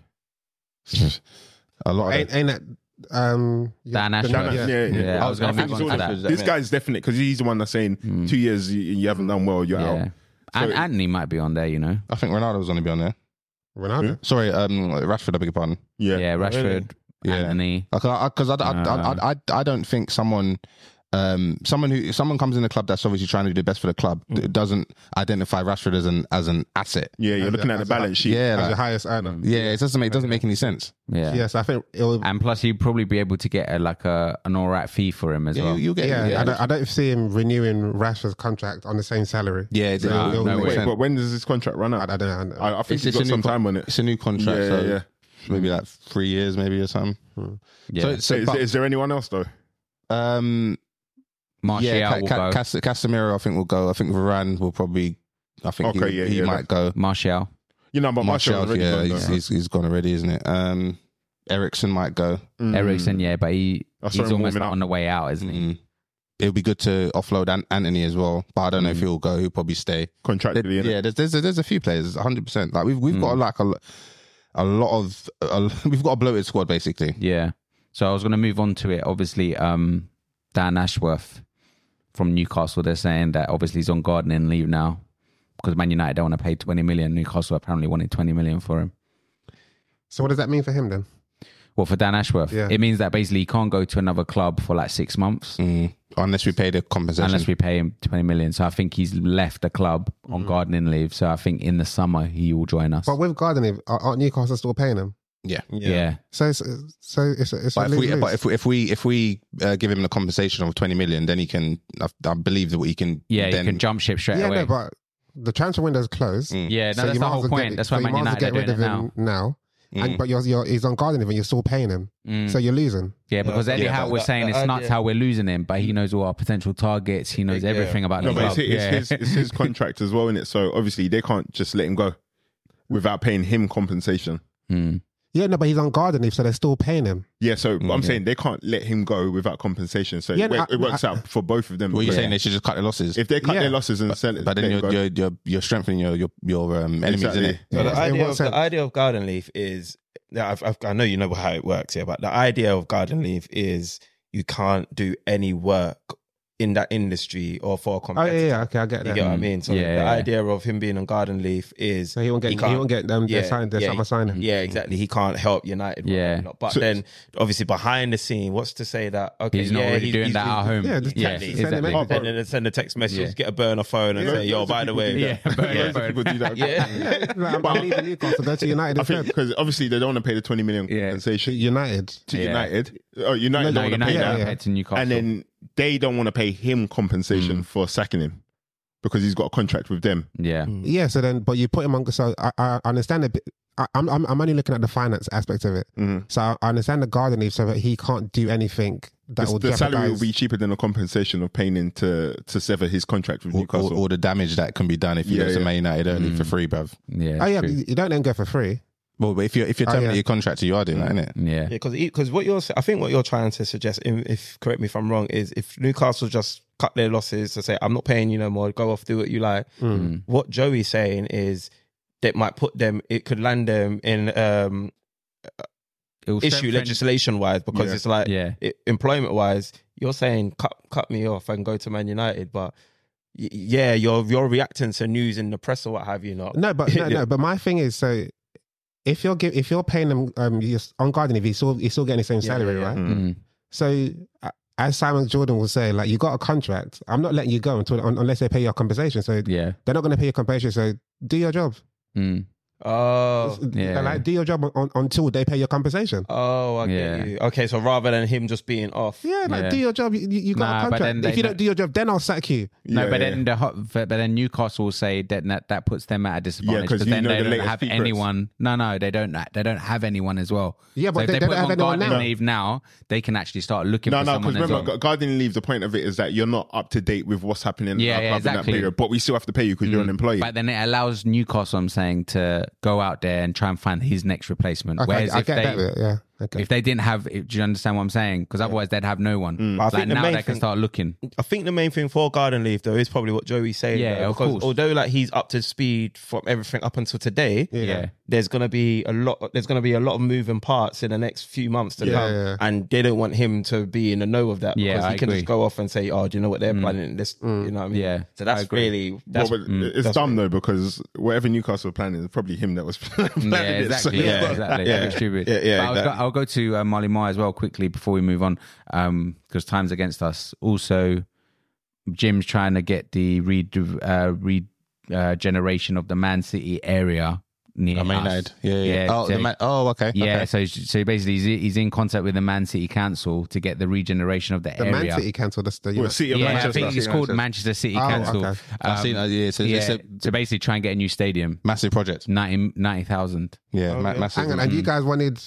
a lot of Ain't, ain't that um, Dan the- Ashworth. Dan- yeah. yeah, yeah. Yeah, I was gonna think move it's on all to of- that. This guy's definite because he's the one that's saying Hmm. Mm. two years you, you haven't done well, you're Yeah. out. And So- Anthony might be on there, you know. I think Ronaldo was going to be on there. Ronaldo. Sorry, um, Rashford. I beg your pardon. Yeah, Yeah, Rashford, Oh, Yeah. Anthony. Because I, I, I, I, I, I don't think someone, um, someone who if someone comes in the club that's obviously trying to do the best for the club d- doesn't identify Rashford as an as an asset. yeah. You're As looking a- at the as a- balance sheet. Yeah, As like- um, the highest earner. yeah. It doesn't make doesn't make any sense. Yeah. Yes, I think it will. And plus, you'd probably be able to get a, like a an all right fee for him as Yeah, well. you, you'll get Yeah, yeah. I, don't, I don't see him renewing Rashford's contract on the same salary. Yeah, it So doesn't- it'll no make way. Wait, sense. but when does this contract run I, out? I don't know. I, I think It's he's just a got new some con- time on it. It's a new contract, Yeah, so yeah, yeah. maybe like three years, maybe or something. yeah. So, so is, but, is there anyone else though? um, Martial yeah, Ca- will Ca- go. Cas- Casemiro, I think will go. I think Varane will probably. I think Okay, he, yeah, he yeah, might go. Martial. You know, but Martial Martial, already yeah, gone, he's, though. he's he's gone already, isn't it? Um, Ericsson might go. Mm. Ericsson, yeah, but he I saw he's him almost warming like up. on the way out, isn't he? Mm. It'll be good to offload An- Anthony as well, but I don't know Mm. if he'll go. He'll probably stay. contractually. There- innit? yeah, there's, there's there's a few players, 100. percent Like we've we've Mm. got like a lo- a lot of a, we've got a bloated squad basically. Yeah. So I was going to move on to it. Obviously, um, Dan Ashworth from Newcastle, they're saying that obviously he's on gardening leave now because Man United don't want to pay 20 million. Newcastle apparently wanted 20 million for him. So what does that mean for him then? Well, for Dan Ashworth, Yeah. it means that basically he can't go to another club for like six months Mm. Unless we pay the compensation. unless we pay him 20 million. So I think he's left the club on gardening leave. So I think in the summer he will join us. Mm-hmm. But with Gardening, aren't Newcastle still paying him? yeah. yeah. So it's, so it's, it's But a if we, lose-lose. but if we, if we, if we uh, give him the compensation of twenty million, then he can. I, I believe that he can. Yeah, then, you can jump ship straight yeah, away. no, but the transfer window is closed. Mm. yeah, no, so that's the you might as whole well point. Get, that's so why you Man might as well United are doing get rid it of now. him now. and but you're, you're he's on garden leave and you're still paying him, Mm. so you're losing. yeah, because Eddie yeah, Howe that- was that- saying that it's nuts idea- how we're losing him, but he knows all our potential targets. He knows Yeah. everything about No, the but it's, club. it's, yeah. his, it's his contract as well, is it? So obviously they can't just let him go without paying him compensation. Mm. Yeah, no, but he's on garden leave, so they're still paying him. Yeah, so I'm yeah. saying they can't let him go without compensation. So Yeah, it, no, wor- I- it works I- out for both of them. What are you Yeah. saying? They should just cut their losses. If they cut Yeah. their losses and sell it, but then let it you're, go. you're you're you're strengthening your your your um, enemies, Exactly. innit? So Yeah. the In idea what of sense? the idea of garden leave is yeah, I've, I've, I know you know how it works here, but the idea of garden leave is you can't do any work in that industry or for a Oh competitor. yeah, yeah, okay, I get You that. get what I Mm. mean? So Yeah, the yeah. idea of him being on garden leave is So he won't get He he, can't- won't get them. yeah, They're signed. They're yeah, summer signing. yeah, exactly. He can't help United. Mm-hmm. Yeah. whatnot. But So- then obviously behind the scene, what's to say that okay, He's not yeah, really he's- doing he's- that at home. Yeah, just yeah, text- exactly. send him Oh, bro. And then they send a text message, Yeah. get a burner phone, and Yeah, say, "Yo, loads of by the people do way, that. yeah, but- Loads of but- people do that. yeah, Yeah, like, I'm, I'm leaving Newcastle. Go to United. I think because obviously they don't want to pay the 20 million Yeah. compensation United. to Yeah. United. Oh, United No, don't want to United pay yeah, that. yeah. compared to Newcastle. And then they don't want to pay him compensation for sacking him because he's got a contract with them. yeah, Yeah. So then, but you put him on. So I, I understand a bit. I, I'm I'm I'm only looking at the finance aspect of it. Mhm. So I understand the garden leave, so that he can't do anything that The, will the jeopardize. salary will be cheaper than the compensation of paying him to, to sever his contract with All, all, Newcastle. all the damage that can be done if you Yeah, Mm. go to yeah. Man United only for free, bruv. yeah, oh yeah, true. you don't then go for free. Well, but if you're if you're Oh, terminating yeah. your contract, you are doing that, innit? yeah, because because e, what you're I think what you're trying to suggest, if, if correct me if I'm wrong, is if Newcastle just cut their losses to say I'm not paying you no more, go off, do what you like. Mm. What Joey's saying is that might put them, it could land them in um, It'll issue strengthen- legislation wise because Yeah. it's like Yeah, employment wise, you're saying cut cut me off and go to Man United, but y- yeah, you're you're reacting to news in the press or what have you not. No, but no, Yeah. no. But my thing is, so if you're give, if you're paying him um, you're s- on garden leave, he's still he's still getting the same Yeah, salary, yeah, yeah. right? Mm. Mm. So uh, as Simon Jordan will say, like you got a contract. I'm not letting you go until un- unless they pay your compensation. So yeah, they're not going to pay your compensation. So do your job. mm. Oh, yeah. They're like do your job on, until they pay your compensation. oh, I Yeah. get you. Okay, so rather than him just being off, Yeah, like Yeah. do your job. You, you- you got Nah, a but then contract. they If you don't- don't do your job, then I'll sack you. No, Yeah, but yeah. then the hot, but but then Newcastle will say that that, that puts them at a disadvantage 'cause because you then know they the don't latest have secrets. anyone. No, no, they don't. They don't have anyone as well. Yeah, but if they- they put don't them have on anyone garden now. leave now. They can actually start looking No, for no, someone. because as remember, well. gu- gardening leave, the point of it is that you're not up to date with what's happening Yeah, at our yeah, club in exactly. Mm. that period, but we still have to pay you because you're an employee. But then it allows Newcastle, I'm saying, to go out there and try and find his next replacement. Okay, Whereas I if get that. they bit, Yeah. Okay. if they didn't have, do you understand what I'm saying? Because otherwise they'd have no one. Mm. But I Like think the now main they can thing- start looking. I think the main thing for garden leave though is probably what Joey's saying. Yeah, though, of because course. Although like he's up to speed from everything up until today, Yeah. Yeah. there's gonna be a lot. There's gonna be a lot of moving parts in the next few months to Yeah, come, yeah. and they don't want him to be in the know of that Yeah, because he I can agree. just go off and say, "Oh, do you know what they're planning? This, Mm. you know what I mean? Yeah, So I that's agree. really Well, that's but Mm, it's dumb though because whatever Newcastle are planning is probably him that was planning Yeah, it. So- exactly. Yeah, Yeah. exactly. Yeah. That was stupid. Yeah, yeah, But I was go- exactly. I'll go to uh, Molly Moore as well quickly before we move on, because time's against us. Also, Jim's trying to get the re- uh, re- uh, generation of the Man City area near I mean, us. United. Yeah, yeah. yeah. Oh, so- the ma- oh, okay. yeah. okay. So, so basically, he's, he's in contact with the Man City Council to get the regeneration of the, the area. Man City cancelled us. The, Well, City of yeah, I Manchester. think it's called Manchester City Oh, Council. okay. I've seen. Uh, Um, yeah, so it's yeah, a to basically try and get a new stadium, massive project. 90 90,000. Yeah, Oh, ma- Okay. massive. Hang on, and Mm. you guys wanted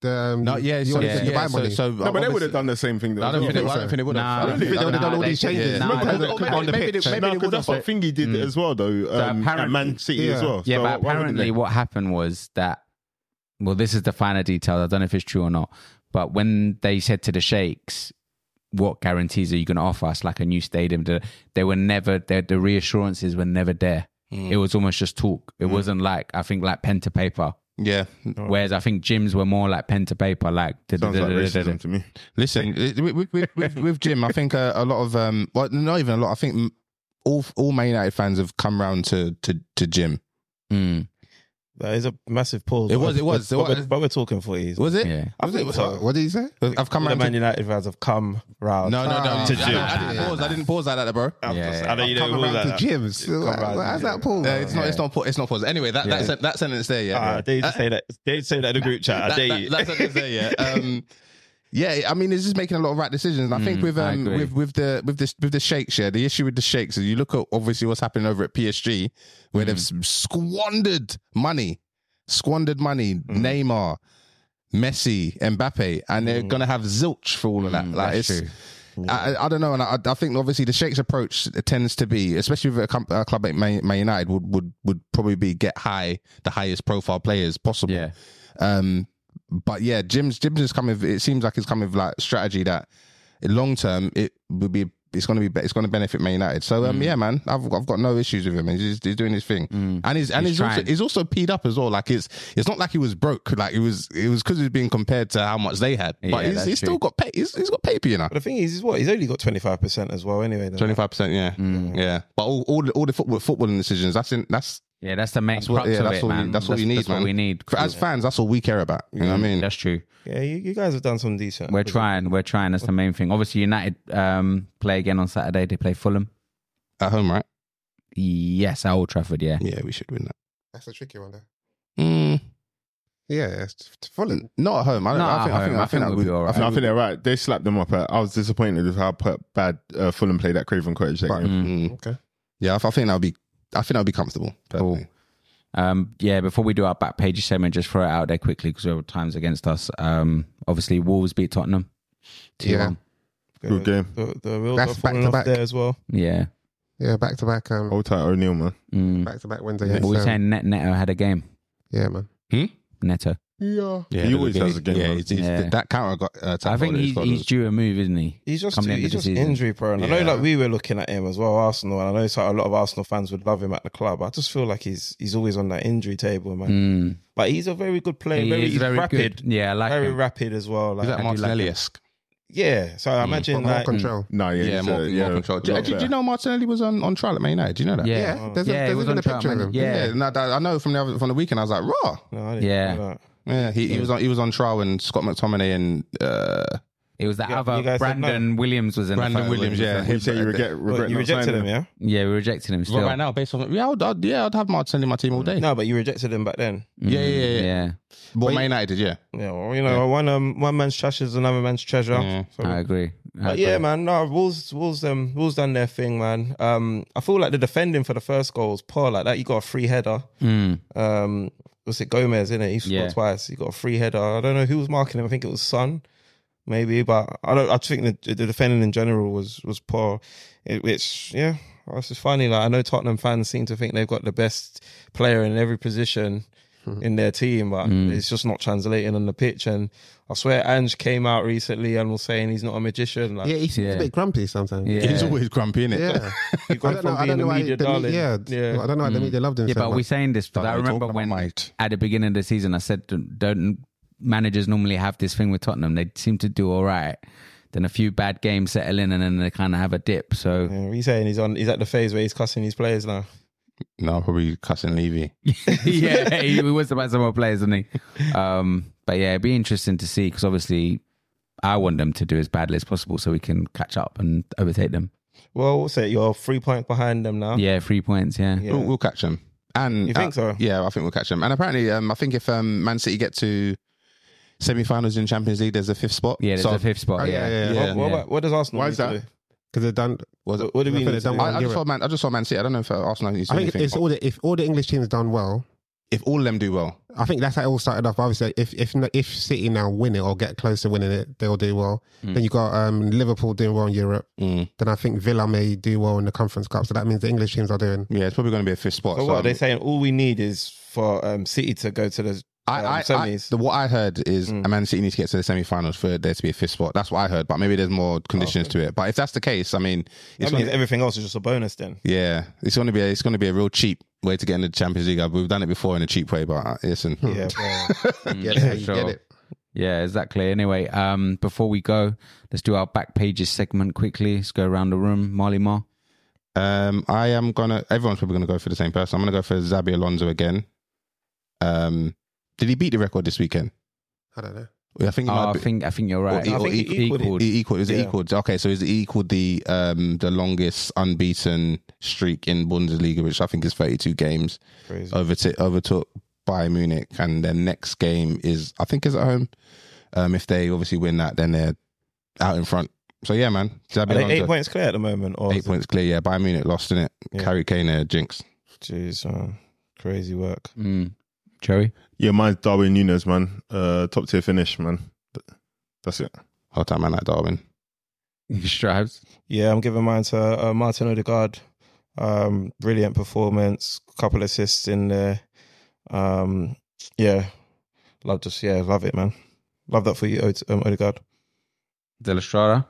the um, no, yeah, you so, wanted yeah, the yeah, Dubai money. so, so No, but they would have done the same thing. Though. I don't think. Yeah. It, I don't think it would Nah. have. I don't think they would have done all these Nah, they- changes. yeah. nah, Look at they- the- Or maybe- on the maybe pitch. they- no, because that's what Thingy did as well, though. Um, at Mm. apparently- Man City as Yeah. well. Yeah, So why but wouldn't apparently they? what happened was that, well, this is the finer details. I don't know if it's true or not, but when they said to the sheikhs, what guarantees are you going to offer us, like a new stadium? da- They were never, the the reassurances were never there. It was almost just talk. It wasn't like, I think, like pen to paper. Yeah. Whereas I think gyms were more like pen to paper, like. Sounds like racism to me. Listen, uh, with, with, with, with Jim, I think uh, a lot of um, well, not even a lot. I think mm, all all Man United fans have come round to to to Jim. Mm, that is a massive pause. It was- it was. But, It but, was. we're, but we're talking footies. Was it? yeah. I think So, so. what did you say? I've come The round. Man To, Oh, United fans have come round. no, no, no. Ah, I, to I, Jim. I didn't pause. I didn't pause like that, bro. Oh, I'm Yeah, just- yeah. I know you Come know all around to that. gyms. Come Like, around How's to that Paul? Uh, it's not. It's not. pa- It's not pause. Anyway, that that, sen- that sentence there. Yeah. Uh, Ah, yeah. they just say that. They say that in the group chat. I that, dare that, you. that sentence there. Yeah. Um, yeah. I mean, it's just making a lot of right decisions. And I think Mm, with I um agree. with with the with this with the shakes. Yeah. The issue with the shakes is you Mm. look at obviously what's happening over at PSG where they've s- squandered money. squandered money, Mm. Neymar, Messi, Mbappe, and they're going to have zilch for all of that. like Mm. that's it's, true. I, I- I don't know, and I, I think obviously the Sheikh's approach tends to be, especially with a, com- a club like Man, Man United, would, would would probably be get high, the highest profile players possible. Yeah. Um, but yeah, Jim's Jim's is coming. It seems like it's coming with like strategy that long term it would be. It's going to be. It's going to benefit Man United. So Mm. um, yeah, man, I've I've got no issues with him. He's just, he's doing his thing, and he's and He's he's, also, trying. he's also peed up as well. Like it's it's not like he was broke. Like it was it was because he's being compared to how much they had. Yeah, But he's, that's he's still true. got pay. He's, he's got paper, you know. But the thing is, is what he's only got twenty five percent as well. Anyway, then. Twenty five percent, yeah, Mm. yeah. But all, all the all the football footballing decisions. That's in that's Yeah, that's the main that's crux what yeah, of that's it, all man. we, that's what you need, that's man. What we need For- as fans. That's all we care about. You know what I mean? Mm. That's true. yeah, you, you guys have done some decent. We're trying. We're trying. That's the main thing. Obviously, United um, play again on Saturday. They play Fulham. At home, right? Yes, at Old Trafford. Yeah. Yeah, we should win that. That's a tricky one, though. Mm, Yeah, it's it's Fulham. not at home. I don't. Not I think, at I think, home. I think, that we'll would be all I right. think, No, I think they're right. They slapped them up. I I was disappointed with how p- bad uh, Fulham played at Craven Cottage. That But, game. mm, Okay. Oh. yeah, I, I think that would be. I think that would be comfortable. Cool. personally. Um, yeah, before we do our back pages segment, just throw it out there quickly because there were times against us. Um, obviously, Wolves beat Tottenham. 2-1. Yeah. Good game. The, the wheels That's are falling back to off back. there as well. Yeah. Yeah, back to back. Oh. Um, Hold tight, O'Neill, man. Mm. back to back wins But against. we're um, saying Net Neto had a game. yeah, man. Neto. Yeah. Yeah, He but always look, has a game, Yeah, man. he's, he's, Yeah. that counter got. Uh, I think he's, he's due a move, isn't he? He's just Coming into he's the just season. injury prone. I know, Yeah. like we were looking at him as well, Arsenal, and I know it's like a lot of Arsenal fans would love him at the club. I just feel like he's he's always on that injury table, man. Mm. But he's a very good player, He very, is he's very rapid, good. Yeah, I like very him. rapid as well. Like, that Martinelli esque? yeah, so Hmm. I imagine Got more like control. No, yeah, Yeah, he's, more, uh, more control. Do, lot do- do you better. know Martinelli was on, on trial at Man United? Do you know that? Yeah. Yeah, there's, a, Yeah, he there's was even on a trial, picture of man. him. Yeah. no, that- I know from the other, from the weekend. I was like, raw. No, I didn't Yeah. know that. Yeah, he, he was on he was on trial when Scott McTominay and uh, It was that Yeah, you other guys said no. Brandon Williams was in the Brandon photo, Williams. wasn't he? Yeah, You say you regret, regret But you not rejected signing him, yeah? Yeah, we rejected him still. But right now, based on yeah, I'd, I'd, yeah, I'd have Martinelli in my team all day. No, but you rejected him back then. Yeah, yeah, yeah, yeah. yeah. What Man United did, yeah. Yeah, well, you know, one um, one man's trash is another man's treasure. Yeah. So- I agree. I But agree. yeah, man, no, Wolves, Wolves, um, Wolves done their thing, man. Um, I feel like the defending for the first goal was poor. Like that, you got a free header. Mm. Um, was it Gomez in it? He scored Yeah. twice. He got a free header. I don't know who was marking him. I think it was Son, maybe. But I don't. I think the, the defending in general was was poor. It, which yeah, it's just funny. Like I know Tottenham fans seem to think they've got the best player in every position. In their team, but it's just not translating on the pitch. And I swear, Ange came out recently and was saying he's not a magician. Like, Yeah, he's, he's Yeah. a bit grumpy sometimes. Yeah. He's always grumpy, innit? Yeah. You I gone don't know. from I being don't know a why media the darling. media. yeah. I don't know why the media loved him Mm. Yeah, so but we're much. saying this because Don't I we remember talk about when might. at the beginning of the season I said don't managers normally have this thing with Tottenham. They seem to do all right. Then a few bad games settle in and then they kind of have a dip. So Yeah, what are you saying? He's on. He's at the phase where he's cussing his players now. No, probably cussing Levy. yeah, he, he was about some more players, isn't he? Um, but yeah, it'd be interesting to see because obviously I want them to do as badly as possible so we can catch up and overtake them. Well, what's it? You're three points behind them now. Yeah, three points. Yeah, Oh. Yeah. We'll, we'll catch him. And uh, You think so? Yeah, I think we'll catch him. And apparently, um, I think if um, Man City get to semi-finals in Champions League, there's a fifth spot. yeah. There's So- a fifth spot. Oh, yeah. yeah, yeah. What, yeah. what, yeah. about- what does Arsenal? Why need is to that? do? Because they've done. Was it- What do we I feel need they've to done do? well. I, I just saw Man. I just saw Man City. I don't know if uh, Arsenal needs to I do think anything. it's all the, if all the English teams done well. if all of them do well, I think that's how it all started off. Obviously, if if if City now win it or get close to winning it, they'll do well. Mm. Then you got um, Liverpool doing well in Europe. Then I think Villa may do well in the Conference Cup. So that means the English teams are doing. yeah, it's probably going to be a fifth spot. So So, what are um, they saying? All we need is for um, City to go to the. I, um, I, I, semis. the, what I heard is Man City needs to get to the semi-finals for there to be a fifth spot. That's what I heard, but maybe there's more conditions to it. But if that's the case, I mean, it's That gonna, means everything else is just a bonus then. yeah, it's going to be a, it's going to be a real cheap way to get into the Champions League. We've done it before in a cheap way, but uh, listen, Yeah. well, Mm, Yeah, that's how for you sure. get it. Yeah, exactly. Anyway, um, before we go, let's do our back pages segment quickly. Let's go around the room. Marley Mar. Um, I am gonna. Everyone's probably gonna go for the same person. I'm gonna go for Zabi Alonso again. Um, did he beat the record this weekend? I don't know. I think he, Oh, might I be- think I think you're right. he- I think he equaled it. he equaled. E Is it Yeah. equaled? Okay, so is it equaled the um the longest unbeaten streak in Bundesliga, which I think is 32 games. crazy. Overtook overtook Bayern Munich, and their next game is I think is at home. Um, if they obviously win that, then they're out in front. So yeah, man, Zabi Are they eight Alonso. points clear at the moment? Oh, Or Eight points clear, yeah. Bayern Munich lost in it. Yeah. Harry Kane, uh, jinx. Jeez, man. crazy work. Mm. Joey? Yeah, mine's Darwin Nunes, man. Uh, top tier finish, man. Th- That's it. Hard time, man, like Darwin. Stripes. Yeah, I'm giving mine to uh, Martin Odegaard. Um, brilliant performance, couple assists in there. Um, yeah, love just yeah, love it, man. Love that for you, Ode- um, Odegaard. De La Strada.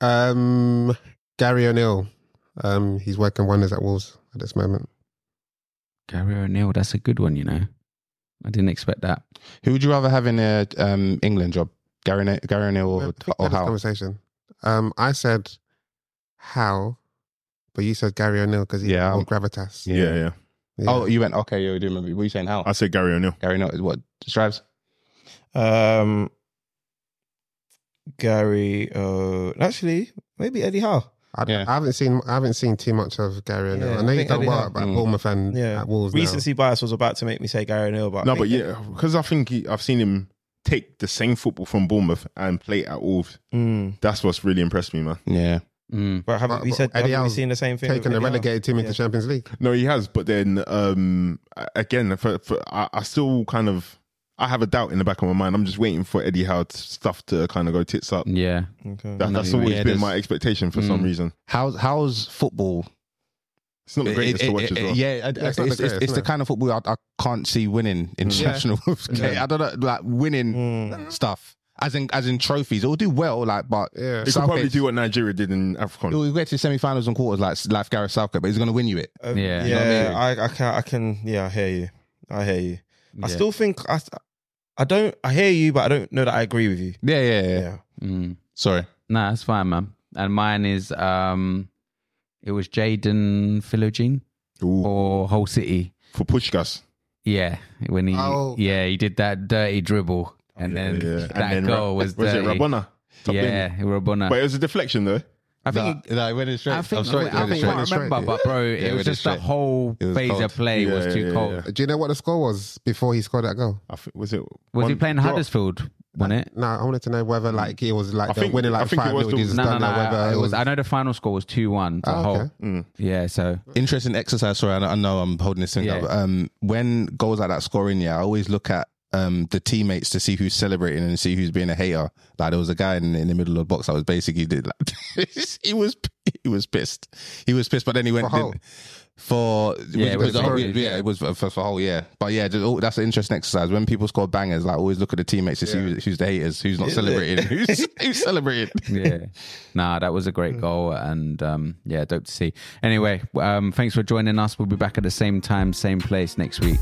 Um, Gary O'Neill. Um, he's working wonders at Wolves at this moment. Gary O'Neill. That's a good one, you know. I didn't expect that. Who would you rather have in a um, England job? Gary, Ne- Gary O'Neill or, We've or had this Howe? conversation. Um, I said how, but you said Gary O'Neill because he Yeah, yeah, I'm- more gravitas. Yeah, yeah. Yeah. Oh, you went, okay, you do remember. Were you saying how? I say Gary O'Neill. Gary O'Neill, is what? Strives? Um, Gary, uh, actually, maybe Eddie Howe. I, yeah. I haven't seen I haven't seen too much of Gary O'Neill. Yeah, I know I he's think done Eddie well Howe- at at Mm. Bournemouth and Yeah. at Wolves. now. Recency bias was about to make me say Gary O'Neill, but I No, but think- yeah, because I think he, I've seen him take the same football from Bournemouth and play it at Wolves. Mm. That's what's really impressed me, man. Yeah. Mm. But haven't But- we but said haven't Eddie we Howe's seen the same thing? with Taking a Eddie Howe? relegated team into Yeah. Champions League. No, he has, but then um, a- again, for, for, I, I still kind of I have a doubt in the back of my mind. I'm just waiting for Eddie Howe's stuff to kind of go tits up. Yeah. Okay. That, I know that's you mean. always Yeah, been there's- my expectation for Mm. some reason. How's, how's football It's not the It- greatest it- to watch it- as well. it- Yeah, I- I- it's it's, it's, not the it's greatest, the no. kind of football I, I can't see winning international. okay, I don't know, like winning Mm. stuff as in as in trophies. It'll do well, like, but Yeah. They could Southgate- probably do what Nigeria did in AFCON. He'll get to semi-finals and quarters like like Gareth Southgate, but he's going to win you it. Uh, Yeah. yeah, You know what I, I can, I can, yeah, I hear you. I hear you. yeah. I still think I, I don't, I hear you, but I don't know that I agree with you. Yeah, yeah, yeah. Yeah, Mm. Sorry, No, that's fine, man. And mine is um, it was Jaden Philogene Ooh. or Whole City. For Pushkas. Yeah, when he Oh. yeah he did that dirty dribble and then Yeah. that And then goal Ra- was Was it dirty. Rabona? Top yeah, in. Rabona. But it was a deflection though. I think. no, it went in straight. I think, I'm sorry, I, it went in think- straight. I can't straight. remember, but bro, Yeah, it it was was just the straight. whole It was phase cold. of play Yeah, was yeah, too yeah, cold. yeah. Do you know what the score was before he scored that goal? I think was it Was he one playing drop? Huddersfield? Wasn't it? No, I wanted to know whether like he was like Hmm. I the think- winning I like think it five was nil. the- just No, no, done no. that, whether It was. I know the final score was two one to Oh, Hull. okay. Mm. Yeah, so Interesting exercise. Sorry, I know, I know I'm holding this thing Yeah. up. but, Um, when goals like that score in, yeah, I always look at um the teammates to see who's celebrating and see who's being a hater. Like there was a guy in, in the middle of the box that was basically did like he was he was pissed. He was pissed, but then he went For Hull? for Yeah, it was the whole- Norwich, yeah, it was for, for whole yeah. But yeah, just, oh, that's an interesting exercise. When people score bangers, like always look at the teammates to see who's, who's the haters, who's not celebrating, who's who's celebrating. yeah. Nah, that was a great Mm. goal, and um, yeah, dope to see. Anyway, um, thanks for joining us. We'll be back at the same time, same place next week.